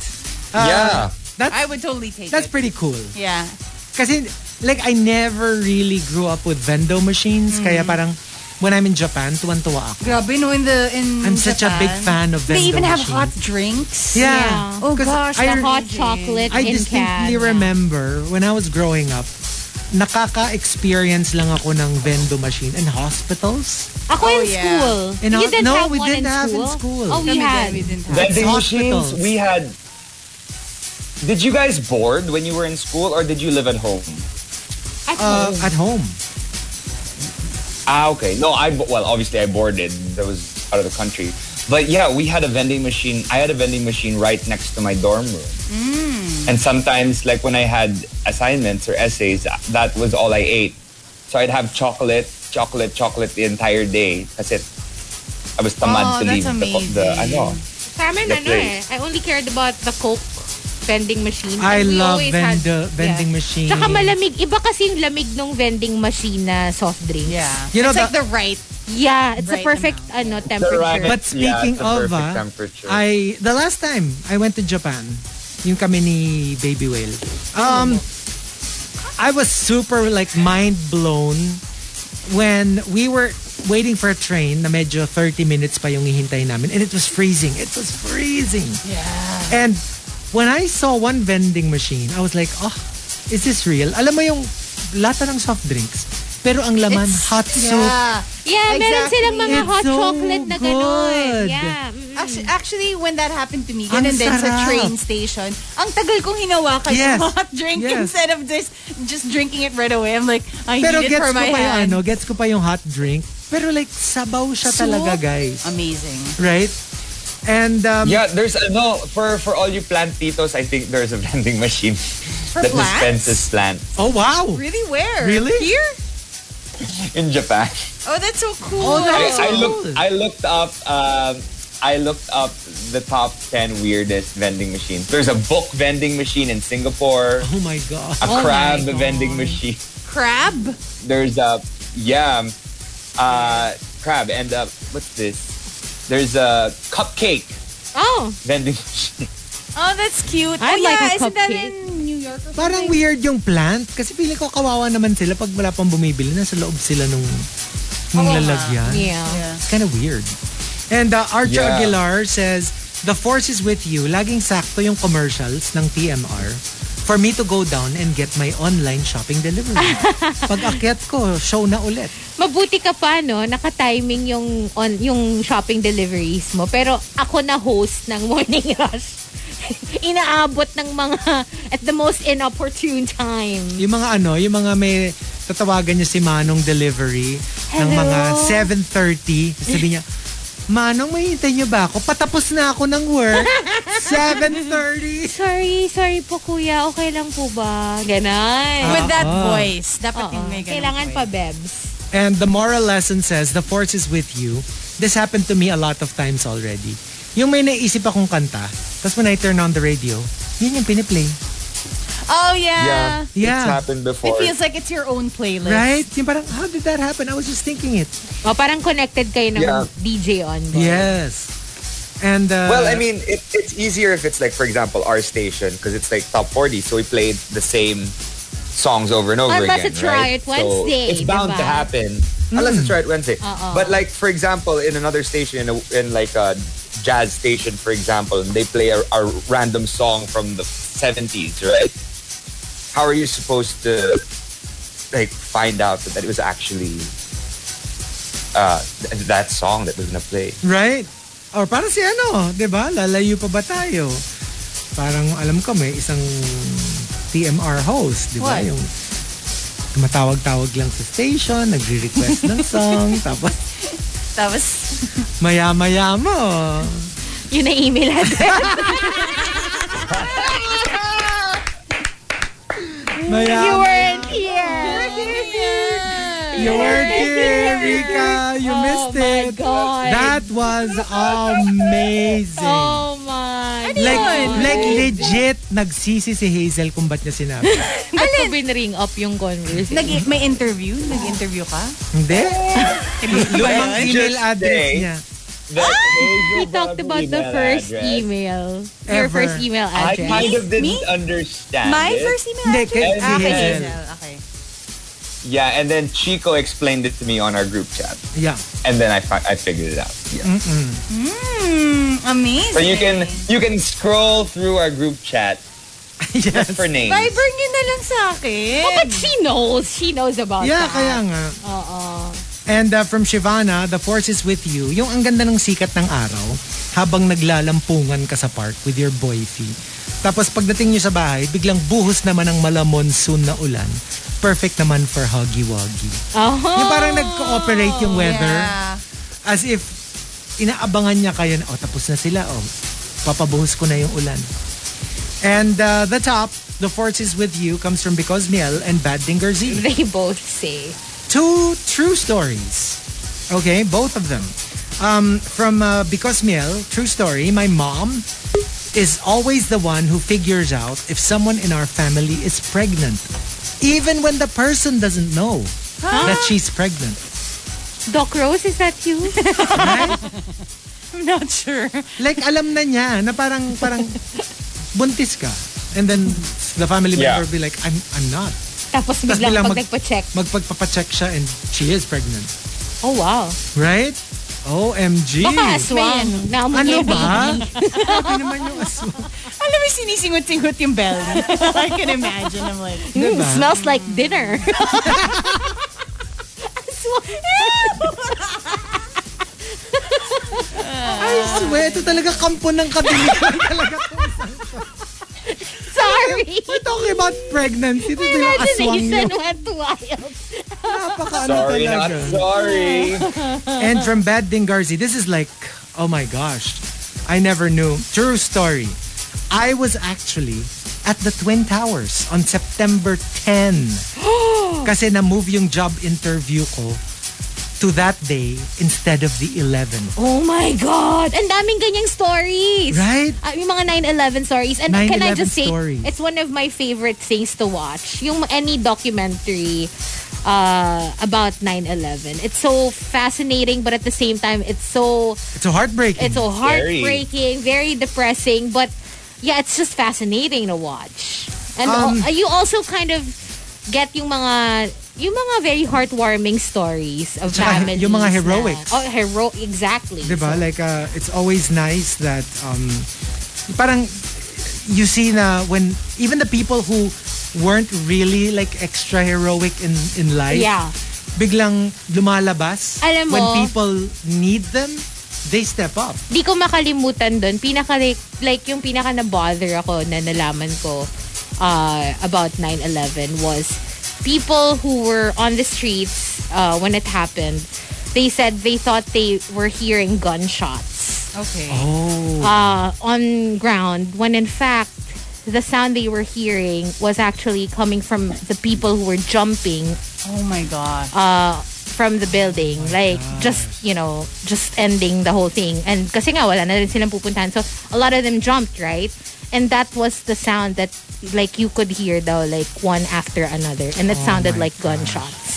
S9: Ah,
S12: Yeah.
S5: That's,
S12: I would totally take
S5: That's
S12: it.
S5: pretty cool.
S12: Yeah.
S5: Kasi, like, I never really grew up with vendo machines.
S12: Mm-hmm.
S5: Kaya parang, when I'm in Japan, tuwan-tuwa ako.
S12: Grabe no in the in
S5: I'm such a
S12: Japan,
S5: big fan of
S12: They
S5: vending
S12: even have hot
S5: machines.
S12: drinks.
S5: Yeah.
S12: Oh
S5: 'Cause
S12: gosh,
S5: I
S12: the
S5: re-
S12: hot chocolate
S5: I
S12: in
S5: distinctly
S12: can.
S5: remember when I was growing up, nakaka-experience lang ako ng vendo machine in hospitals.
S6: Ako in
S12: yeah.
S6: school.
S5: In
S6: you
S5: hos-
S6: didn't
S5: no,
S6: have
S5: we
S6: one
S5: didn't
S6: in
S5: have in
S6: school?
S5: school.
S6: Oh, we
S12: Kami din,
S6: had.
S12: we didn't have.
S9: Vending machines,
S5: hospitals.
S9: we had. Did you guys board when you were in school or did you live at home?
S6: At
S5: Uh,
S6: home.
S5: at home.
S9: Ah, okay. No, I bo- well, obviously I boarded. That was out of the country. But yeah, we had a vending machine. I had a vending machine right next to my dorm room.
S6: Mm.
S9: And sometimes, like when I had assignments or essays, that was all I ate. So I'd have chocolate, chocolate, chocolate the entire day. That's it. I was tamad
S6: Oh,
S9: to leave
S6: that's
S9: the, co- the
S6: amazing.
S9: ano.
S6: Sa amin,
S9: The
S6: ano eh.
S9: place.
S6: I only cared about the Coke vending machine.
S5: I
S6: And we
S5: love
S6: always had-
S5: vendo, vending machine.
S6: Tsaka malamig. Iba kasi yung lamig ng vending machine na soft drinks. Yeah.
S5: You know,
S12: it's like
S5: the-
S12: the right.
S6: Yeah, it's
S12: Right
S6: the perfect ano temperature.
S5: But speaking
S9: yeah,
S5: of,
S9: it's the perfect
S5: ah,
S9: temperature.
S5: I the last time I went to Japan, yung kami ni Baby Whale. Um I was super like mind blown when we were waiting for a train na medyo 30 minutes pa yung hihintay namin and it was freezing. It was freezing. Yeah. And when I saw one vending machine, I was like, "Oh, is this real?" Alam mo yung lata ng soft drinks, pero ang laman hot soup.
S12: Yeah.
S6: yeah, meron
S12: Exactly.
S6: silang mga
S5: It's
S6: hot
S5: so
S6: chocolate na gano'n.
S5: good.
S6: Yeah. mm.
S12: Actually, actually, when that happened to me,
S5: Ang
S12: ganun din sa
S5: sarap.
S12: train station, ang tagal kong hinawakan
S5: Yes.
S12: yung hot drink
S5: Yes.
S12: instead of just just drinking it right away. I'm like, I
S5: Pero
S12: need it
S5: gets
S12: for
S5: ko
S12: my
S5: pa yung
S12: hand.
S5: ano, gets ko pa yung hot drink. Pero like, sabaw siya
S12: So-
S5: talaga, guys.
S12: Amazing.
S5: Right? And, um,
S9: yeah, there's uh, no for for all you plantitos. I think there's a vending machine
S12: plants?
S9: that dispenses plants
S5: oh wow!
S12: Really? Where?
S5: Really?
S12: Here?
S9: in Japan.
S12: Oh, that's so cool.
S5: Oh, that is
S9: I, I
S5: cool.
S9: looked I looked up um, I looked up the top ten weirdest vending machines. There's a book vending machine in Singapore,
S5: Oh my God.
S9: a
S12: my
S9: crab
S12: God.
S9: vending machine.
S12: crab.
S9: There's a yeah, um, uh, crab and uh, what's this? There's a cupcake
S6: Oh,
S9: vending machine.
S12: Oh, that's cute.
S6: I
S12: oh,
S6: like
S12: yeah,
S6: a
S12: isn't that
S6: cupcake.
S12: in New York or
S5: Parang
S12: something?
S5: weird yung plant. Kasi feeling ko kawawa naman sila pag wala pang bumibili. Nasa loob sila nung, nung lalagyan.
S6: yeah.
S5: It's kind of weird. And uh, Archer
S9: Yeah.
S5: Aguilar says, The force is with you. Laging sakto yung commercials ng TMR for me to go down and get my online shopping delivery. Pag akyat ko, show na ulit.
S6: Mabuti ka pa, no? Naka-timing yung, on, yung shopping deliveries mo. Pero ako na host ng Morning Rush. Inaabot ng mga at the most inopportune time.
S5: Yung mga ano, yung mga may tatawagan niya si Manong Delivery ng
S6: Hello?
S5: mga 7.30. Sabi niya, Manong, mahintay niyo ba ako? Patapos na ako ng work. 7.30.
S6: Sorry, sorry po kuya. Okay lang po ba? Ganon.
S5: With that Oo. voice.
S6: Dapat yung may Kailangan pa bebs.
S5: And the moral lesson says, the force is with you. This happened to me a lot of times already. Yung may naisip akong kanta, tapos when I turn on the radio, yun yung piniplay.
S12: Oh, yeah.
S5: Yeah. It's
S9: happened
S12: It feels like it's your own playlist.
S5: Right? Yung parang, how did that happen? I was just thinking it.
S6: O, parang connected kayo ng
S5: Yeah.
S6: DJ on.
S5: Yes. And, uh,
S9: well, I mean, it, it's easier if it's like, for example, our station because it's like top 40, so we played the same songs over and over
S6: Unless
S9: again.
S6: it's
S9: right?
S6: Riot Wednesday,
S9: so it's bound
S6: diba?
S9: to happen unless it's Riot Wednesday.
S6: Uh-oh.
S9: But like, for example, in another station, in, a, in like a jazz station, for example, and they play a, a random song from the 70s, right? How are you supposed to like find out that, that it was actually uh, th- that song that was gonna play?
S5: Right? Or parang si ano, di ba? Lalayo pa ba tayo? Parang alam ko may isang TMR host, di ba?
S12: What?
S5: Yung tumatawag-tawag lang sa station, nagre-request ng song, tapos
S12: Tapos,
S5: maya-maya mo. oh.
S6: Yun ang email address.
S5: Maya,
S6: you weren't here.
S5: You weren't here, Rika. You missed it.
S6: Oh God.
S5: That was amazing.
S6: Oh my.
S5: like, like legit, nagsisi si Hazel kung ba't niya sinabi.
S6: Ba't ko binring up yung conversation?
S12: nag, may interview? Nag-interview ka?
S5: Hindi? Lumang
S12: Well,
S5: email
S12: just
S5: address
S12: say
S5: niya.
S6: Ah! We talked about the
S9: email
S6: first
S9: address.
S6: email. Your
S9: Ever.
S6: first email
S9: I
S6: address.
S9: kind of didn't understand. it.
S5: Hindi, kay Hazel.
S9: Yeah, and then Chico explained it to me on our group chat,
S5: Yeah.
S9: and then I fi- I figured it out. Yeah.
S5: Mm-mm.
S12: Mm, amazing.
S9: So you can you can scroll through our group chat just for names.
S12: Viber nyo na lang sa akin.
S6: Oh, but she knows. She knows about
S5: Yeah,
S6: that.
S5: kaya nga.
S6: Oo.
S5: And uh, from Shivana, the force is with you. Yung ang ganda ng sikat ng araw habang naglalampungan ka sa park with your boyfriend. Tapos pagdating nyo sa bahay, biglang buhos naman ang malamonsoon na ulan. Perfect naman for huggy-wuggy.
S6: Oh.
S5: Yung parang nag-cooperate yung weather.
S12: Yeah.
S5: As if inaabangan niya kayo na, oh, tapos na sila, oh, papabuhos ko na yung ulan. And uh, the top, the force is with you, comes from Because Miel and Bad Dinger Z.
S6: They both say.
S5: Two true stories. Okay, both of them. Um, from uh, Because Miel, true story, my mom is always the one who figures out if someone in our family is pregnant. Even when the person doesn't know
S6: Huh?
S5: that she's pregnant.
S6: Doc Rose, is that you?
S12: I'm not sure.
S5: Like, alam na niya na parang, parang buntis ka. And then the family
S9: Yeah.
S5: member will be like, I'm, I'm not.
S6: Tapos
S5: Tas biglang
S6: biglang pag
S5: mag-
S6: nagpa-check.
S5: Magpagpapacheck siya and she is pregnant.
S6: Oh, wow.
S5: Right? OMG.
S6: Baka aswang. Naamoy niya
S5: Ano
S6: yung
S5: ba?
S6: baby.
S5: Grabe naman yung aswang.
S12: Alam mo, sinisingot-singot yung belly. I can imagine. I'm like,
S5: Diba?
S6: Mm, smells like dinner.
S5: Ay, sweto talaga kampo ng kabilihan talaga.
S6: Sorry.
S5: We're talking about pregnancy. Ito yung aswang
S6: Imagination
S5: yun.
S6: went wild.
S5: Napaka ano
S9: Sorry, not
S5: talaga.
S9: sorry.
S5: And from Bad Dingarzi, this is like, oh my gosh. I never knew. True story. I was actually at the Twin Towers on September 10. Kasi na-move yung job interview ko to that day instead of the 11th.
S6: Oh my God! Ang daming ganyang stories.
S5: Right?
S6: Ah, yung mga 9-11 stories. And can
S5: 9/11
S6: I just say,
S5: stories.
S6: it's one of my favorite things to watch. Yung any documentary uh, about 9-11. It's so fascinating, but at the same time, it's so,
S5: It's so heartbreaking.
S6: it's so heartbreaking, very depressing, but yeah, it's just fascinating to watch. And
S5: Um,
S6: al- you also kind of get yung mga yung mga very heartwarming stories of
S5: Tsaka he-
S6: families.
S5: yung mga
S6: na-
S5: heroics.
S6: oh, hero, exactly.
S5: Diba? Like, uh, it's always nice that, um, parang, you see na when, even the people who weren't really like extra heroic in, in life,
S6: Yeah.
S5: biglang lumalabas.
S6: Alam mo-
S5: when people need them, they step up.
S6: di ko makalimutan doon. Pinaka like, like yung pinaka na bother ako na nalaman ko uh, about 9/11 was people who were on the streets uh, when it happened they said they thought they were hearing gunshots
S12: Okay.
S6: uh, on ground when in fact the sound they were hearing was actually coming from the people who were jumping
S12: oh my god
S6: uh, from the building
S9: Oh
S6: like just you know just ending the whole thing and kasi nga wala na rin silang pupuntahan so a lot of them jumped right and that was the sound that like you could hear though like one after another and it
S9: Oh
S6: sounded
S9: my
S6: like gunshots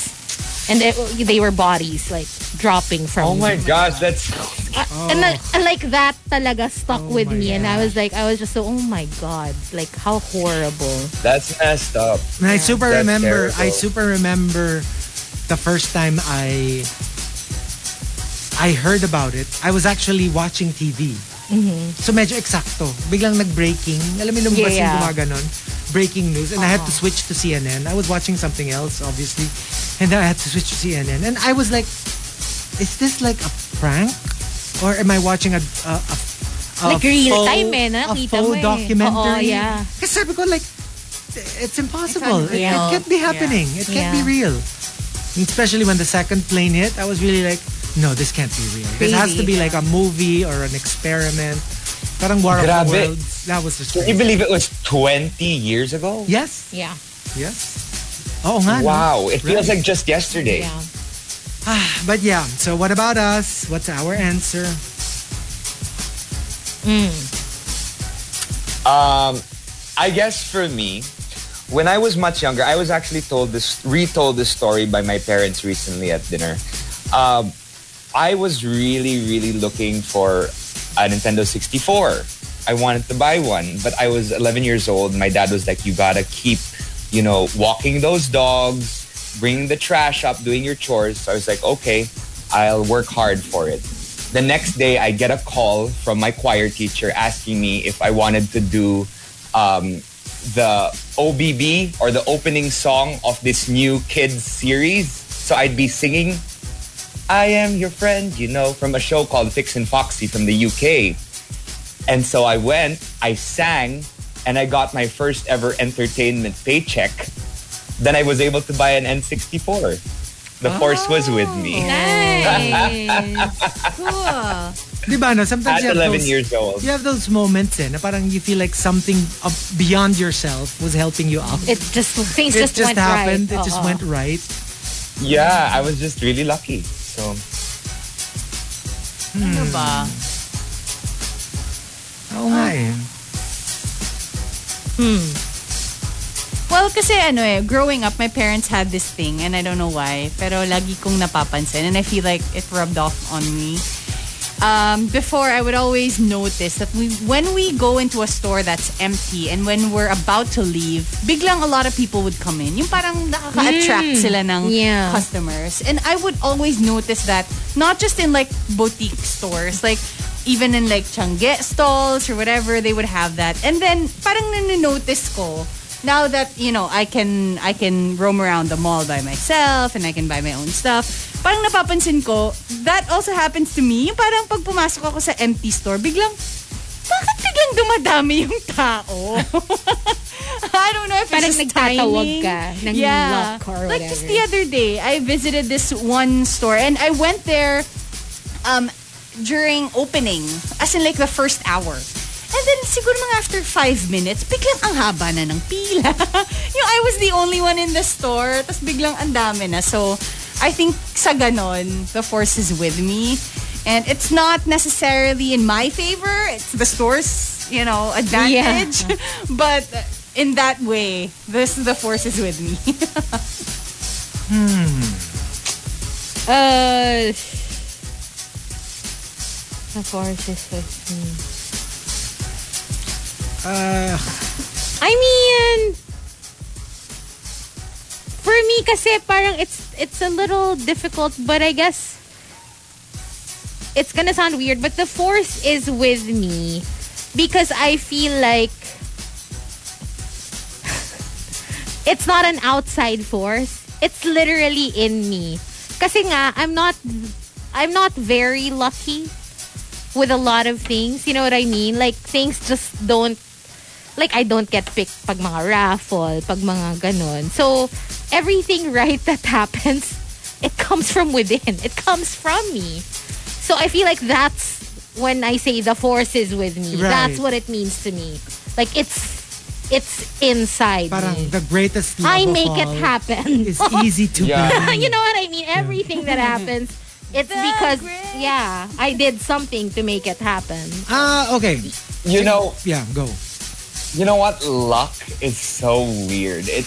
S6: and it, they were bodies like dropping from
S9: Oh my gosh, that's
S5: Oh.
S6: and, uh, and like that talaga stuck with me and I was like I was just so oh my god like how horrible
S9: that's messed up.
S5: And I super
S9: That's
S5: remember, I
S9: terrible.
S5: super remember the first time I I heard about it. I was actually watching TV.
S6: Mm-hmm.
S5: So medyo eksakto. Biglang nag-breaking. Alam mo, lumabas
S6: Yeah, yeah.
S5: yung gumaganon. Breaking news. And I had to
S6: Uh-huh.
S5: switch to CNN. I was watching something else, obviously. And then I had to switch to CNN. And I was like, is this like a prank? Or am I watching a... a, a a
S6: Like real
S5: faux-
S6: time eh,
S5: A
S6: nakita
S5: faux
S6: mo eh.
S5: documentary.
S6: Oo, yeah.
S5: Kasi sabi ko like, it's impossible.
S6: It's
S5: It, it
S6: unreal.
S5: can't be happening.
S6: Yeah.
S5: It can't be
S6: Yeah.
S5: real. Especially when the second plane hit, I was really like, no, this can't be real. This has to be
S9: Crazy,
S5: like a movie or an experiment. Parang War of
S9: Grabe.
S5: the Worlds. That was just
S9: Can you believe it was 20 years ago?
S5: Yes.
S6: Yeah.
S5: Yes. Oh, nga. no?
S9: Wow, it feels
S5: Right.
S9: like just yesterday.
S5: Ah, but yeah, so what about us? What's our answer?
S9: Um, I guess for me, when I was much younger, I was actually told this, retold this story by my parents recently at dinner. Um, I was really, really looking for a Nintendo 64. I wanted to buy one, but I was 11 years old. And my dad was like, "You gotta keep, you know, walking those dogs, bringing the trash up, doing your chores." So I was like, "Okay, I'll work hard for it." The next day, I get a call from my choir teacher asking me if I wanted to do um, the OBB or the opening song of this new kids series. So I'd be singing I am your friend, you know, from a show called Fix and Foxy from the UK. And so I went, I sang, and I got my first ever entertainment paycheck. Then I was able to buy an N64. The force was with me.
S6: Oh.
S12: cool.
S5: Di ba, no? Sometimes
S9: At
S5: you have
S9: 11
S5: those,
S9: years old.
S5: You have those moments eh, na parang you feel like something up beyond yourself was helping you out.
S6: it just things
S5: It
S6: just,
S5: just
S6: went
S5: happened.
S6: right Uh-huh. Uh-uh.
S5: It just
S6: Oo.
S5: went right.
S9: Yeah, I was just really lucky. So
S12: Ano ba?
S5: Oo nga eh.
S6: Uh-huh.
S12: Hmm. Well, kasi ano eh, growing up, my parents had this thing and I don't know why, pero lagi kong napapansin and I feel like it rubbed off on me. Um, before, I would always notice that we, when we go into a store that's empty and when we're about to leave, biglang a lot of people would come in. Yung parang nakaka-attract
S6: Mm.
S12: sila ng
S6: Yeah.
S12: customers. And I would always notice that, not just in like boutique stores, like even in like Changge stalls or whatever, they would have that. And then parang nanonotice ko, now that, you know, I can, I can roam around the mall by myself and I can buy my own stuff, parang napapansin ko, that also happens to me. Yung parang pag pumasok ako sa empty store, biglang, bakit biglang dumadami yung tao? I don't know if
S6: Parang
S12: it's just
S6: nagtatawag
S12: timing.
S6: ka ng lock or
S12: Like just the
S6: whatever.
S12: other day, I visited this one store and I went there um, during opening, as in like the first hour. And then siguro mga after five minutes, biglang ang haba na ng pila. yung I was the only one in the store, tapos biglang ang dami na. So, I think sa ganon, the force is with me. And it's not necessarily in my favor. It's the store's, you know, advantage. but in that way, this the force is with me.
S5: Hmm.
S6: Uh, the force is with me.
S5: Uh,
S6: I mean, for me kasi parang it's it's a little difficult, but I guess it's gonna sound weird, but the force is with me because I feel like it's not an outside force. It's literally in me. Kasi nga, I'm not I'm not very lucky with a lot of things. You know what I mean? Like things just don't like I don't get picked pag mga raffle, pag mga ganun. So everything right that happens it comes from within. It comes from me. So I feel like that's when I say the force is with me.
S5: Right.
S6: That's what it means to me. Like it's it's inside
S5: Parang
S6: me.
S5: the greatest love
S6: I
S5: of
S6: make it
S5: all
S6: happen.
S5: is easy to be.
S6: you know what I mean? Everything that happens, it's because yeah, I did something to make it happen.
S5: Ah, okay.
S9: You know,
S5: yeah, go.
S9: You know what? Luck is so weird. It,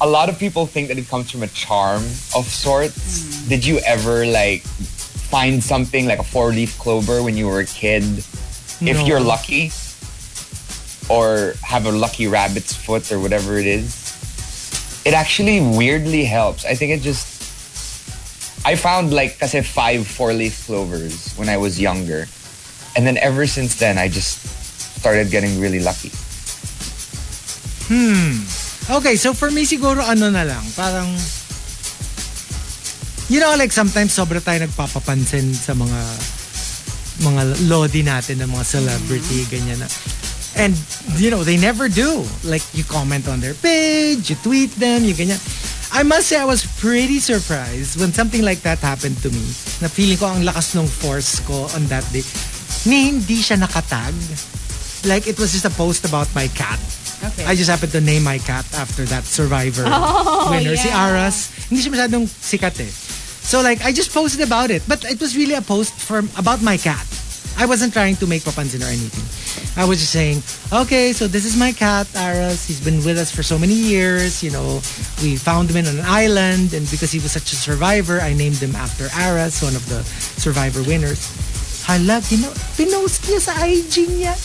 S9: a lot of people think that it comes from a charm of sorts. Did you ever like find something like a four-leaf clover when you were a kid?
S5: No.
S9: If you're lucky, or have a lucky rabbit's foot or whatever it is, it actually weirdly helps. I think it just I found like kasi five four-leaf clovers when I was younger. And then ever since then I just started getting really lucky.
S5: Hmm. Okay, so for me siguro ano na lang, parang You know, like sometimes sobra tayo nagpapapansin sa mga mga lodi natin ng mga celebrity, ganyan na. And, you know, they never do. Like, you comment on their page, you tweet them, you ganyan. I must say, I was pretty surprised when something like that happened to me. Na feeling ko ang lakas ng force ko on that day. Ni hindi siya nakatag. Like, it was just a post about my cat.
S12: Okay.
S5: I just happened to name my cat after that survivor
S12: Oh,
S5: winner, si
S12: yeah.
S5: Aras. Hindi siya masyadong sikat eh. So like, I just posted about it. But it was really a post from about my cat. I wasn't trying to make papansin or anything. I was just saying, okay, so this is my cat, Aras. He's been with us for so many years. You know, we found him in an island. And because he was such a survivor, I named him after Aras, one of the survivor winners. Hala, pino, pinost niya sa IG niya.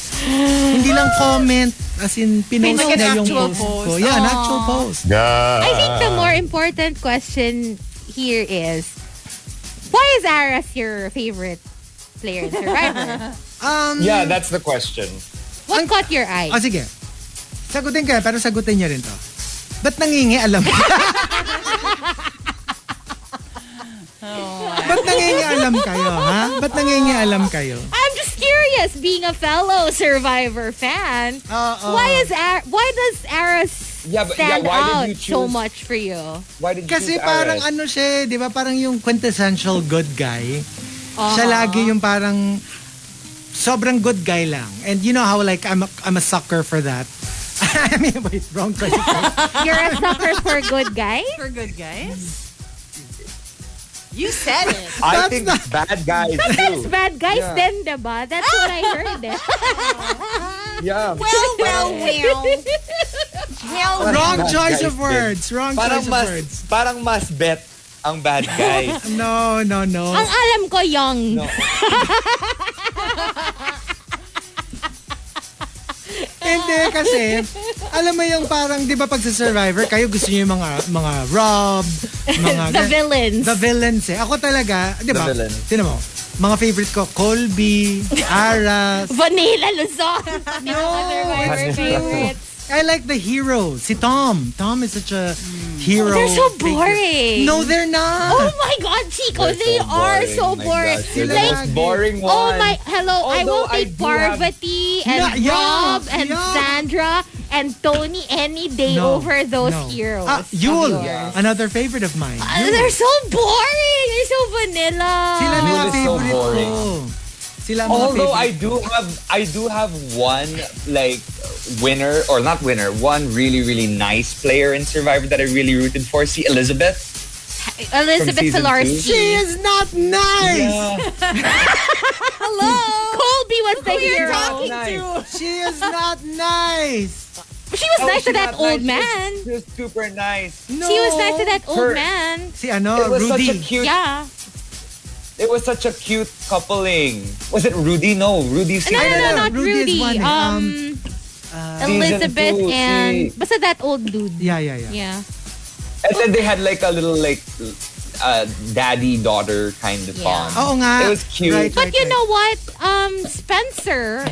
S5: Hindi lang comment. As in, pinost niya
S6: Pinost an
S5: yung
S6: actual
S5: post,
S6: post. Ah.
S5: ko. Yeah, an
S6: Aw.
S5: actual post.
S6: I
S9: Ah.
S6: think the more important question here is why is Aras your favorite player in Survivor?
S5: um,
S9: Yeah, that's the question.
S6: what caught your eye?
S5: O sige. Sagutin ka, pero sagutin niya rin to. Ba't nangingi alam? Ba't nangingi alam kayo, ha? Ba't nangingi alam kayo?
S6: I'm just curious, being a fellow Survivor fan,
S5: uh.
S6: why is Ar- why does Aras
S9: Ah. Yeah, but- yeah,
S6: stand
S9: why did
S6: out
S9: you
S6: so
S9: choose-
S6: much for you?
S9: Why did you
S5: Kasi
S9: choose
S5: parang
S9: Aras?
S5: ano siya, eh, di ba? Parang yung quintessential good guy. Siya lagi yung parang sobrang good guy lang. And you know how like I'm a, I'm a sucker for that. I mean, wait, wrong question.
S6: You're a sucker for good guys?
S12: For good guys? You said it.
S9: I think bad guys
S6: Sometimes
S9: too.
S6: bad guys
S9: Yeah.
S6: then, diba? That's what I heard. eh.
S9: Yeah.
S12: Well, well, well. Well,
S5: Wrong
S9: Bad
S5: choice
S9: guys
S5: of words.
S9: din.
S5: Wrong choice
S9: parang
S5: of
S9: mas,
S5: words.
S9: Parang mas bet ang bad guys.
S5: No, no, no.
S6: Ang alam ko, young.
S9: No.
S5: Hindi kasi, alam mo yung parang, di ba pag sa Survivor, kayo gusto nyo yung mga, mga Rob, mga...
S6: The villains.
S5: The villains eh. Ako talaga, di ba?
S9: The villain.
S5: Tinan mo, mga favorite ko, Colby, Aras.
S6: Vanilla Luzon. no, Survivor
S5: it's true.
S6: favorites.
S5: I like the hero. Si Tom. Tom is such a hero.
S6: They're so
S5: figure.
S6: boring.
S5: No, they're not.
S6: Oh my God, Chico,
S9: They're
S6: they
S9: so
S6: are
S9: boring. My
S6: so boring.
S9: gosh, you're the
S6: like,
S9: most boring one.
S6: oh my, hello, I
S9: Although
S6: won't
S9: I
S6: take
S9: do have-
S6: Parvati and
S5: Yeah, yeah,
S6: Rob and
S5: yeah.
S6: Sandra and Tony any day
S5: No,
S6: over those
S5: no.
S6: heroes.
S5: Ah, Yul.
S6: of yours.
S5: Another favorite of mine.
S6: Uh, they're so boring. They're so vanilla.
S5: Sila na
S9: Yul
S5: mga
S9: is so
S5: favorite
S9: boring.
S5: ko. Sila ang mga
S9: Although I
S5: favorite.
S9: do have I do have one like winner or not winner, one really really nice player in Survivor that I really rooted for. See Elizabeth.
S6: Elizabeth
S9: From season
S5: She
S6: Filarski.
S5: is not nice.
S6: Hello. Colby was the hero.
S5: She is not nice.
S6: She
S9: Oh,
S6: was nice to that old man.
S9: She was super nice.
S5: No.
S6: She was nice to that old
S9: Her-
S6: man.
S5: Si ano,
S9: it was such a
S5: Rudy.
S9: cute.
S6: Oh, Yeah.
S9: It was such a cute coupling. Was it Rudy? No, Rudy's
S6: No, no, no,
S5: no,
S6: not
S5: Rudy is
S6: Rudy.
S5: one, eh. Um,
S6: Um, Elizabeth
S9: Season two,
S6: and
S9: si-
S6: basta that old dude.
S5: Yeah, yeah, yeah.
S6: Yeah.
S9: And then they had like a little like uh, daddy daughter kind of
S6: Yeah. Oh.
S9: bond.
S5: Oo nga.
S9: It was cute.
S5: Right,
S6: But
S5: right,
S6: you
S5: right.
S6: know what? Um, Spencer,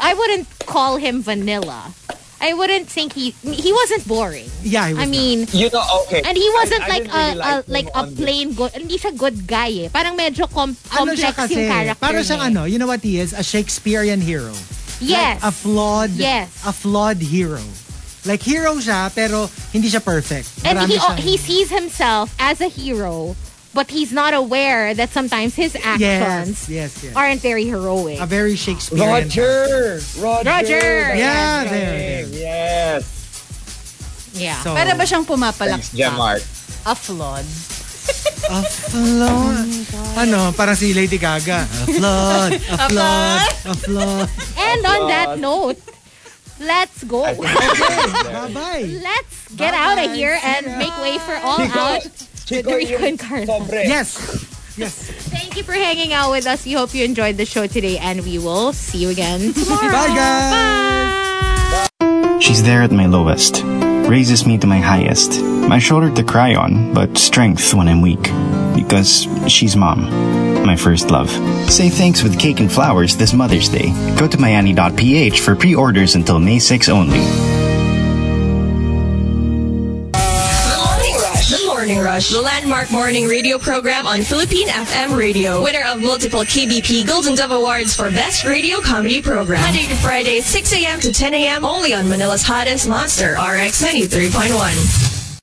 S6: I wouldn't call him vanilla. I wouldn't think he he wasn't boring.
S5: Yeah, he was
S6: I mean,
S9: You know, okay.
S6: And he
S9: I-
S6: wasn't
S9: I
S6: like
S9: didn't
S6: a,
S9: really
S6: a
S9: like
S6: like
S9: him
S6: a
S9: on the-
S6: plain good. Hindi siya good guy eh. Parang medyo com-
S5: ano
S6: complex
S5: siya kasi,
S6: yung character.
S5: para siyang
S6: niya eh.
S5: ano, you know what he is? A Shakespearean hero.
S6: Yes.
S5: A flawed,
S6: Yes.
S5: a flawed hero. Like, hero siya, pero hindi siya perfect.
S6: And
S5: Marami
S6: he
S5: siyang-
S6: he sees himself as a hero, but he's not aware that sometimes his actions
S5: yes, yes.
S6: aren't very heroic.
S5: A very Shakespearean.
S9: Roger! Roger!
S6: Roger!
S5: Yeah,
S6: Roger.
S5: there.
S9: Yes.
S13: Yeah.
S5: So-
S13: Para ba siyang
S9: Thanks,
S13: pumapalakpak?
S9: Gemart.
S13: Aflod.
S5: A flood. ano, parang si Lady Gaga. A flood, a
S6: A
S5: flood, a flood.
S6: And
S9: Oh
S6: on that note, let's go.
S5: Bye-bye.
S6: Let's get out of here and make way for all
S5: Chico,
S6: out.
S5: Chico,
S6: the Rico
S5: yung
S6: and Carla.
S5: Yes. Yes.
S6: Thank you for hanging out with us. We hope you enjoyed the show today, and we will see you again tomorrow.
S5: Bye, guys.
S4: She's there at my lowest, raises me to my highest, my shoulder to cry on, but strength when I'm weak, because she's mom, my first love. Say thanks with cake and flowers this Mother's Day. Go to myani.ph for pre orders until May 6 only.
S12: The Morning Rush. The Morning Rush. The landmark morning radio program on Philippine FM Radio. Winner of multiple KBP Golden Dove Awards for Best Radio Comedy Program. Monday to Friday, 6 a.m. to 10 a.m. only on Manila's hottest monster, RX 93.1.